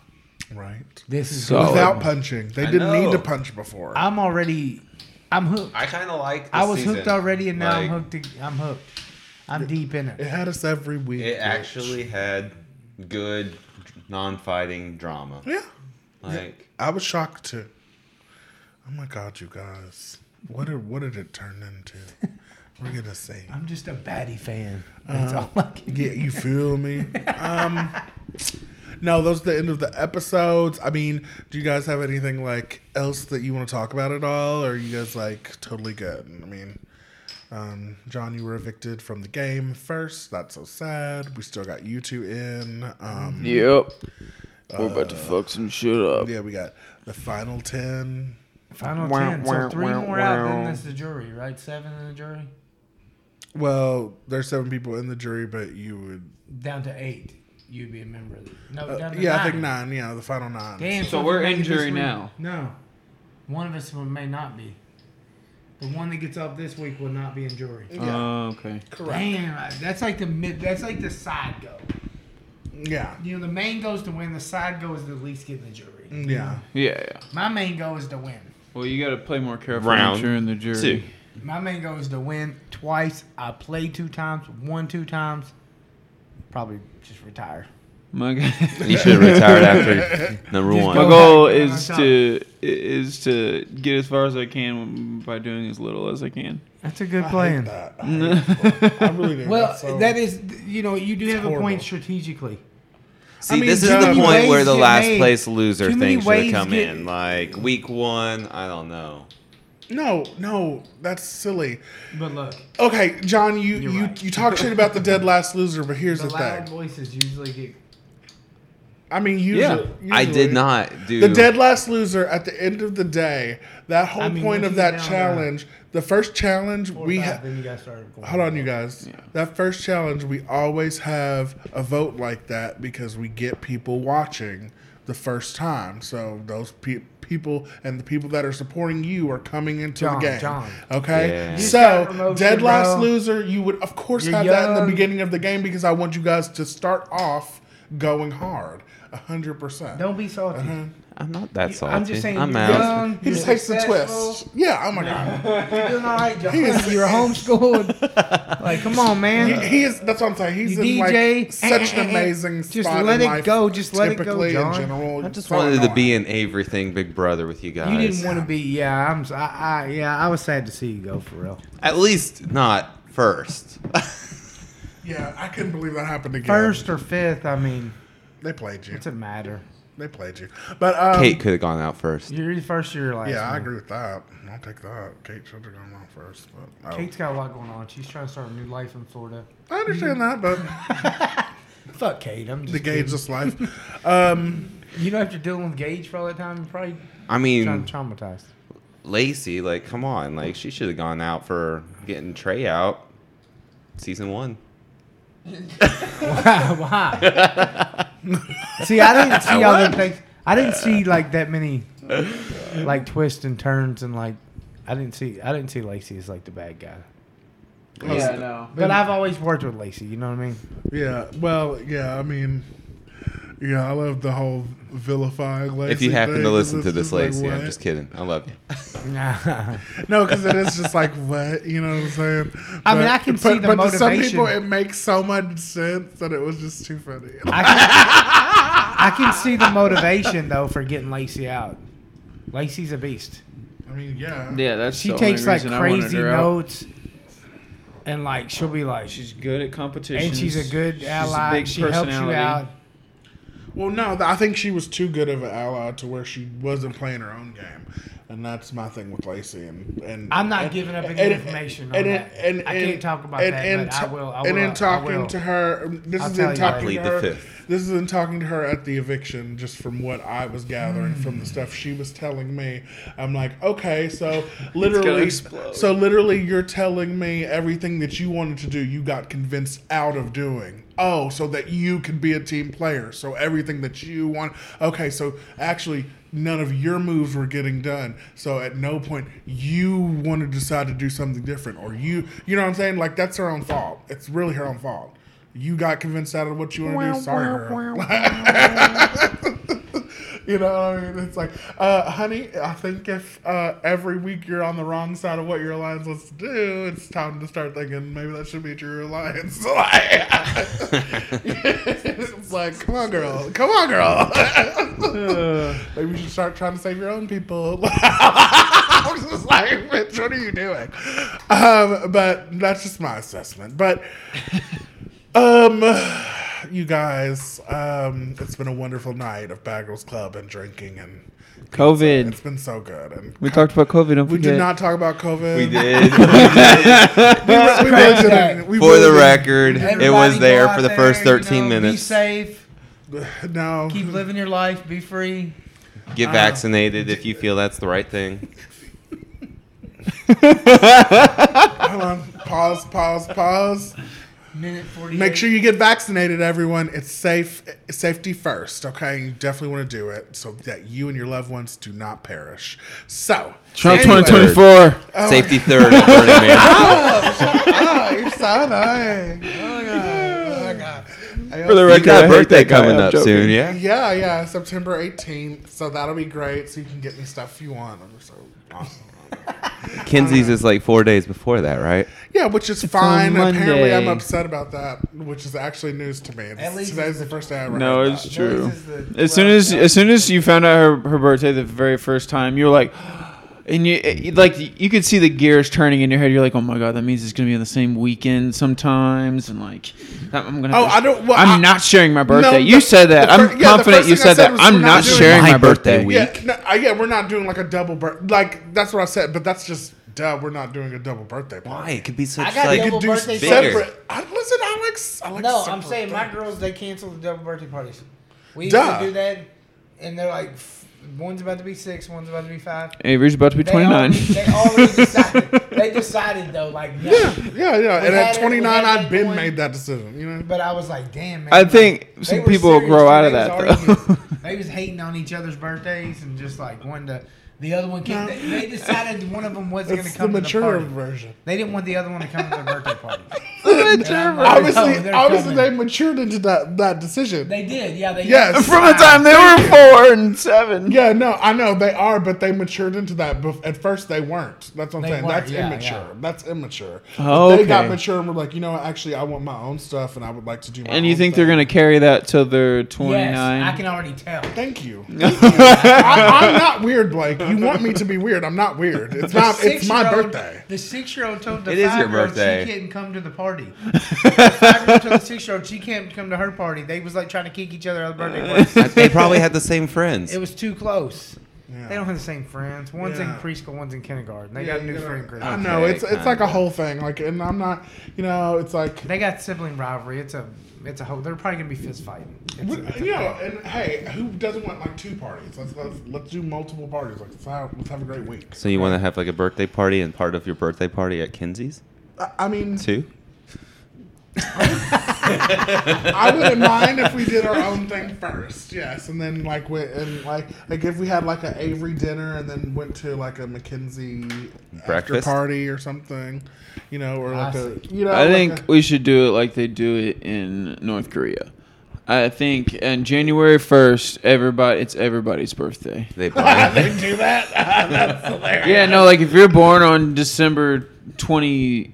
right? This is So- good. Without punching, they Oh, I didn't need know. to punch before. I'm already. I'm hooked. I kind of like. I this was hooked season. already, and now I'm Like, hooked. ag- I'm hooked. I'm deep in it it. had us every week. It bitch. actually had good non-fighting (laughs) drama. yeah. Like I was shocked too. Oh my god, you guys! What did what did it turn into? (laughs) We're gonna see. I'm just a baddie fan. That's all I can. Yeah, you feel me? Um, no, those are the end of the episodes. I mean, do you guys have anything like else that you want to talk about at all? Or are you guys like totally good? I mean, um, John, you were evicted from the game first. That's so sad. We still got you two in. Um, yeah. yep. We're about to fuck some shit up. we got the final ten. Final Wow, ten. wow, so three wow, more out, then wow. that's the jury, right? Seven in the jury, Well, there's seven people in the jury, but you would. down to eight. You'd be a member of the. No, Uh, down to yeah, nine. I think nine. Yeah, the final nine. Damn. So if we're we make in it this jury week- now. No, one of us may not be. The one that gets up this week will not be in jury. Oh, okay. Correct. Damn, I- that's like the mid. That's like the side go. Yeah. You know, the main goes to win. The side goal is to at least get in the jury. Yeah. Yeah, yeah. My main goal is to win. Well, you got to play more careful Round if you're in the jury. two. My main goal is to win twice. I played two times, won two times. Probably just retire. My, g- you should have retired (laughs) after number Just one. my go- goal ahead, is go ahead. to is to get as far as I can by doing as little as I (laughs) can. That's a good I hate (laughs) plan. that. I hate- I really do. Well, That's um, so- that is, you know, you do have a horrible. point strategically. See, I mean, this is too the many point ways where the get last made. place loser Too many thing should ways come get- in. Like week one, I don't know. No, no, that's silly. But look, Okay, John, you You're you, right. you talk shit about the dead last loser, but here's the the loud thing. voices usually get. I mean, usually, Yeah. I usually. did not do The dead last loser. At the end of the day, that whole I mean, point what of do you that now challenge, the first challenge we Four or ha- five, then you guys started recording. Hold on, you guys. That first challenge, we always have a vote like that because we get people watching the first time. So those pe- people and the people that are supporting you are coming into John, the game. John. Okay. Yeah. You got So promotion, dead last bro. loser, you would of course You're have that in the young. beginning of the game because I want you guys to start off going hard, a hundred percent. Don't be salty. Uh-huh. I'm not that salty. I'm just saying. I'm you're out. young, He you're takes the successful, twist. Yeah. Oh my god. You're doing all right, John. is- You're (laughs) homeschooled. like, come on, man. He, he is. That's what I'm saying. He's Uh, You in DJ, like such eh, eh, an eh, amazing. just spot let in it life, go, just let it go, typically, John. In general, I just So wanted to annoying. be in everything Big Brother with you guys. You didn't want to be, yeah. I'm, s- I, I- yeah. I was sad to see you go for real. At least not first. Yeah, I couldn't believe that happened again. (laughs) First or fifth, I mean, they played you. it's a matter. They played you. But um, Kate could have gone out first. You're either first or you're last. Yeah, I man. agree with that. I'll take that. Kate should have gone on first. But, oh. Kate's got a lot going on. She's trying to start a new life in Florida. I understand that, (laughs) but (laughs) Fuck Kate. I'm just the kidding. gauge is life. Um, You know, after dealing with Gage for all that time, you're probably I trying mean, to traumatized. Lacey, like, come on, like, she should have gone out for getting Trey out, season one. (laughs) Why? see, I (laughs) didn't see all them things. I didn't see like that many like twists and turns and like I didn't see I didn't see Lacey as like the bad guy. Yeah, no. But I've always worked with Lacey. You know what I mean? (laughs) yeah. Well, yeah. I mean. Yeah, I love the whole vilifying. Lacey if you happen thing, to 'cause listen it's to this, just like, Lacey, I'm what? just kidding. I love you. Nah. No, because it is just like what you know what I'm saying. I mean, I can see the to some motivation. people, it makes so much sense that it was just too funny. I can, I can see the motivation though for getting Lacey out. Lacey's a beast. I mean, yeah, Yeah, that's She the only takes like reason I wanted crazy her out. notes, and like she'll be like, She's good at competition. and she's a good ally. big she helps you personality. out. Well, no, th- I think she was too good of an ally to where she wasn't playing her own game, and that's my thing with Lacey. And, and I'm not and- giving up any and- information on And, that. and, and, I can't talk about that, in but I ta- will- I and will- in I talking will. to her, this I'll is in tell you talking later. to her. Plead the fifth. This is in talking to her at the eviction, just from what I was gathering from the stuff she was telling me. I'm like, okay, so literally, explode. so literally, you're telling me everything that you wanted to do, you got convinced out of doing. Oh, so that you could be a team player. So everything that you want. Okay, so actually, none of your moves were getting done. So at no point you want to decide to do something different, or you, you know what I'm saying? Like that's her own fault. It's really her own fault. You got convinced out of what you want to do. Sorry, girl. (laughs) You know what I mean? It's like, uh, honey, I think if uh, every week you're on the wrong side of what your alliance wants to do, it's time to start thinking maybe that should be your alliance. (laughs) it's like, come on, girl. Come on, girl. maybe you should start trying to save your own people. (laughs) I was just like, bitch, what are you doing? Um, but that's just my assessment. But. Um, you guys, um, it's been a wonderful night of Bagels Club and drinking, and COVID. it's been so good. And We talked about COVID. Don't we did not talk about (laughs) COVID. We did. (laughs) We, re- we really didn't. We for the really record, it was Everybody go there out for the first there, you 13 know, Be minutes. safe. didn't. No. Keep living your life. Be free. Get vaccinated if you feel that's the right thing. (laughs) Hold on. Pause. Pause. Pause. Minute forty. Make sure you get vaccinated, everyone. It's safe. Safety first. Okay. You definitely want to do it so that you and your loved ones do not perish. So. Trump anyway. 2024. Safety third at Burning Man. Oh, you're so annoying. Oh my god. Oh my god. For the You record, I got a hate birthday that guy, coming I'm up joking. soon, yeah? Yeah, yeah, September 18th. So that'll be great. So you can get me stuff you want. I'm so awesome. Kinsey's is like four days before that, right? Yeah, which is fine. on Apparently, I'm Monday. upset about that, which is actually news to me. At least Today's the first day I read No, that. it's true. this is the As soon as as soon as you found out her, her birthday the very first time, you were like, (gasps) and you it- like you could see the gears turning in your head. You're like, oh my god, that means it's gonna be on the same weekend sometimes, and like that, I'm gonna. Oh, I don't- well, I'm I- not sharing my birthday. No, you the- said that. the fir- yeah, I'm the confident first you thing I said said that. was we're I'm not not doing sharing my my, birthday birthday, week. week. Yeah, no, I, yeah, we're not doing like a double birth. Like that's what I said, but that's just duh. We're not doing a double birthday. party. Why? It could be such I got like double Do birthday bigger. separate. I, listen, Alex. I like No, separate I'm saying my things. girls they cancel the double birthday parties. We used Duh. to do that, and they're like, f- one's about to be six, one's about to be five. Avery's about to be They 29. (laughs) already- They already decided. they decided though, like no. Yeah, yeah. We and had at it- we 29, had I'd it been going. made that decision. You know, But I was like, damn, man. I like, think they some were people will serious, grow too. out of They was that, arguing. though. (laughs) they was hating on each other's birthdays and just like one to the other one. Came, they, they decided one of them wasn't going it's to the come to the mature party. version. They didn't want the other one to come to their birthday party. From Obviously, Oh, they're obviously, they coming. matured into that that decision. They did, yeah. They Yes. the time they were four and seven. yeah, no, I know they are, but they matured into that. Bef- at first, they weren't. That's what I'm They saying. weren't, That's yeah, immature. yeah. That's immature. Oh, They got okay. mature and were like, you know, what, actually, I want my own stuff, and I would like to do. My And you own think thing. they're going to carry that till they're Yes, 29? I can already tell. Thank (laughs) you. I, I'm not weird, Blake. You want me to be weird? I'm not weird. It's not. It's my Six-year-old- birthday. The six-year-old told the It is your five-year-old birthday. she couldn't come to (laughs) the party. the five-year-old told the six-year-old she can't come to her party. They was like trying to kick each other out of the birthday (laughs) party. they probably had the same friends. It was too close. Yeah. They don't have the same friends. One's Yeah. in preschool, one's in kindergarten. They Yeah, got you new gotta- friend I groups. know Okay, it's it's kinda. like a whole thing. Like, and I'm not. You know, it's like. They got sibling rivalry. It's a it's a whole. They're probably gonna be fist fighting. It's, What- it's a You know, thing. and hey, who doesn't want like two parties? Let's let's, let's do multiple parties. Like, let's have, let's have a great week. so you want to have like a birthday party and part of your birthday party at Kinsey's I, I mean, too? I (laughs) wouldn't mind if we did our own thing first. Yes, and then like went and like like if we had like an Avery dinner and then went to like a McKenzie after Breakfast? party or something. You know, or like I a you know. I like think a- we should do it like they do it in North Korea. I think on January first, everybody it's everybody's birthday. (laughs) They buy (laughs) they do that. (laughs) That's hilarious. Yeah, no, like if you're born on December twenty,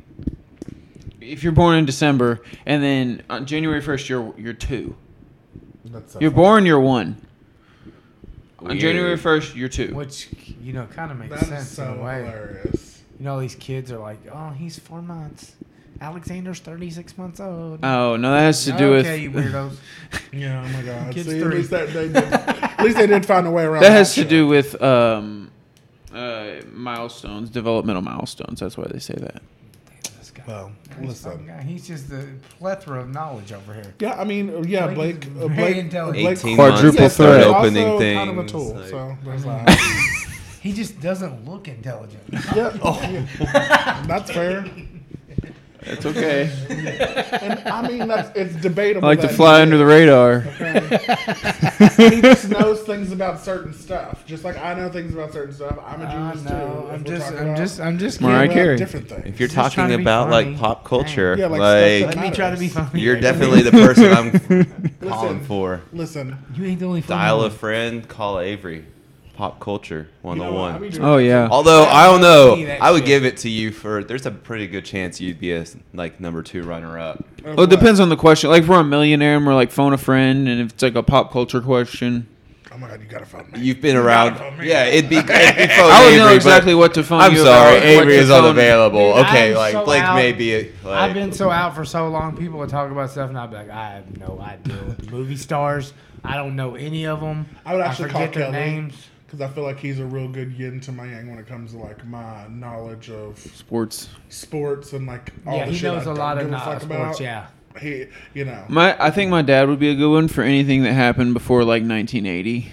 if you're born in December, and then on January first, you're you're two. That's so You're funny. born, you're one. On Weird. January first, you're two. which you know kind of makes That's sense so in a way. hilarious. You know, these kids are like, oh, he's four months. Alexander's thirty-six months old. Oh no, that has to do with okay, you weirdos. Yeah, oh my god. Kids See, at three. least that they did, at least they did find a way around. that has to shit. do with um, uh, milestones, developmental milestones. That's why they say (laughs) that. (laughs) This guy. Well, This fucking listen. guy, he's just a plethora of knowledge over here. Yeah, I mean, yeah, Blake Blake. is uh, very Blake, intelligent. Blake 18 Yes, Quadruple months to start threat. they're opening also things. Kind of a tool. like- so there's that. He just doesn't (laughs) look intelligent. (laughs) yeah, Oh. yeah, that's fair. That's okay. And I mean, that's it's debatable. I like to that fly he under is. the radar. He just (laughs) knows things about certain stuff, just like I know things about certain stuff. I'm a I Jewish know. too. I'm If we're just, talking I'm about- just, I'm just. Mariah kidding. about Carey. Different things. If you're He's just trying talking to be about funny. like pop culture, Yeah, like, like, stuff that Let me try to be matters. funny. you're definitely the person I'm calling Listen. for. Listen, (laughs) You ain't the only. funny Dial one. Mm-hmm. a friend, call Avery. Pop culture you know what? 101. I mean, (laughs) Oh yeah. Although I don't See know, that I would shit. give it to you for. There's a pretty good chance you'd be a like number two runner up. Uh, Well, it depends on the question. Like, if we're a millionaire and we're like phone a friend, and if it's like a pop culture question, Oh my god, you gotta phone me. You've been around. phone me. Yeah, it'd be. It'd (laughs) be phone I would Oh, Avery, know but exactly what to phone I'm you. sorry, about, what Avery to is phone- unavailable. Dude, okay, I'm like so Blake out. may be. Like, I've been so out for so long. People would talk about stuff, and I'd be like, I have no idea. What the movie stars, I don't know any of them. I would actually call forget their Kelly. names. Because I feel like he's a real good yin to my yang when it comes to like my knowledge of sports. sports and like all yeah, the he shit knows I a lot don't of give a fuck about. sports. Yeah, he you know My, I think my dad would be a good one for anything that happened before like 1980.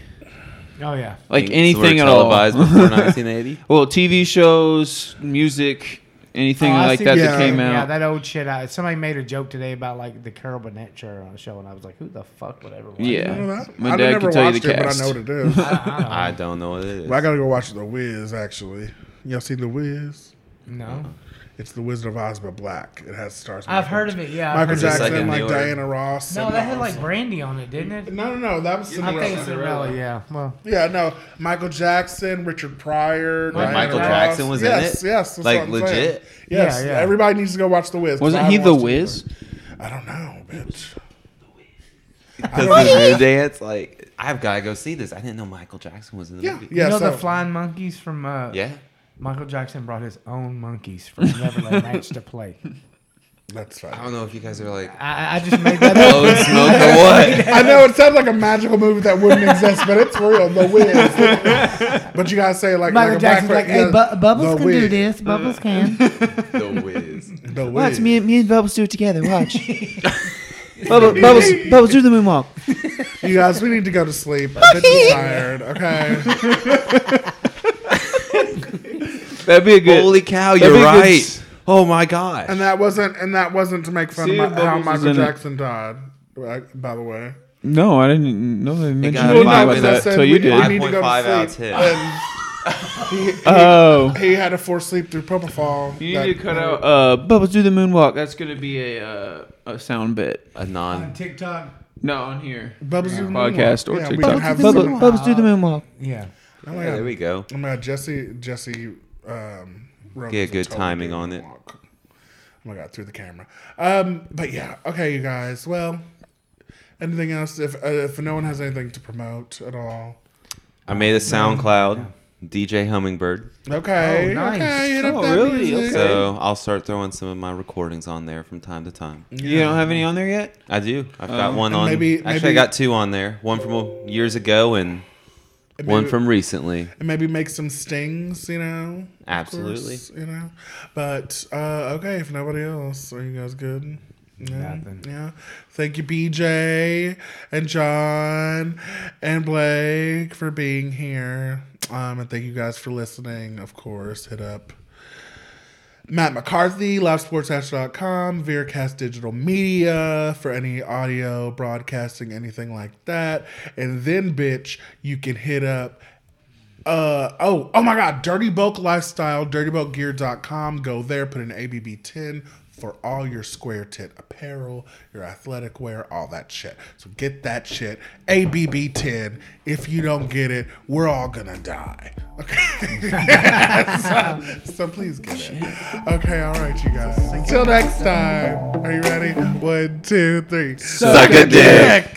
oh yeah. Like Things anything were at all. (laughs) televised before 1980. well, TV shows, music, anything Oh, I like see that what that you're yeah. came saying. Yeah, out. that old shit. I, somebody made a joke today about like the Carol Burnett show on the show, and I was like, who the fuck would ever watch Yeah. that? You know that? My I've dad never can tell you watched the it, but I cast. know what it (laughs) (laughs) is. well, I don't I don't know what it is. I gotta go watch The Wiz actually. Y'all see The Wiz? know. No, It's The Wizard of Oz but black. It has stars. I've heard of it. Yeah, I've Michael heard of it. It's like a Jackson, like, newer- Diana Ross. No, and that had all like some- brandy on it, didn't it? No, no, no. That was I Cinderella. think Cinderella. Yeah. Well, Yeah, no. Michael Jackson, Richard Pryor, Wait, Diana Michael Ross. Jackson was in yes, it? Yes, that's Like, what I'm saying. legit? Yes, Yeah, yeah. everybody needs to go watch The Wiz. 'cause I Wasn't he haven't the watched (laughs) Wiz? I don't know, bitch. Because the new dance, like I've got to go see this. I didn't know Michael Jackson was in the Yeah, movie. yeah. you know so, the flying monkeys from uh, Yeah, Michael Jackson brought his own monkeys from Neverland Ranch to play. That's I fine. don't know if you guys are (laughs) like I, I just made that up. blown smoke or what. I know it sounds like a magical movie that wouldn't exist, but it's real. The Wiz. but you gotta say like Michael like a Jackson's like, black- hey, yeah, Bu- Bubbles The can do Wiz. this. Bubbles (laughs) can. The Wiz. The Wiz. me and Bubbles do it together. Watch. Bubbles, Bubbles, Bubbles, do the moonwalk. You guys, we need to go to sleep. I'm (laughs) getting tired. Okay. That'd be a (laughs) good. Holy cow, That'd you're be a good right. s- oh my god. And that wasn't and that wasn't to make fun See, of my, how Bubbles was Michael in it. Jackson died. right, By the way, No, I didn't know they mentioned got anything five minutes. about that I said until you we- we did. need to go to 5.5 outs sleep. hit. And he, he- Oh. he had a forced sleep through propofol. You that- need to cut out uh, Bubbles do the moonwalk. That's gonna be a uh, a sound bit. a On non. TikTok. No, on here Bubbles do the podcast moonwalk. or Yeah, we TikTok. don't have Bubba- someone- Bubbles do the moonwalk. Yeah. Oh my Yeah, there god! we go. Oh my god! Jesse Jesse um, Rhodes Get is good totally timing doing on the it. walk. Oh my god! Through the camera. Um, but yeah. Okay, you guys. Well, anything else? If uh, if no one has anything to promote at all. I made a SoundCloud DJ Hummingbird, Okay. Oh, nice. Okay. Hit up Oh, that really? music. Okay. so I'll start throwing some of my recordings on there from time to time. You don't have any on there yet. I do. I've got one on. Uh, maybe- actually, maybe- I got two on there. One from years ago and one maybe- from recently. and maybe make some stings, you know. of Absolutely. course, you know. But uh, okay, if nobody else, are you guys good? Yeah, Nothing. Yeah. Thank you, BJ and John and Blake for being here. Um, and thank you guys for listening. Of course, hit up Matt McCarthy, LiveSportsHash.com, Veercast Digital Media for any audio broadcasting, anything like that. And then, bitch, you can hit up uh oh oh my god dirty bulk lifestyle dirtybulkgear.com go there put in abb10 for all your square tit apparel your athletic wear all that shit so get that shit abb10 if you don't get it we're all gonna die okay (laughs) so, so please get it okay all right you guys until next time are you ready one two three Suck a dick.